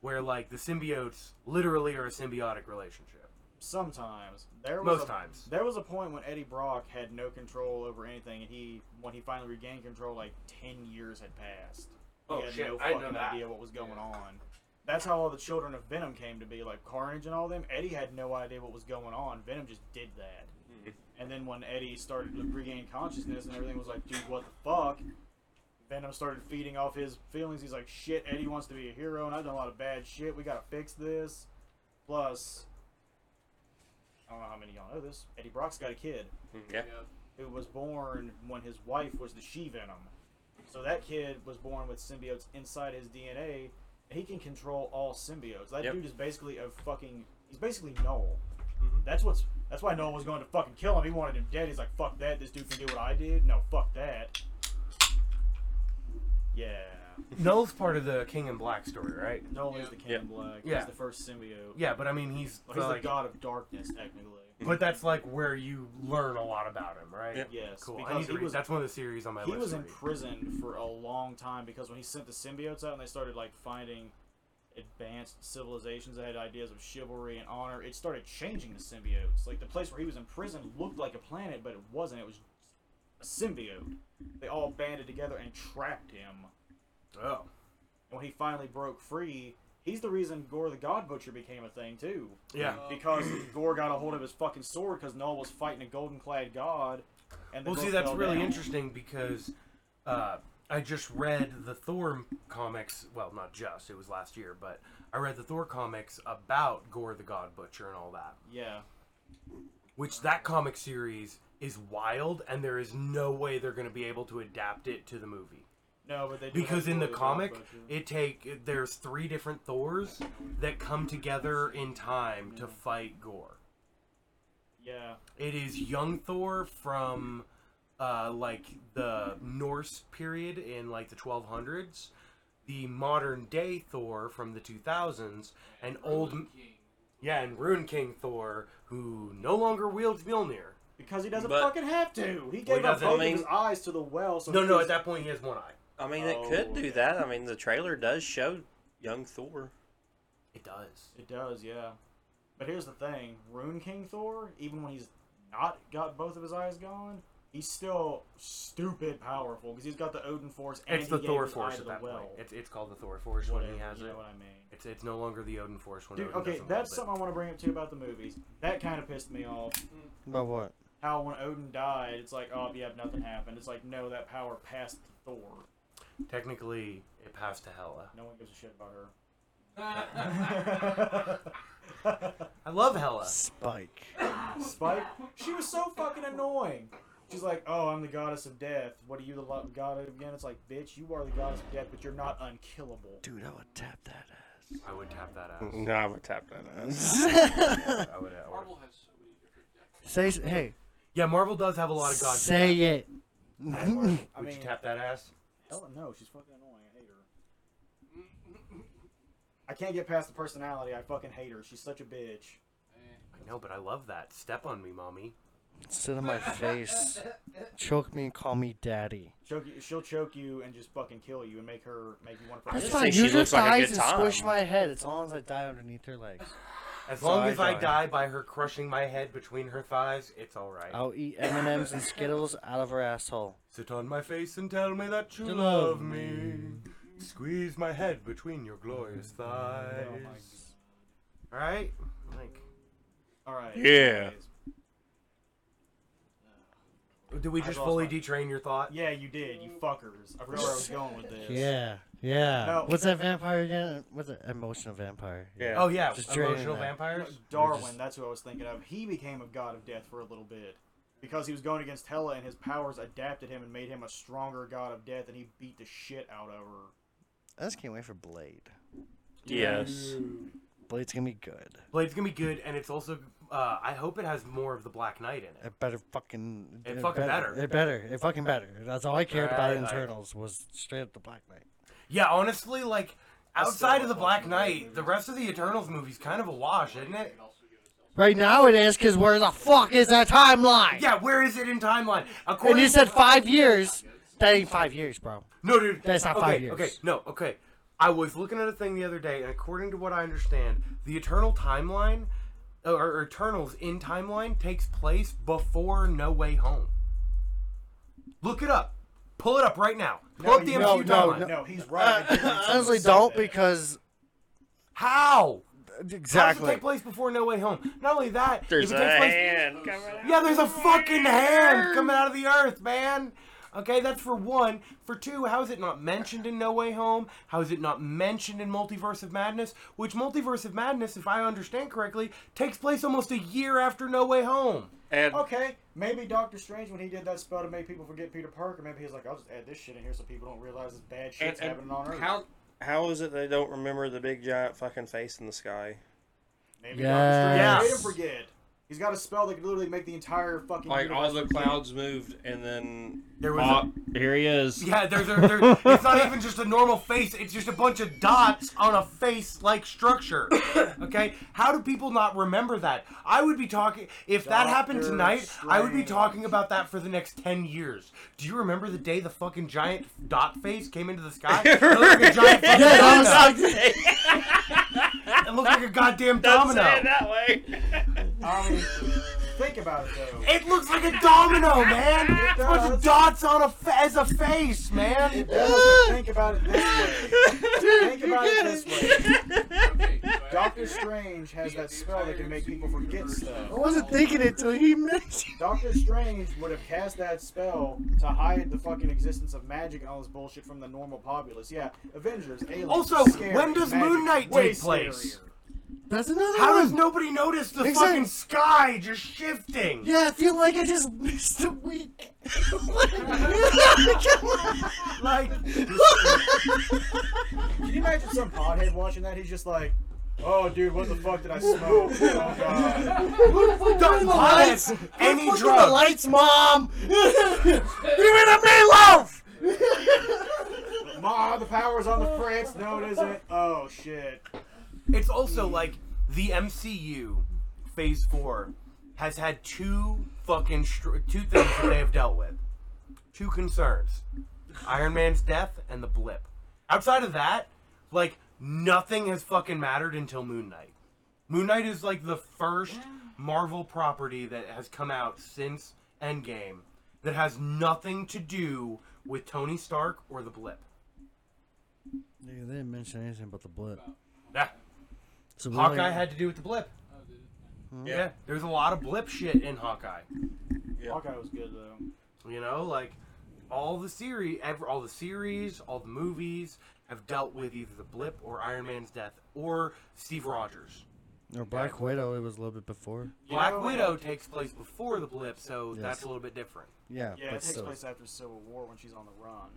Speaker 3: Where like the symbiotes literally are a symbiotic relationship.
Speaker 5: Sometimes there was
Speaker 3: Most
Speaker 5: a,
Speaker 3: times.
Speaker 5: there was a point when Eddie Brock had no control over anything, and he when he finally regained control, like ten years had passed. He
Speaker 3: Oh,
Speaker 5: had
Speaker 3: shit,
Speaker 5: no
Speaker 3: I didn't
Speaker 5: fucking
Speaker 3: know that.
Speaker 5: idea what was going on. That's how all the children of Venom came to be, like Carnage and all them. Eddie had no idea what was going on. Venom just did that.
Speaker 3: Mm-hmm.
Speaker 5: And then when Eddie started to regain consciousness and everything was like, dude, what the fuck? Venom started feeding off his feelings. He's like, shit, Eddie wants to be a hero, and I've done a lot of bad shit. We gotta fix this. Plus, I don't know how many of y'all know this. Eddie Brock's got a kid
Speaker 6: Hmm. Yeah.
Speaker 5: who was born when his wife was the She Venom. So that kid was born with symbiotes inside his DNA, and he can control all symbiotes. That
Speaker 6: Yep.
Speaker 5: dude is basically a fucking. He's basically Noel.
Speaker 3: Mm-hmm.
Speaker 5: That's what's. That's why Noel was going to fucking kill him. He wanted him dead. He's like, fuck that. This dude can do what I did. No, fuck that. Yeah.
Speaker 3: Null's part of the King in Black story, right?
Speaker 5: Noel is the King
Speaker 6: Yep.
Speaker 5: in Black.
Speaker 3: Yeah.
Speaker 5: He's the first symbiote.
Speaker 3: Yeah, but I mean he's,
Speaker 5: Well, he's
Speaker 3: like,
Speaker 5: the god of darkness, technically.
Speaker 3: but that's like where you learn a lot about him, right?
Speaker 6: Yeah.
Speaker 5: Yes,
Speaker 3: Cool. I
Speaker 5: because
Speaker 3: need to
Speaker 5: he
Speaker 3: read-
Speaker 5: was
Speaker 3: that's one of the series on my
Speaker 5: he
Speaker 3: list.
Speaker 5: was
Speaker 3: to
Speaker 5: in
Speaker 3: read.
Speaker 5: prison for a long time because when he sent the symbiotes out and they started like finding advanced civilizations that had ideas of chivalry and honor, it started changing the symbiotes. Like the place where he was in prison looked like a planet, but it wasn't. It was a symbiote. They all banded together and trapped him.
Speaker 3: Oh.
Speaker 5: And when he finally broke free, he's the reason Gore the God Butcher became a thing too.
Speaker 3: Yeah.
Speaker 5: Because Gore got a hold of his fucking sword because Noel was fighting a golden clad god. And the
Speaker 3: Well, see,
Speaker 5: book
Speaker 3: that's
Speaker 5: fell
Speaker 3: really
Speaker 5: down.
Speaker 3: interesting because uh, I just read the Thor comics. Well, not just it was last year, but I read the Thor comics about Gore the God Butcher and all that.
Speaker 5: Yeah.
Speaker 3: Which that comic series is wild, and there is no way they're going to be able to adapt it to the movie
Speaker 5: No, but they do
Speaker 3: because
Speaker 5: have
Speaker 3: in the
Speaker 5: Gore
Speaker 3: comic
Speaker 5: God Butcher.
Speaker 3: it take there's three different Thors that come together in time to fight Gore.
Speaker 5: yeah,
Speaker 3: It is young Thor from uh, like the Norse period in like the 1200s, the modern day Thor from the 2000s, and old yeah, and Rune King Thor who no longer wields Mjolnir.
Speaker 5: because he doesn't
Speaker 6: But-
Speaker 5: fucking have to. He
Speaker 3: Well, he
Speaker 5: gave up
Speaker 3: doesn't-
Speaker 5: both
Speaker 6: I mean-
Speaker 5: of his eyes to the well. So
Speaker 3: No, no,
Speaker 5: he's-
Speaker 3: at that point he has one eye.
Speaker 6: I mean, it
Speaker 5: Oh,
Speaker 6: could do
Speaker 5: okay.
Speaker 6: that. I mean, the trailer does show young Thor.
Speaker 3: It does.
Speaker 5: it does. Yeah, but here's the thing: Rune King Thor, even when he's not got both of his eyes gone, he's still stupid powerful because he's got the Odin force and
Speaker 3: It's
Speaker 5: he
Speaker 3: the
Speaker 5: gave
Speaker 3: Thor
Speaker 5: his eye
Speaker 3: Force
Speaker 5: to
Speaker 3: at
Speaker 5: the
Speaker 3: that
Speaker 5: well.
Speaker 3: point. It's, it's called the Thor Force when
Speaker 5: Whatever,
Speaker 3: he has
Speaker 5: you
Speaker 3: it.
Speaker 5: know what I mean.
Speaker 3: It's, it's no longer the Odin Force when
Speaker 5: Dude,
Speaker 3: Odin
Speaker 5: okay,
Speaker 3: doesn't
Speaker 5: that's
Speaker 3: wield
Speaker 5: something I want to bring up too about the movies. That kind of pissed me off.
Speaker 4: About what?
Speaker 5: How when Odin died, it's like, oh yeah, nothing happened. It's like, no, that power passed to Thor.
Speaker 3: it. Technically, it passed to Hela.
Speaker 5: No one gives a shit about her.
Speaker 3: I love Hela.
Speaker 4: Spike.
Speaker 5: Spike, she was so fucking annoying. She's like, "Oh, I'm the goddess of death. What are you the lo- god of again?" It's like, "Bitch, you are the goddess of death, but you're not unkillable."
Speaker 4: Dude, I would tap that ass.
Speaker 3: I would tap that ass.
Speaker 6: No, I would tap that
Speaker 3: I would, I would
Speaker 4: Say, s- hey,
Speaker 3: Yeah, Marvel does have a lot of god.
Speaker 4: say it.
Speaker 5: I
Speaker 3: Would
Speaker 5: mean,
Speaker 3: you tap that ass?
Speaker 5: hell no, she's fucking annoying. I hate her. I can't get past the personality. I fucking hate her. She's such a bitch.
Speaker 3: No, but I love that. Step on me, mommy.
Speaker 4: Sit on my face. Choke me and call me daddy.
Speaker 5: Choke you, she'll choke you and just fucking kill you and make her make you want to.
Speaker 4: That's
Speaker 6: just
Speaker 4: fine.
Speaker 6: think
Speaker 4: Use
Speaker 6: she
Speaker 4: your
Speaker 6: looks like a
Speaker 4: thighs
Speaker 6: good
Speaker 4: and squish
Speaker 6: time.
Speaker 4: my head as long as I die underneath her legs.
Speaker 3: As
Speaker 4: So
Speaker 3: long
Speaker 4: I
Speaker 3: as I
Speaker 4: die.
Speaker 3: die by her crushing my head between her thighs, it's all right.
Speaker 4: I'll eat M&M's and Skittles out of her asshole.
Speaker 3: Sit on my face and tell me that you
Speaker 4: You
Speaker 3: love
Speaker 4: love
Speaker 3: me. Squeeze my head between your glorious thighs.
Speaker 5: Oh my god.
Speaker 3: All right, like,
Speaker 5: All right.
Speaker 6: Yeah.
Speaker 5: anyways.
Speaker 3: did we
Speaker 5: I
Speaker 3: just
Speaker 5: lost
Speaker 3: fully
Speaker 5: my-
Speaker 3: detrain your thought?
Speaker 5: Yeah, you did. You fuckers. I forgot where I was going with this.
Speaker 4: Yeah. Yeah.
Speaker 5: No.
Speaker 4: What's that vampire again? What's it? Emotional vampire.
Speaker 6: Yeah.
Speaker 3: Oh yeah,
Speaker 4: Just draining
Speaker 3: emotional
Speaker 4: that.
Speaker 3: vampires.
Speaker 5: Darwin, that's who I was thinking of. He became a god of death for a little bit because he was going against Hela, and his powers adapted him and made him a stronger god of death, and he beat the shit out of her.
Speaker 4: I just can't wait for Blade.
Speaker 6: Yes.
Speaker 4: Blade's gonna be good.
Speaker 3: Blade's gonna be good, and it's also. Uh, I hope it has more of the Black Knight in it.
Speaker 4: It better fucking.
Speaker 3: It fucking better.
Speaker 4: It better. It fucking better. That's all I cared about
Speaker 3: Alright, alright.
Speaker 4: internals was straight up the Black Knight.
Speaker 3: Yeah, honestly, like outside of
Speaker 5: still
Speaker 3: the
Speaker 5: love
Speaker 3: Black
Speaker 5: Black Knight
Speaker 3: Knight, the rest of the Eternals movie's kind of a wash, isn't it?
Speaker 4: Right now it is, because where the fuck is that timeline?
Speaker 3: Yeah, where is it in timeline? According
Speaker 4: And you said five years. That ain't five years, bro.
Speaker 3: No, dude.
Speaker 4: That's not
Speaker 3: okay,
Speaker 4: five years.
Speaker 3: Okay, no, okay. I was looking at a thing the other day, and according to what I understand, the Eternal timeline, or, or Eternals in timeline, takes place before No Way Home. Look it up. Pull it up right now. Pull up the MCU
Speaker 4: no, Oh, no,
Speaker 3: timeline.
Speaker 4: no.
Speaker 5: No, he's right. I did read something
Speaker 4: Honestly,
Speaker 5: that said
Speaker 4: don't
Speaker 5: that.
Speaker 4: because
Speaker 3: How? How does it
Speaker 4: exactly.
Speaker 3: take place before No Way Home? Not only that, if
Speaker 6: There's
Speaker 3: it
Speaker 6: a
Speaker 3: takes place-
Speaker 6: hand coming out.
Speaker 3: Yeah, there's a fucking hand coming out of the earth, man. Okay, that's for one. For two, how is it not mentioned in No Way Home? How is it not mentioned in Multiverse of Madness? Which Multiverse of Madness, if I understand correctly, takes place almost a year after No Way Home.
Speaker 6: And
Speaker 5: Okay, maybe Doctor Strange, when he did that spell to make people forget Peter Parker, maybe he's like, I'll just add this shit in here so people don't realize this bad
Speaker 6: and-
Speaker 5: shit's
Speaker 6: and
Speaker 5: happening on Earth.
Speaker 6: how how is it they don't remember the big giant fucking face in the sky?
Speaker 5: maybe
Speaker 4: Yes.
Speaker 5: Doctor Strange made him forget. He's got a spell that could literally make the entire fucking
Speaker 6: Like all
Speaker 5: universe
Speaker 6: the
Speaker 5: forget.
Speaker 6: clouds moved, and then
Speaker 3: There was
Speaker 6: Oh, here he is.
Speaker 3: Yeah, there's a, there, it's not even just a normal face, it's just a bunch of dots on a face like structure. Okay? How do people not remember that? I would be talking, if that happened
Speaker 5: Doctor
Speaker 3: tonight, I would be
Speaker 5: Strange.
Speaker 3: talking about that for the next 10 years. Do you remember the day the fucking giant dot face came into the sky? It looked like a giant fucking
Speaker 4: Yeah, that
Speaker 3: domino.
Speaker 4: was-
Speaker 3: It looked like a goddamn
Speaker 6: Don't say
Speaker 3: domino.
Speaker 6: it that way.
Speaker 5: I mean, think about it though.
Speaker 3: It looks like a domino, man! It's a bunch of
Speaker 5: does.
Speaker 3: dots on a, fa- as a face, man!
Speaker 5: Doesn't think about it this way. Think about it this way. Doctor Strange has that spell that can make people forget
Speaker 4: I
Speaker 5: stuff.
Speaker 4: wasn't thinking it till he mentioned.
Speaker 5: Doctor Strange would have cast that spell to hide the fucking existence of magic and all this bullshit from the normal populace. Yeah, Avengers, aliens.
Speaker 3: Also,
Speaker 5: scary,
Speaker 3: when does
Speaker 5: magic,
Speaker 3: Moon Knight
Speaker 5: way
Speaker 3: take place?
Speaker 5: scarier.
Speaker 4: That's another
Speaker 3: How
Speaker 4: one.
Speaker 3: does nobody notice the
Speaker 4: Exactly.
Speaker 3: fucking sky just shifting?
Speaker 4: Yeah, I feel like I just missed a week. Come
Speaker 3: Like,
Speaker 5: Can you imagine some pothead watching that? He's just like, "Oh, dude, what the fuck did I smoke? Oh god."
Speaker 3: don't
Speaker 4: lights.
Speaker 3: lights, any
Speaker 4: Look at The
Speaker 3: drug.
Speaker 4: lights, mom. Give me the meatloaf.
Speaker 5: Ma, uh, the power's on the fritz. No, it isn't. Oh shit.
Speaker 3: It's also like the MCU Phase Four has had two fucking str- two things that they have dealt with, two concerns: Iron Man's death and the blip. Outside of that, like nothing has fucking mattered until Moon Knight. Moon Knight is like the first Marvel property that has come out since Endgame that has nothing to do with Tony Stark or the blip.
Speaker 4: Nigga, they didn't mention anything about the blip.
Speaker 3: Yeah.
Speaker 4: So we
Speaker 3: Hawkeye
Speaker 4: only-
Speaker 3: had to do with the blip.
Speaker 4: Hmm.
Speaker 3: Yeah. there's a lot of blip shit in Hawkeye.
Speaker 5: Hawkeye was good though.
Speaker 3: You know, like all the series, ev all the series, all the movies have dealt with either the blip or Iron Man's death or Steve Rogers.
Speaker 4: Or Black Widow. It was a little bit before.
Speaker 3: Black
Speaker 5: know-
Speaker 3: Widow takes place before the blip, so
Speaker 4: Yes.
Speaker 3: that's a little bit different.
Speaker 4: Yeah,
Speaker 5: Yeah,
Speaker 4: but
Speaker 5: it takes
Speaker 4: still.
Speaker 5: place after Civil War when she's on the run.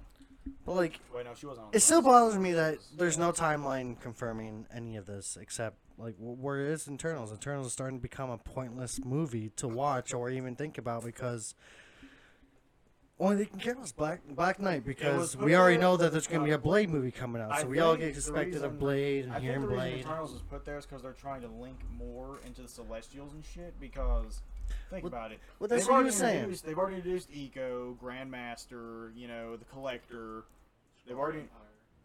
Speaker 4: But like,
Speaker 5: Wait, no, she wasn't. On the
Speaker 4: it
Speaker 5: run.
Speaker 4: still bothers me that there's no timeline confirming any of this except like wh- where it is internals internals is starting to become a pointless movie to watch or even think about because only they can get was black black knight because we already know that there's going to be a blade movie coming out
Speaker 5: I
Speaker 4: so we all
Speaker 5: think
Speaker 4: get
Speaker 5: the
Speaker 4: expected of
Speaker 5: reason-
Speaker 4: blade and
Speaker 5: I think
Speaker 4: hearing
Speaker 5: the reason
Speaker 4: blade
Speaker 5: Eternals was put there is because they're trying to link more into the Celestials and shit. Because think
Speaker 4: Well-
Speaker 5: about it.
Speaker 4: well, that's what
Speaker 5: They've
Speaker 4: you
Speaker 5: already
Speaker 4: were saying.
Speaker 5: introduced- They've already introduced Eco, Grandmaster, you know, the Collector. They've already,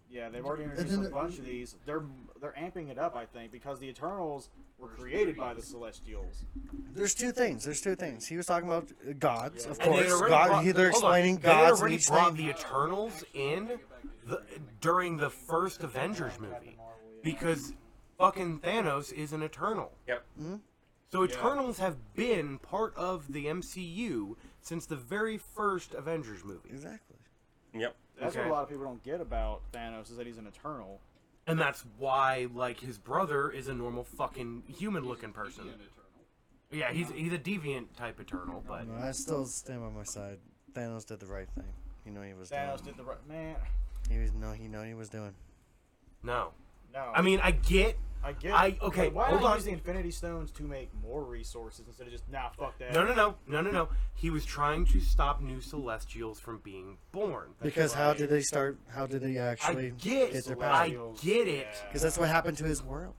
Speaker 5: yeah, they've already introduced a
Speaker 4: then-
Speaker 5: bunch of these. They're they're amping it up, I think, because the Eternals were created by the Celestials.
Speaker 4: there's two things there's two things he was talking about uh, gods of
Speaker 3: And
Speaker 4: course
Speaker 3: they already
Speaker 4: god
Speaker 3: brought-
Speaker 4: he, they're
Speaker 3: hold on,
Speaker 4: explaining
Speaker 3: they
Speaker 4: gods and
Speaker 3: already
Speaker 4: each
Speaker 3: brought
Speaker 4: thing
Speaker 3: the Eternals in the, during the first Avengers movie because fucking Thanos is an Eternal.
Speaker 6: Yep.
Speaker 3: So Eternals have been part of the MCU since the very first Avengers movie.
Speaker 4: exactly
Speaker 6: Yep.
Speaker 5: That's what
Speaker 3: Okay.
Speaker 5: a lot of people don't get about Thanos is that he's an Eternal.
Speaker 3: And that's why, like, his brother is a normal fucking human-looking person. Yeah, he's he's a deviant type Eternal, but
Speaker 4: No, I still stand by my side. Thanos did the right thing. You know he was
Speaker 5: Thanos
Speaker 4: doing.
Speaker 5: did the right man.
Speaker 4: He was no, he know he was doing.
Speaker 3: no.
Speaker 5: No,
Speaker 3: I mean, I get.
Speaker 5: I get.
Speaker 3: I-
Speaker 5: it,
Speaker 3: okay,
Speaker 5: but Why
Speaker 3: hold
Speaker 5: not
Speaker 3: on.
Speaker 5: use the Infinity Stones to make more resources instead of just nah, fuck that?
Speaker 3: No, no, no, no, no, no. He was trying to stop new Celestials from being born.
Speaker 4: Because how did they start? How did they actually
Speaker 3: I get,
Speaker 4: get their
Speaker 3: I
Speaker 4: power?
Speaker 5: powers.
Speaker 3: get it.
Speaker 5: Yeah.
Speaker 4: Because that's what happened to his world.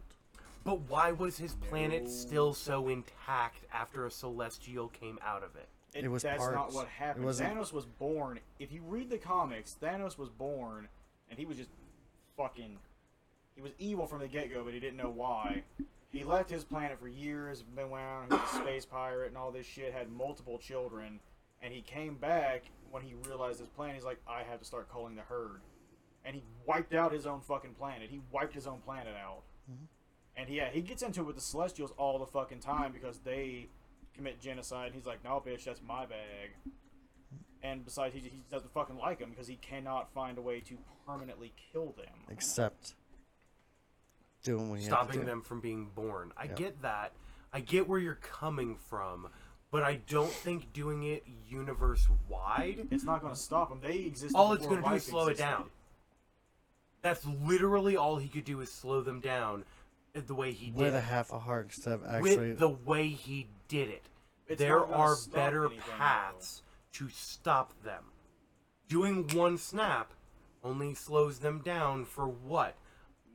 Speaker 3: But why was his planet still so intact after a Celestial came out of it?
Speaker 5: It,
Speaker 4: It was
Speaker 5: that's not
Speaker 4: parts.
Speaker 5: what
Speaker 4: It
Speaker 5: happened.
Speaker 4: wasn't-
Speaker 5: Thanos was born. If you read the comics, Thanos was born, and he was just fucking. He was evil from the get go, but he didn't know why. He left his planet for years, been around, he was a space pirate and all this shit, had multiple children, and he came back when he realized his plan. He's like, I have to start calling the herd. And he wiped out his own fucking planet. He wiped his own planet out. And yeah, he gets into it with the Celestials all the fucking time because they commit genocide. He's like, no, bitch, that's my bag. And besides, he, he doesn't fucking like them because he cannot find a way to permanently kill them.
Speaker 4: Except doing what he had to
Speaker 3: Stopping
Speaker 4: do.
Speaker 3: them from being born. I get that. I get where you're coming from, but I don't think doing it universe wide.
Speaker 5: It's not going to stop them. They exist.
Speaker 3: All it's
Speaker 5: going to
Speaker 3: do is slow it down. That's literally all he could do is slow them down, uh, the way he
Speaker 4: with
Speaker 3: did.
Speaker 4: a
Speaker 3: it.
Speaker 4: half a heart. Except actually,
Speaker 3: With the way he did it.
Speaker 5: It's
Speaker 3: there
Speaker 5: not gonna
Speaker 3: are
Speaker 5: stop
Speaker 3: better
Speaker 5: anything, though.
Speaker 3: paths to stop them. Doing one snap only slows them down for what?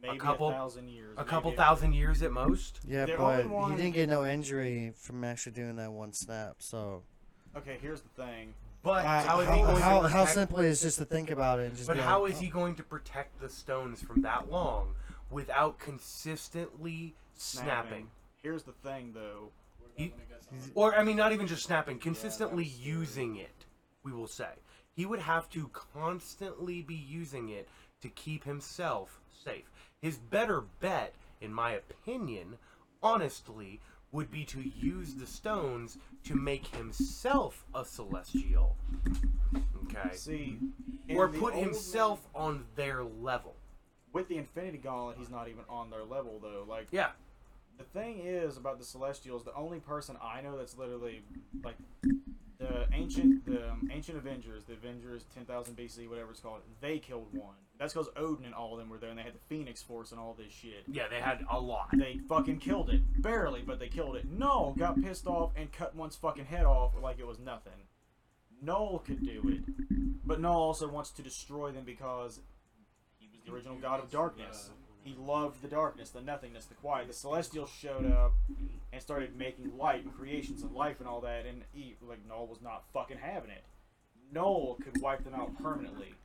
Speaker 5: Maybe a,
Speaker 3: couple-
Speaker 5: thousand years.
Speaker 3: A
Speaker 5: maybe
Speaker 3: couple thousand years at most?
Speaker 4: yeah,
Speaker 5: They're
Speaker 4: but
Speaker 5: only one-
Speaker 4: he didn't get no injury from actually doing that one snap. So
Speaker 5: Okay, here's the thing.
Speaker 3: But
Speaker 4: Uh,
Speaker 3: how is he
Speaker 4: how,
Speaker 3: going
Speaker 4: how,
Speaker 3: to
Speaker 4: how
Speaker 3: protect,
Speaker 4: simple is just to think about it and just
Speaker 3: But
Speaker 4: be like,
Speaker 3: how is
Speaker 4: "Oh."
Speaker 3: he going to protect the stones from that long without consistently snapping?
Speaker 5: Here's the thing, though.
Speaker 3: He- or I mean, not even just snapping, consistently using it. We will say he would have to constantly be using it to keep himself safe. His better bet, in my opinion, honestly, would be to use the stones to make himself a celestial. Okay.
Speaker 5: See,
Speaker 3: or
Speaker 5: in the
Speaker 3: put
Speaker 5: old-
Speaker 3: himself on their level.
Speaker 5: with the Infinity Gauntlet. He's not even on their level, though. Like
Speaker 3: Yeah.
Speaker 5: the thing is about the Celestials, the only person I know that's literally like the ancient, the um, ancient Avengers, the Avengers 10,000 BC, whatever it's called, they killed one. That's because Odin and all of them were there, and they had the Phoenix Force and all this shit.
Speaker 3: Yeah, they had a lot.
Speaker 5: They fucking killed it, barely, but they killed it. Null got pissed off and cut one's fucking head off like it was nothing. Null could do it, but Null also wants to destroy them because he was the original god of darkness. He loved the darkness, the nothingness, the quiet. The Celestials showed up and started making light and creations and life and all that, and he, like Null was not fucking having it. Null could wipe them out permanently.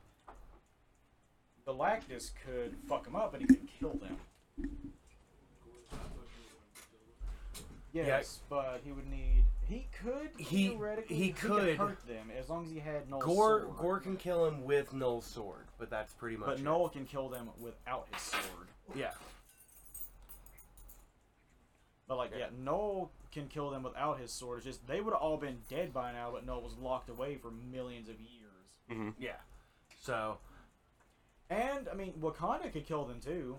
Speaker 5: Galactus could fuck them up, and he could kill them. Yes, but he would need. He could
Speaker 3: He-
Speaker 5: theoretically
Speaker 3: he could.
Speaker 5: hurt them as long as he had Null's
Speaker 3: Gore
Speaker 5: sword.
Speaker 3: Gore can kill him with Null's sword, but that's pretty much
Speaker 5: But
Speaker 3: it.
Speaker 5: Noel can kill them without his sword.
Speaker 3: Yeah.
Speaker 5: But like, yeah, Noel can kill them without his sword. It's just they would have all been dead by now, but Noel was locked away for millions of years.
Speaker 3: Yeah. So
Speaker 5: And I mean, Wakanda could kill them too.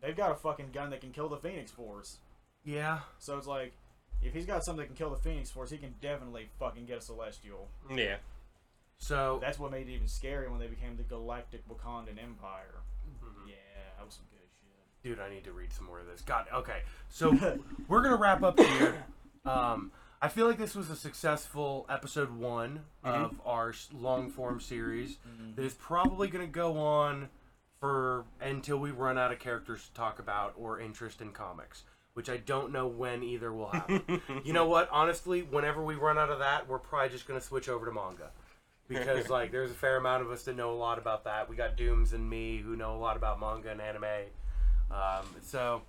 Speaker 5: They've got a fucking gun that can kill the Phoenix Force.
Speaker 3: yeah.
Speaker 5: So it's like, if he's got something that can kill the Phoenix Force, he can definitely fucking get a Celestial.
Speaker 6: Yeah.
Speaker 3: So
Speaker 5: That's what made it even scarier when they became the Galactic Wakandan Empire. Yeah, that was some good shit.
Speaker 3: dude, I need to read some more of this. God, okay. So we're gonna wrap up here. Um I feel like this was a successful episode one of our long form series that is probably gonna go on for until we run out of characters to talk about or interest in comics, which I don't know when either will happen. you know what? Honestly, whenever we run out of that, we're probably just gonna switch over to manga. Because like there's a fair amount of us that know a lot about that. We got Dooms and me who know a lot about manga and anime. Um, so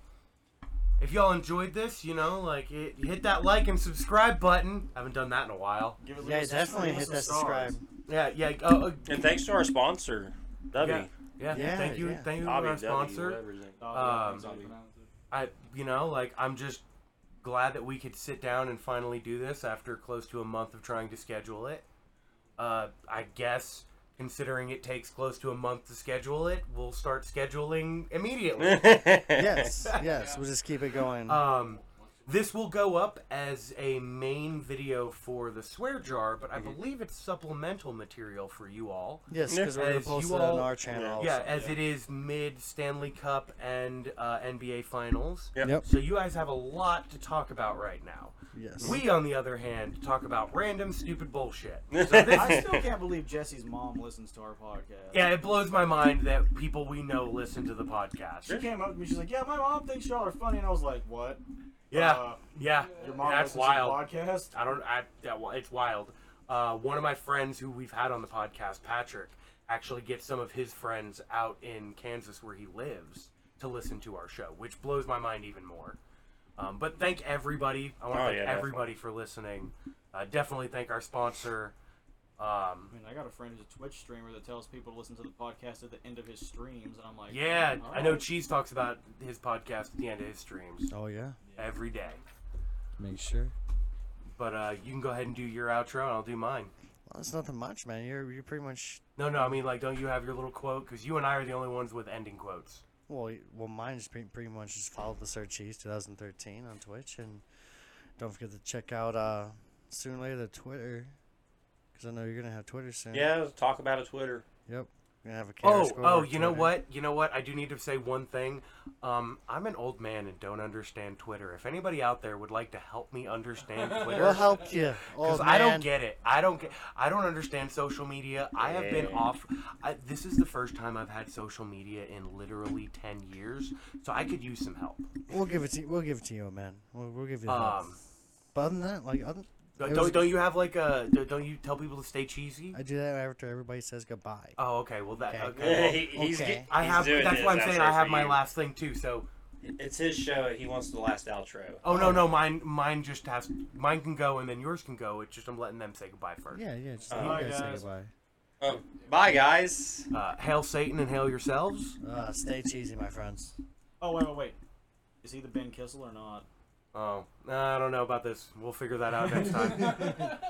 Speaker 3: if y'all enjoyed this, you know, like it, hit that like and subscribe button. I haven't done that in a while.
Speaker 5: Give it-
Speaker 4: Yeah,
Speaker 5: leave us-
Speaker 4: definitely
Speaker 5: leave us
Speaker 4: hit
Speaker 5: some
Speaker 4: that
Speaker 5: stars.
Speaker 4: subscribe.
Speaker 3: Yeah, yeah, oh, uh,
Speaker 6: And thanks to our sponsor, W.
Speaker 3: yeah, yeah,
Speaker 4: Yeah,
Speaker 3: Thank you,
Speaker 4: yeah.
Speaker 3: thank you to
Speaker 6: Dobby,
Speaker 3: our
Speaker 6: Dobby,
Speaker 3: sponsor.
Speaker 6: whatever his name-
Speaker 5: Uh,
Speaker 6: Zombie.
Speaker 3: I, you know, like I'm just glad that we could sit down and finally do this after close to a month of trying to schedule it. Uh, I guess considering it takes close to a month to schedule it, we'll start scheduling immediately.
Speaker 6: yes.
Speaker 4: Yes, yes. We'll just keep it going.
Speaker 3: Um, this will go up as a main video for the swear jar, but I
Speaker 4: Mm-hmm.
Speaker 3: believe it's supplemental material for you all.
Speaker 4: yes, because we're gonna
Speaker 3: as
Speaker 4: post
Speaker 3: you
Speaker 4: it on
Speaker 3: all-
Speaker 4: our channel. also.
Speaker 3: Yeah, as it is mid Stanley Cup and uh, NBA Finals.
Speaker 6: Yep.
Speaker 4: Yep.
Speaker 3: So you guys have a lot to talk about right now.
Speaker 4: Yes.
Speaker 3: We, on the other hand, talk about random stupid bullshit. So this,
Speaker 5: I still can't believe Jesse's mom listens to our podcast.
Speaker 3: yeah, it blows my mind that people we know listen to the
Speaker 5: She
Speaker 3: podcast.
Speaker 5: came up to me. She's like, "Yeah, my mom thinks y'all are funny," and I was like, "What?
Speaker 3: Yeah,
Speaker 5: Uh,
Speaker 3: yeah,
Speaker 5: Your mom
Speaker 3: that's
Speaker 5: listens
Speaker 3: wild. Uh,
Speaker 5: to the podcast?"
Speaker 3: I don't. I that wa- it's wild. Uh, one of my friends who we've had on the podcast, Patrick, actually gets some of his friends out in Kansas where he lives to listen to our show, which blows my mind even more. Um, but thank everybody. I want to
Speaker 6: Oh,
Speaker 3: thank
Speaker 6: yeah,
Speaker 3: everybody for listening. Uh, definitely thank our sponsor. Um,
Speaker 5: I mean, I got a friend who's a Twitch streamer that tells people to listen to the podcast at the end of his streams, and I'm like, "Mm,
Speaker 3: yeah,
Speaker 5: "All
Speaker 3: I know
Speaker 5: right."
Speaker 3: Cheese talks about his podcast at the end of his streams
Speaker 4: Oh yeah.
Speaker 3: every day.
Speaker 4: Make sure.
Speaker 3: But uh, you can go ahead and do your outro, and I'll do mine.
Speaker 4: Well, it's nothing much, man. You're you're pretty much
Speaker 3: No, no, I mean like, don't you have your little quote? Because you and I are the only ones with ending quotes.
Speaker 4: Well, y- well, mine's pretty, pretty much just follow the search cheese 2013 on Twitch, and don't forget to check out uh soon later the Twitter, because I know you're gonna have Twitter soon.
Speaker 6: Yeah, talk about a Twitter.
Speaker 4: Yep. We're gonna have a
Speaker 3: Oh,
Speaker 4: Squad
Speaker 3: oh, you know
Speaker 4: Twitter.
Speaker 3: what? You know what? I do need to say one thing. Um, I'm an old man and don't understand Twitter. If anybody out there would like to help me understand
Speaker 4: We'll
Speaker 3: Twitter,
Speaker 4: help you. Oh
Speaker 3: because I don't get it. I don't get. I don't understand social media. I have been
Speaker 6: Yeah.
Speaker 3: off. I, this is the first time I've had social media in literally ten years, so I could use some help.
Speaker 4: We'll give it to you. We'll give it to you, man. We'll, we'll give you. the help.
Speaker 3: Um,
Speaker 4: but other than that, like other, it was-
Speaker 3: don't, don't you have like a? Don't you tell people to stay cheesy?
Speaker 4: I do that after everybody says goodbye.
Speaker 3: Oh, okay. Well, that
Speaker 4: Okay.
Speaker 3: okay. well,
Speaker 6: he's
Speaker 4: Okay.
Speaker 6: get-
Speaker 3: I
Speaker 6: he's
Speaker 3: have.
Speaker 6: doing
Speaker 3: That's
Speaker 6: his
Speaker 3: why I'm saying
Speaker 6: outro
Speaker 3: I have
Speaker 6: for
Speaker 3: my
Speaker 6: you.
Speaker 3: last thing too. So
Speaker 6: It's his show. and He wants the last outro.
Speaker 3: Oh no no mine mine just has mine can go and then yours can go. It's just I'm letting them say goodbye first.
Speaker 4: Yeah, yeah. Just
Speaker 6: Uh,
Speaker 4: let
Speaker 5: Bye,
Speaker 4: you guys
Speaker 5: guys.
Speaker 4: say goodbye.
Speaker 6: Oh, bye, guys.
Speaker 3: Uh, hail Satan and hail yourselves.
Speaker 4: Uh, stay cheesy, my friends.
Speaker 5: Oh wait, wait, wait. Is he the Ben Kissel or not?
Speaker 3: Oh I don't know about this. We'll figure that out next time.